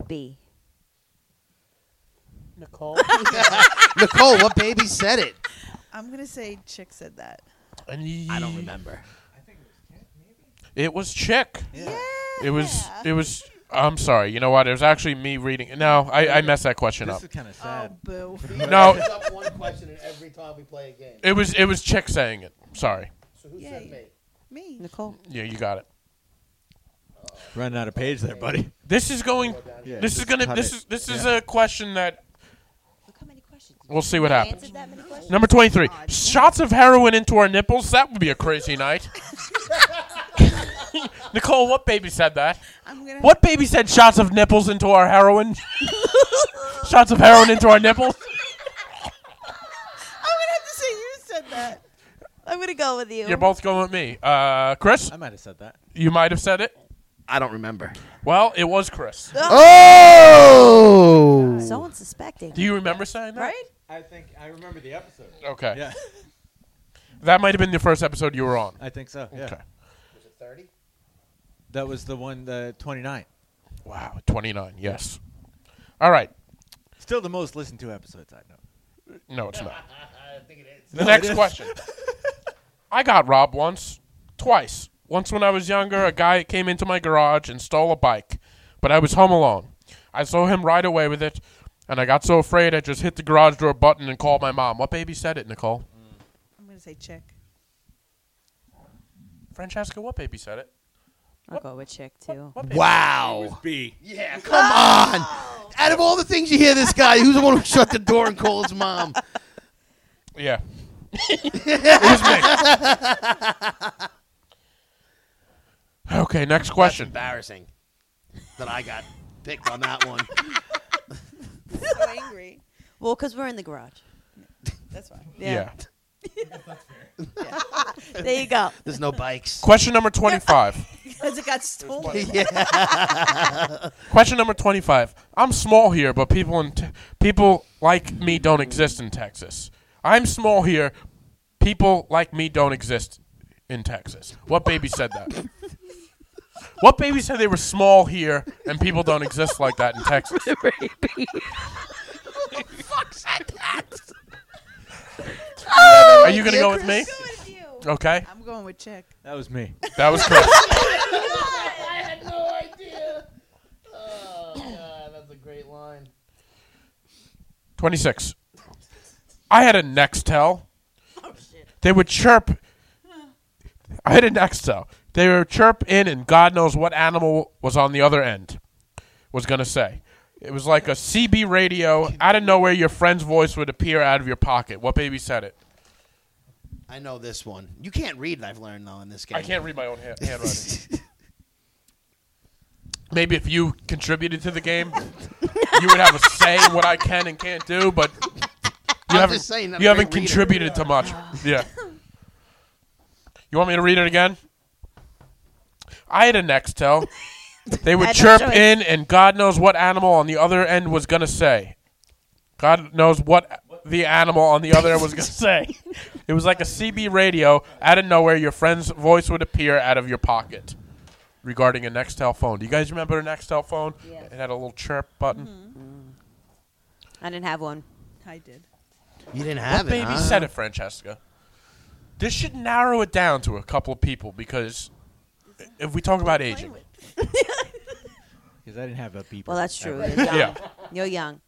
B.
Nicole.
Nicole, what baby said it?
I'm gonna say Chick said that.
I don't remember. It was Chick.
Yeah.
It was. It was. I'm sorry. You know what? It was actually me reading. No, I, I messed that question
This
up.
is kind of
Oh
sad.
boo.
No.
It's up one question in every time we play a game.
It was. It was Chick saying it. Sorry.
So who
Yay. Me.
Nicole.
Yeah, you got it.
Running out of page there, buddy.
This is going.
Yeah,
This is
just
gonna.
cut
This
it.
is. This
Yeah.
is a question that
Look how many questions.
we'll see what
I
happens.
answered that many questions.
Number 23. Shots of heroin into our nipples. That would be a crazy night. Nicole, what baby said that?
I'm gonna
What baby said shots of nipples into our heroin? shots of heroin into our nipples?
I'm gonna have to say you said that.
I'm gonna go with you.
You're both going with me. Uh, Chris,
I might have said that.
you might have said it.
I don't remember.
Well, it was Chris.
Oh!
so unsuspecting.
Do you remember saying that?
right?
I think I remember the episode.
Okay.
Yeah,
That might have been the first episode you were on.
I think so. Yeah,
Okay.
Was it 30?
that was the one, the 29.
Wow, 29. Yes. All right.
Still the most listened to episodes I know.
No, it's not.
I think it is.
The next question. I got robbed once, twice. Once when I was younger, a guy came into my garage and stole a bike, but I was home alone. I saw him ride away with it, and I got so afraid I just hit the garage door button and called my mom. What baby said it, Nicole?
I'm gonna say Chick.
Francesca, what baby said it?
I'll go with chick too.
What baby?
Wow.
B.
Yeah, come on. Out of all the things you hear this guy, who's the one who shut the door and called his mom?
Yeah. it was me. Okay, next question.
Embarrassing that I got picked on that one.
So angry.
Well, because we're in the garage.
That's why.
Yeah.
There you go.
There's no bikes.
Question number 25.
Because it got stolen.
yeah.
Question number 25. I'm small here, but people in te- people like me don't exist in Texas. I'm small here. People like me don't exist in Texas. What baby said that? What baby said they were small here and people don't exist like that in Texas? Are you going to go with me? Okay.
I'm going with Chick.
That was me.
That was Chris.
That's a great line.
26. I had a Nextel. They would chirp. I had a Nextel. They would chirp in, and God knows what animal was on the other end was going to say. It was like a CB radio. Out of nowhere, your friend's voice would appear out of your pocket. What baby said it?
I know this one. You can't read. I've learned though in this game.
I can't read my own hand, handwriting. Maybe if you contributed to the game, you would have a say in what I can and can't do, but you
I'm
haven't,
just saying. I'm
you
a
haven't
great reader.
contributed to much. Yeah. You want me to read it again? I had a Nextel. They would
Had no
chirp
choice.
in, and God knows what animal on the other end was going to say. God knows what the animal on the other end was going to say. It was like a CB radio. Out of nowhere, your friend's voice would appear out of your pocket regarding a Nextel phone. Do you guys remember a Nextel phone?
Yes.
It had a little chirp button.
I didn't have one.
I did.
You didn't have
Baby
it. huh?
said it, Francesca. This should narrow it down to a couple of people because if we talk about aging,
Because I didn't have a beeper.
Well, that's true.
ever.
You're young.
yeah,
You're young.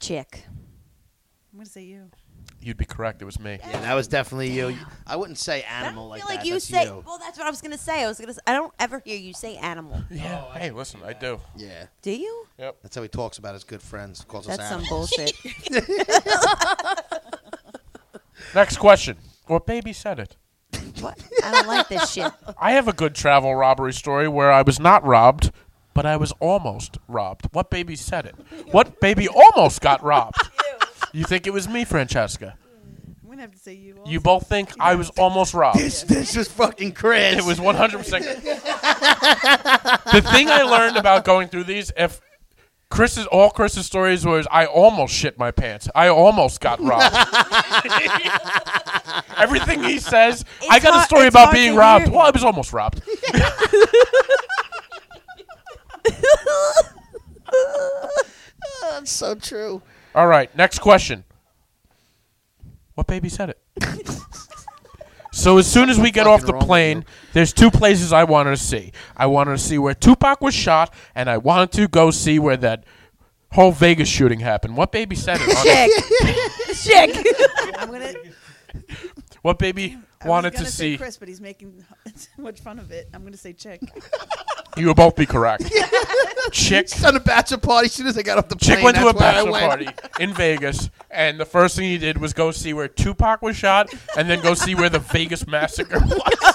Chick.
I'm gonna say you.
you'd be correct. It was me.
Yeah, that was definitely you. I wouldn't say animal
I
like
feel
that.
like you
That's
say.
you.
Well, that's what I was gonna say. I was gonna. Say, I don't ever hear you say animal.
Yeah. hey, listen, I do.
Yeah,
Do you?
Yep.
that's how he talks about his good friends. Calls us
That's some
animals.
bullshit.
Next question. What baby said it?
what? I don't like this shit.
I have a good travel robbery story where I was not robbed, but I was almost robbed. What baby said it? What baby almost got robbed? You think it was me, Francesca?
I'm gonna have to say you.
You both think I was almost robbed.
This, this was fucking Chris.
It was 100%. the thing I learned about going through these, if Chris's all Chris's stories was I almost shit my pants. I almost got robbed. Everything he says, I
It's
got
hard-
a story
it's
about
hard
being
to
robbed.
hear.
Well, I was almost robbed.
That's so true.
All right, next question. What baby said it? so as soon as we get off
fucking
the
wrong with
plane,
you.
there's two places I wanted to see. I wanted to see where Tupac was shot, and I wanted to go see where that whole Vegas shooting happened. What baby said it? honey?
Chick. Chick.
I'm gonna.
what baby
I was
wanted to
gonna say
see?
Chris, but he's making so much fun of it. I'm gonna say Chick.
You will both be correct. Chick.
She's on a bachelor party. As soon as I got off the plane,
Chick went to a
that's where I
bachelor
went.
party in Vegas, and the first thing he did was go see where Tupac was shot, and then go see where the Vegas massacre was.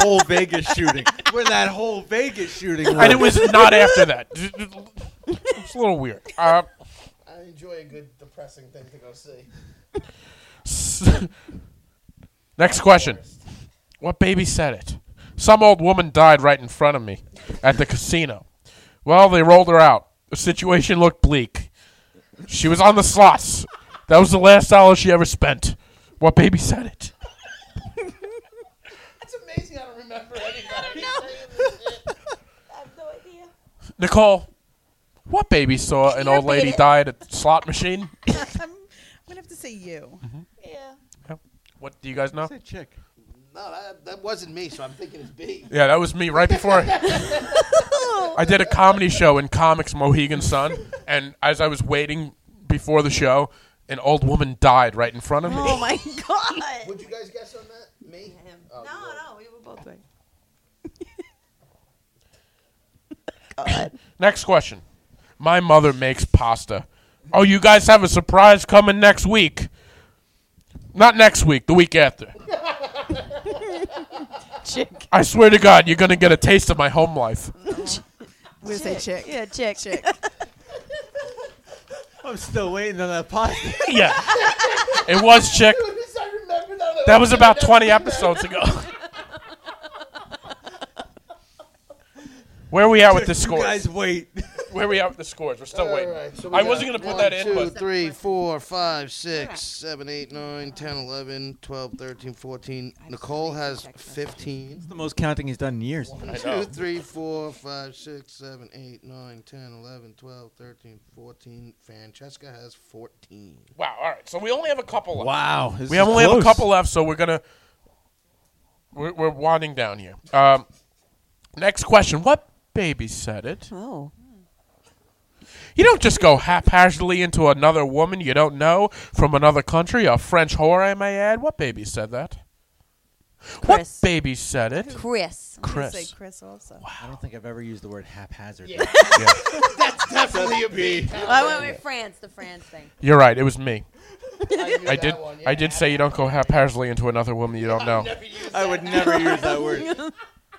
whole Vegas shooting. Where that whole Vegas shooting was.
and it was not after that. It's a little weird. Uh,
I enjoy a good depressing thing to go see.
s- next question. What baby said it? Some old woman died right in front of me at the casino. Well, they rolled her out. The situation looked bleak. She was on the slots. That was the last dollar she ever spent. What baby said it?
It's amazing. I don't remember anybody.
Nicole, what baby saw an old
repeat
lady
it?
die at a slot machine?
I'm, I'm gonna have to say you.
What do you guys know?
Say chick.
no, that, that wasn't me. So I'm thinking it's B.
Yeah, that was me right before. I did a comedy show in Comics Mohegan Sun, and as I was waiting before the show, an old woman died right in front of me.
Oh my god.
Would you guys guess on that? Me?
No, no, we were both right.
Next question. My mother makes pasta. Oh, you guys have a surprise coming next week. Not next week, the week after.
Chick.
I swear to God, you're going to get a taste of my home life.
I'm gonna say Chick.
Yeah, chick. Chick.
I'm still waiting on that pasta.
yeah. It was chick.
I remember that.
That was about 20 episodes ago. Where are we at with this
You
score?
guys wait.
where we at with the scores? We're still waiting.
All right, so we
I
got
wasn't gonna put
one,
that in,
two,
but
three, four, five, six, seven, eight, nine, 10, 11, 12, 13, 14. Nicole has 15.
the most counting he's done in years.
know.
Two, three, four, five, six, seven, eight, nine, 10, 11, 12, 13, 14. Francesca has 14.
wow. All right, so we only have a couple left.
Wow, this
We
is
only have a
close.
couple left, so we're gonna we're, we're winding down here. Um, next question: What baby said it?
Oh.
You don't just go haphazardly into another woman you don't know from another country, a French whore, I may add. What baby said that?
Chris.
What baby said it?
Chris.
Chris.
Say Chris also.
I don't think I've ever used the word haphazard.
Definitely a B.
Oh, I went with France, the France thing.
You're right. It was me. I did. I did say you don't go haphazardly into another woman you don't know.
I would never use that word.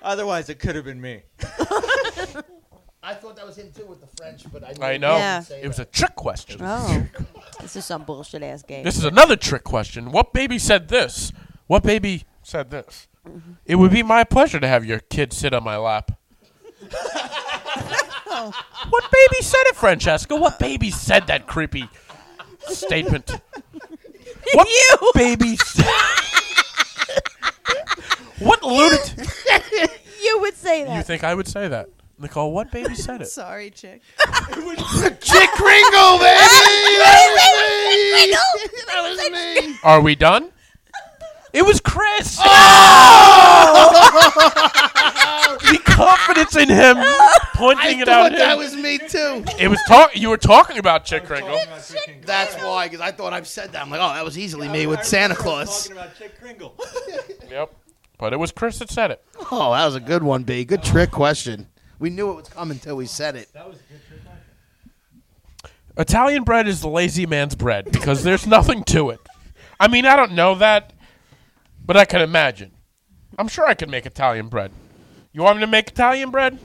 Otherwise, it could have been me.
I thought that was him too with the French, but I,
I know.
Yeah.
It was a trick question.
Oh. this is some bullshit ass game.
This is another trick question. What baby said this? What baby said this? It would be my pleasure to have your kid sit on my lap. what baby said it, Francesca? What baby said that creepy statement? What you baby said? what lunatic?
you would say
You
that.
think I would say that, Nicole? What baby said it?
Sorry, chick.
Chick Ringo, baby! That was me! That was me!
Are we done? It was Chris. Oh! the confidence in him pointing
I
it out.
thought
at
that
him.
was me too.
it was talk. You were talking about Chick Kringle.
That's why, because I thought I've said that. I'm like, oh, that was easily me with Santa Claus.
about Chick Kringle.
Yep. But it was Chris that said it.
Oh, that was a good one, B. Good trick question. We knew it was coming until we said it.
Italian bread is the lazy man's bread because there's nothing to it. I mean, I don't know that, but I can imagine. I'm sure I could make Italian bread. You want me to make Italian bread?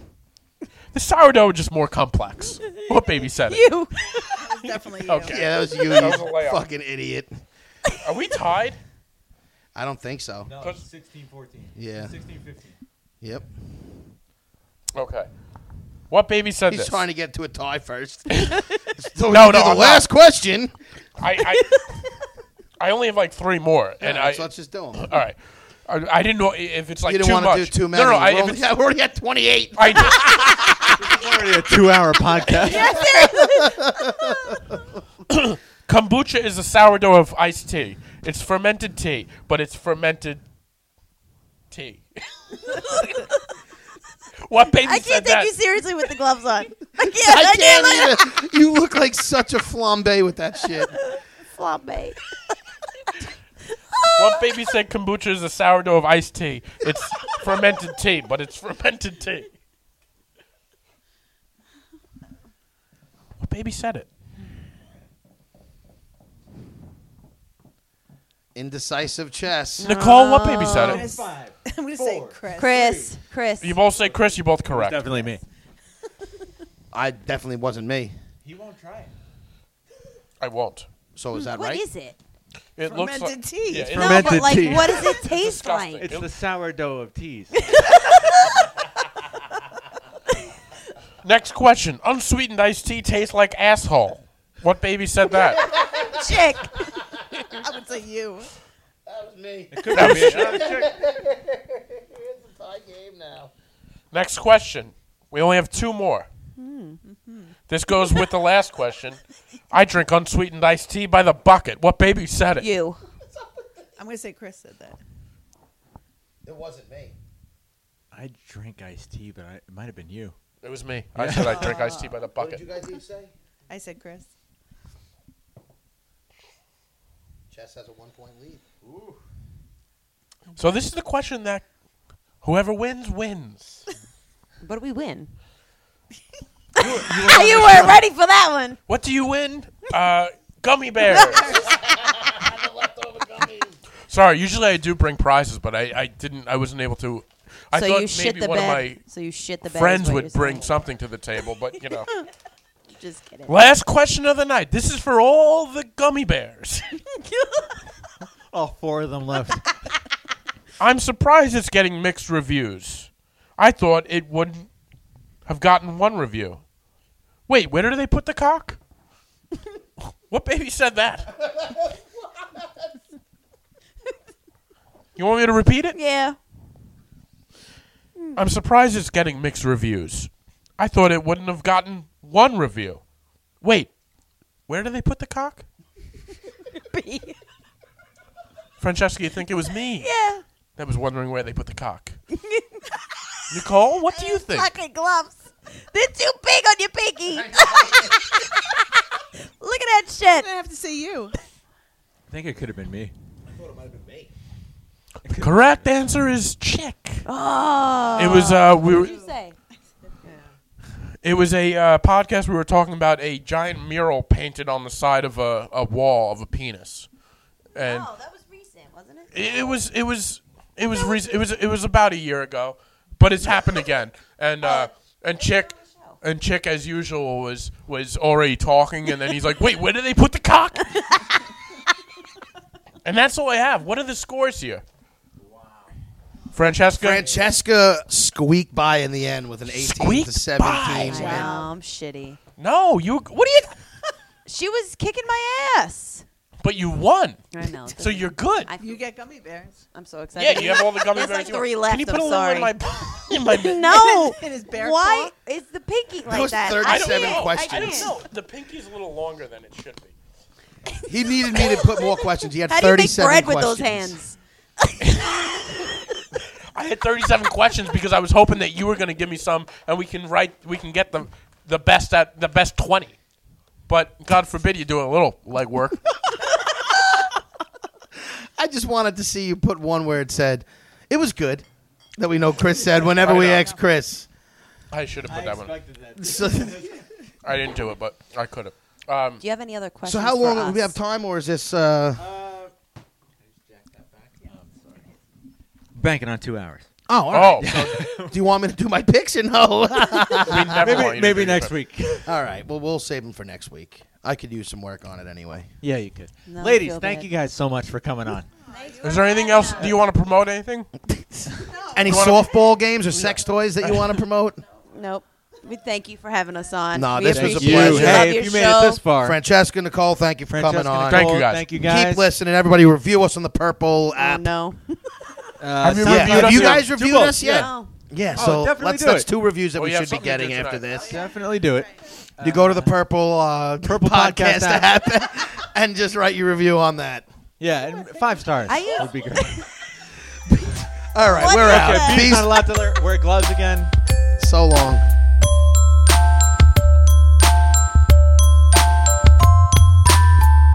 The sourdough is just more complex. What baby said it?
you.
Definitely you.
Okay.
Yeah, that was you,
was a
you
layup.
fucking idiot.
Are we tied?
I don't think so.
No,
Cause-
16, 14.
Yeah.
16, 15.
Yep.
Okay. What baby said
He's
this?
trying to get to a tie first. so we
No,
can do
no,
the
I'm
last question.
I, I, I only have like three more, and I.
so let's just do them.
all right. I, I didn't know i- if it's like
you
too
didn't want
much.
to do too many.
No, no. I,
we're,
if
only,
it's,
we're already at 28.
I did-
Already a two-hour podcast.
kombucha is a sourdough of iced tea. It's fermented tea, but it's fermented tea. what baby
I
said
can't take
that?
you seriously with the gloves on. I can't.
I
I can't. look
can't even. You look like such a flambe with that shit.
Flambe.
What baby said kombucha is a sourdough of iced tea. It's fermented tea, but it's fermented tea. What baby said it?
Indecisive chess.
Nicole, what baby said it?
Five.
I'm gonna say Chris.
Chris. Chris.
You both say Chris, you both correct.
Definitely me.
I definitely wasn't me.
He won't try it.
I won't.
So is that
What
right?
is it?
It looks like
Fermented tea.
Yeah,
It's
it-
No,
Fermented
but like,
tea.
what does it taste
Disgusting.
like?
It's the sourdough of teas.
Next question. Unsweetened iced tea tastes like asshole. What baby said that?
Chick.
I would say you.
Next question. We only have two more. This goes with the last question. I drink unsweetened iced tea by the bucket. What baby said it?
You.
I'm gonna say Chris said that.
It wasn't me.
I drink iced tea, but I, it might have been you.
It was me. I said I drink iced tea by the bucket.
guys each say?
I said Chris.
Chess has a one point lead.
So this is the question that whoever wins wins.
What do we win? you weren't ready for that one.
What do you win? Uh, gummy bears. Sorry, usually I do bring prizes, but I, I didn't. I wasn't able to. I
so
thought
you shit
maybe
the
one
bed.
of
so you shit the
my
bed.
friends
is what
would
you're
bring
saying.
something to the table, but you know.
Just kidding.
Last question of the night. This is for all the gummy bears.
All four of them left.
I'm surprised it's getting mixed reviews. I thought it wouldn't have gotten one review. Wait, where do they put the cock? what baby said that? you want me to repeat it?
Yeah.
I'm surprised it's getting mixed reviews. I thought it wouldn't have gotten one review. Wait, where do they put the cock? Francesca, you think it was me?
Yeah.
That was wondering where they put the cock. Nicole, what do you think?
Fucking gloves. They're too big on your pinky. Look at that shit.
I have to say you.
I think it could have been me.
Correct answer is chick.
Oh.
it was uh we were,
What did you say?
it was a uh, podcast we were talking about a giant mural painted on the side of a, a wall of a penis. And
Oh, that was recent, wasn't it?
it, it was it was it was re- it was it was about a year ago, but it's happened again. And uh
Oh.
and chick and chick as usual was was already talking and then he's like, "Wait, where did they put the cock?" and that's all I have. What are the scores here? Francesca
Francesca squeaked by in the end with an 18
Squeaked
to 17
by.
win.
Wow, I'm shitty.
No, you What are you
She was kicking my ass.
But you won.
I know.
So you're good.
I,
You get gummy bears.
I'm so excited.
yeah, you have all the gummy
There's
bears.
like
you want.
three
Can you
left,
put a
I'm
little in my in my
No.
In his bare
Why is the pinky like
was
that?
37
I
I
can't.
don't know.
questions.
I don't know. The pinky's a little longer than it should be.
He needed me to put more questions. He had
How do you
37
make bread with
questions.
those hands?
I had 37 questions because I was hoping that you were going to give me some, and we can write, we can get the the best at the best 20. But God forbid you do a little legwork.
I just wanted to see you put one where it said, it was good that we know Chris said whenever we
Right on.
asked Chris.
I should have
I
put that one.
expected that.
So,
I didn't do it, but I could have. Um,
Do you have any other questions?
so how long
for
do we
us?
have time, or is this? Uh,
Banking on two hours.
oh, all right.
oh, so
do you want me to do my picks or no?
we never want
Maybe,
you to
maybe
do
next
that.
week.
all right. Well, we'll save them for next week. I could use some work on it anyway.
Yeah, you could.
No, I
Ladies,
feel
thank
bad.
you guys so much for coming on.
Is there anything else? Do you want to promote anything?
Any
wanna-
softball games or sex toys that you want to promote?
Nope. We thank you for having us on.
No,
We
this was a
appreciate
pleasure.
it. We
Hey,
love
Hey,
your
if you made
show.
it this far,
Francesca, Nicole, thank you for
Francesca
coming on.
Thank
Nicole,
you, guys.
Thank you guys.
Keep listening. Everybody, review us on the Purple
Oh,
app.
no.
Uh,
you
Yeah,
reviewed
SoundCloud
have
us
you
yet?
guys
Do
reviewed
both,
us yet?
No.
Yeah,
Oh,
so
definitely
let's,
do
that's
it.
two reviews that
Oh,
we
yeah,
should be
something to
getting
do
after
tonight.
this.
Definitely do it.
You go to the Purple uh,
Purple
podcast,
Podcast
app and just write your review on that.
Yeah, and five stars
Are you-
would be great.
All right,
What
we're
the
out.
heck?
He's
Peace.
not allowed to lear- wear gloves again.
So long.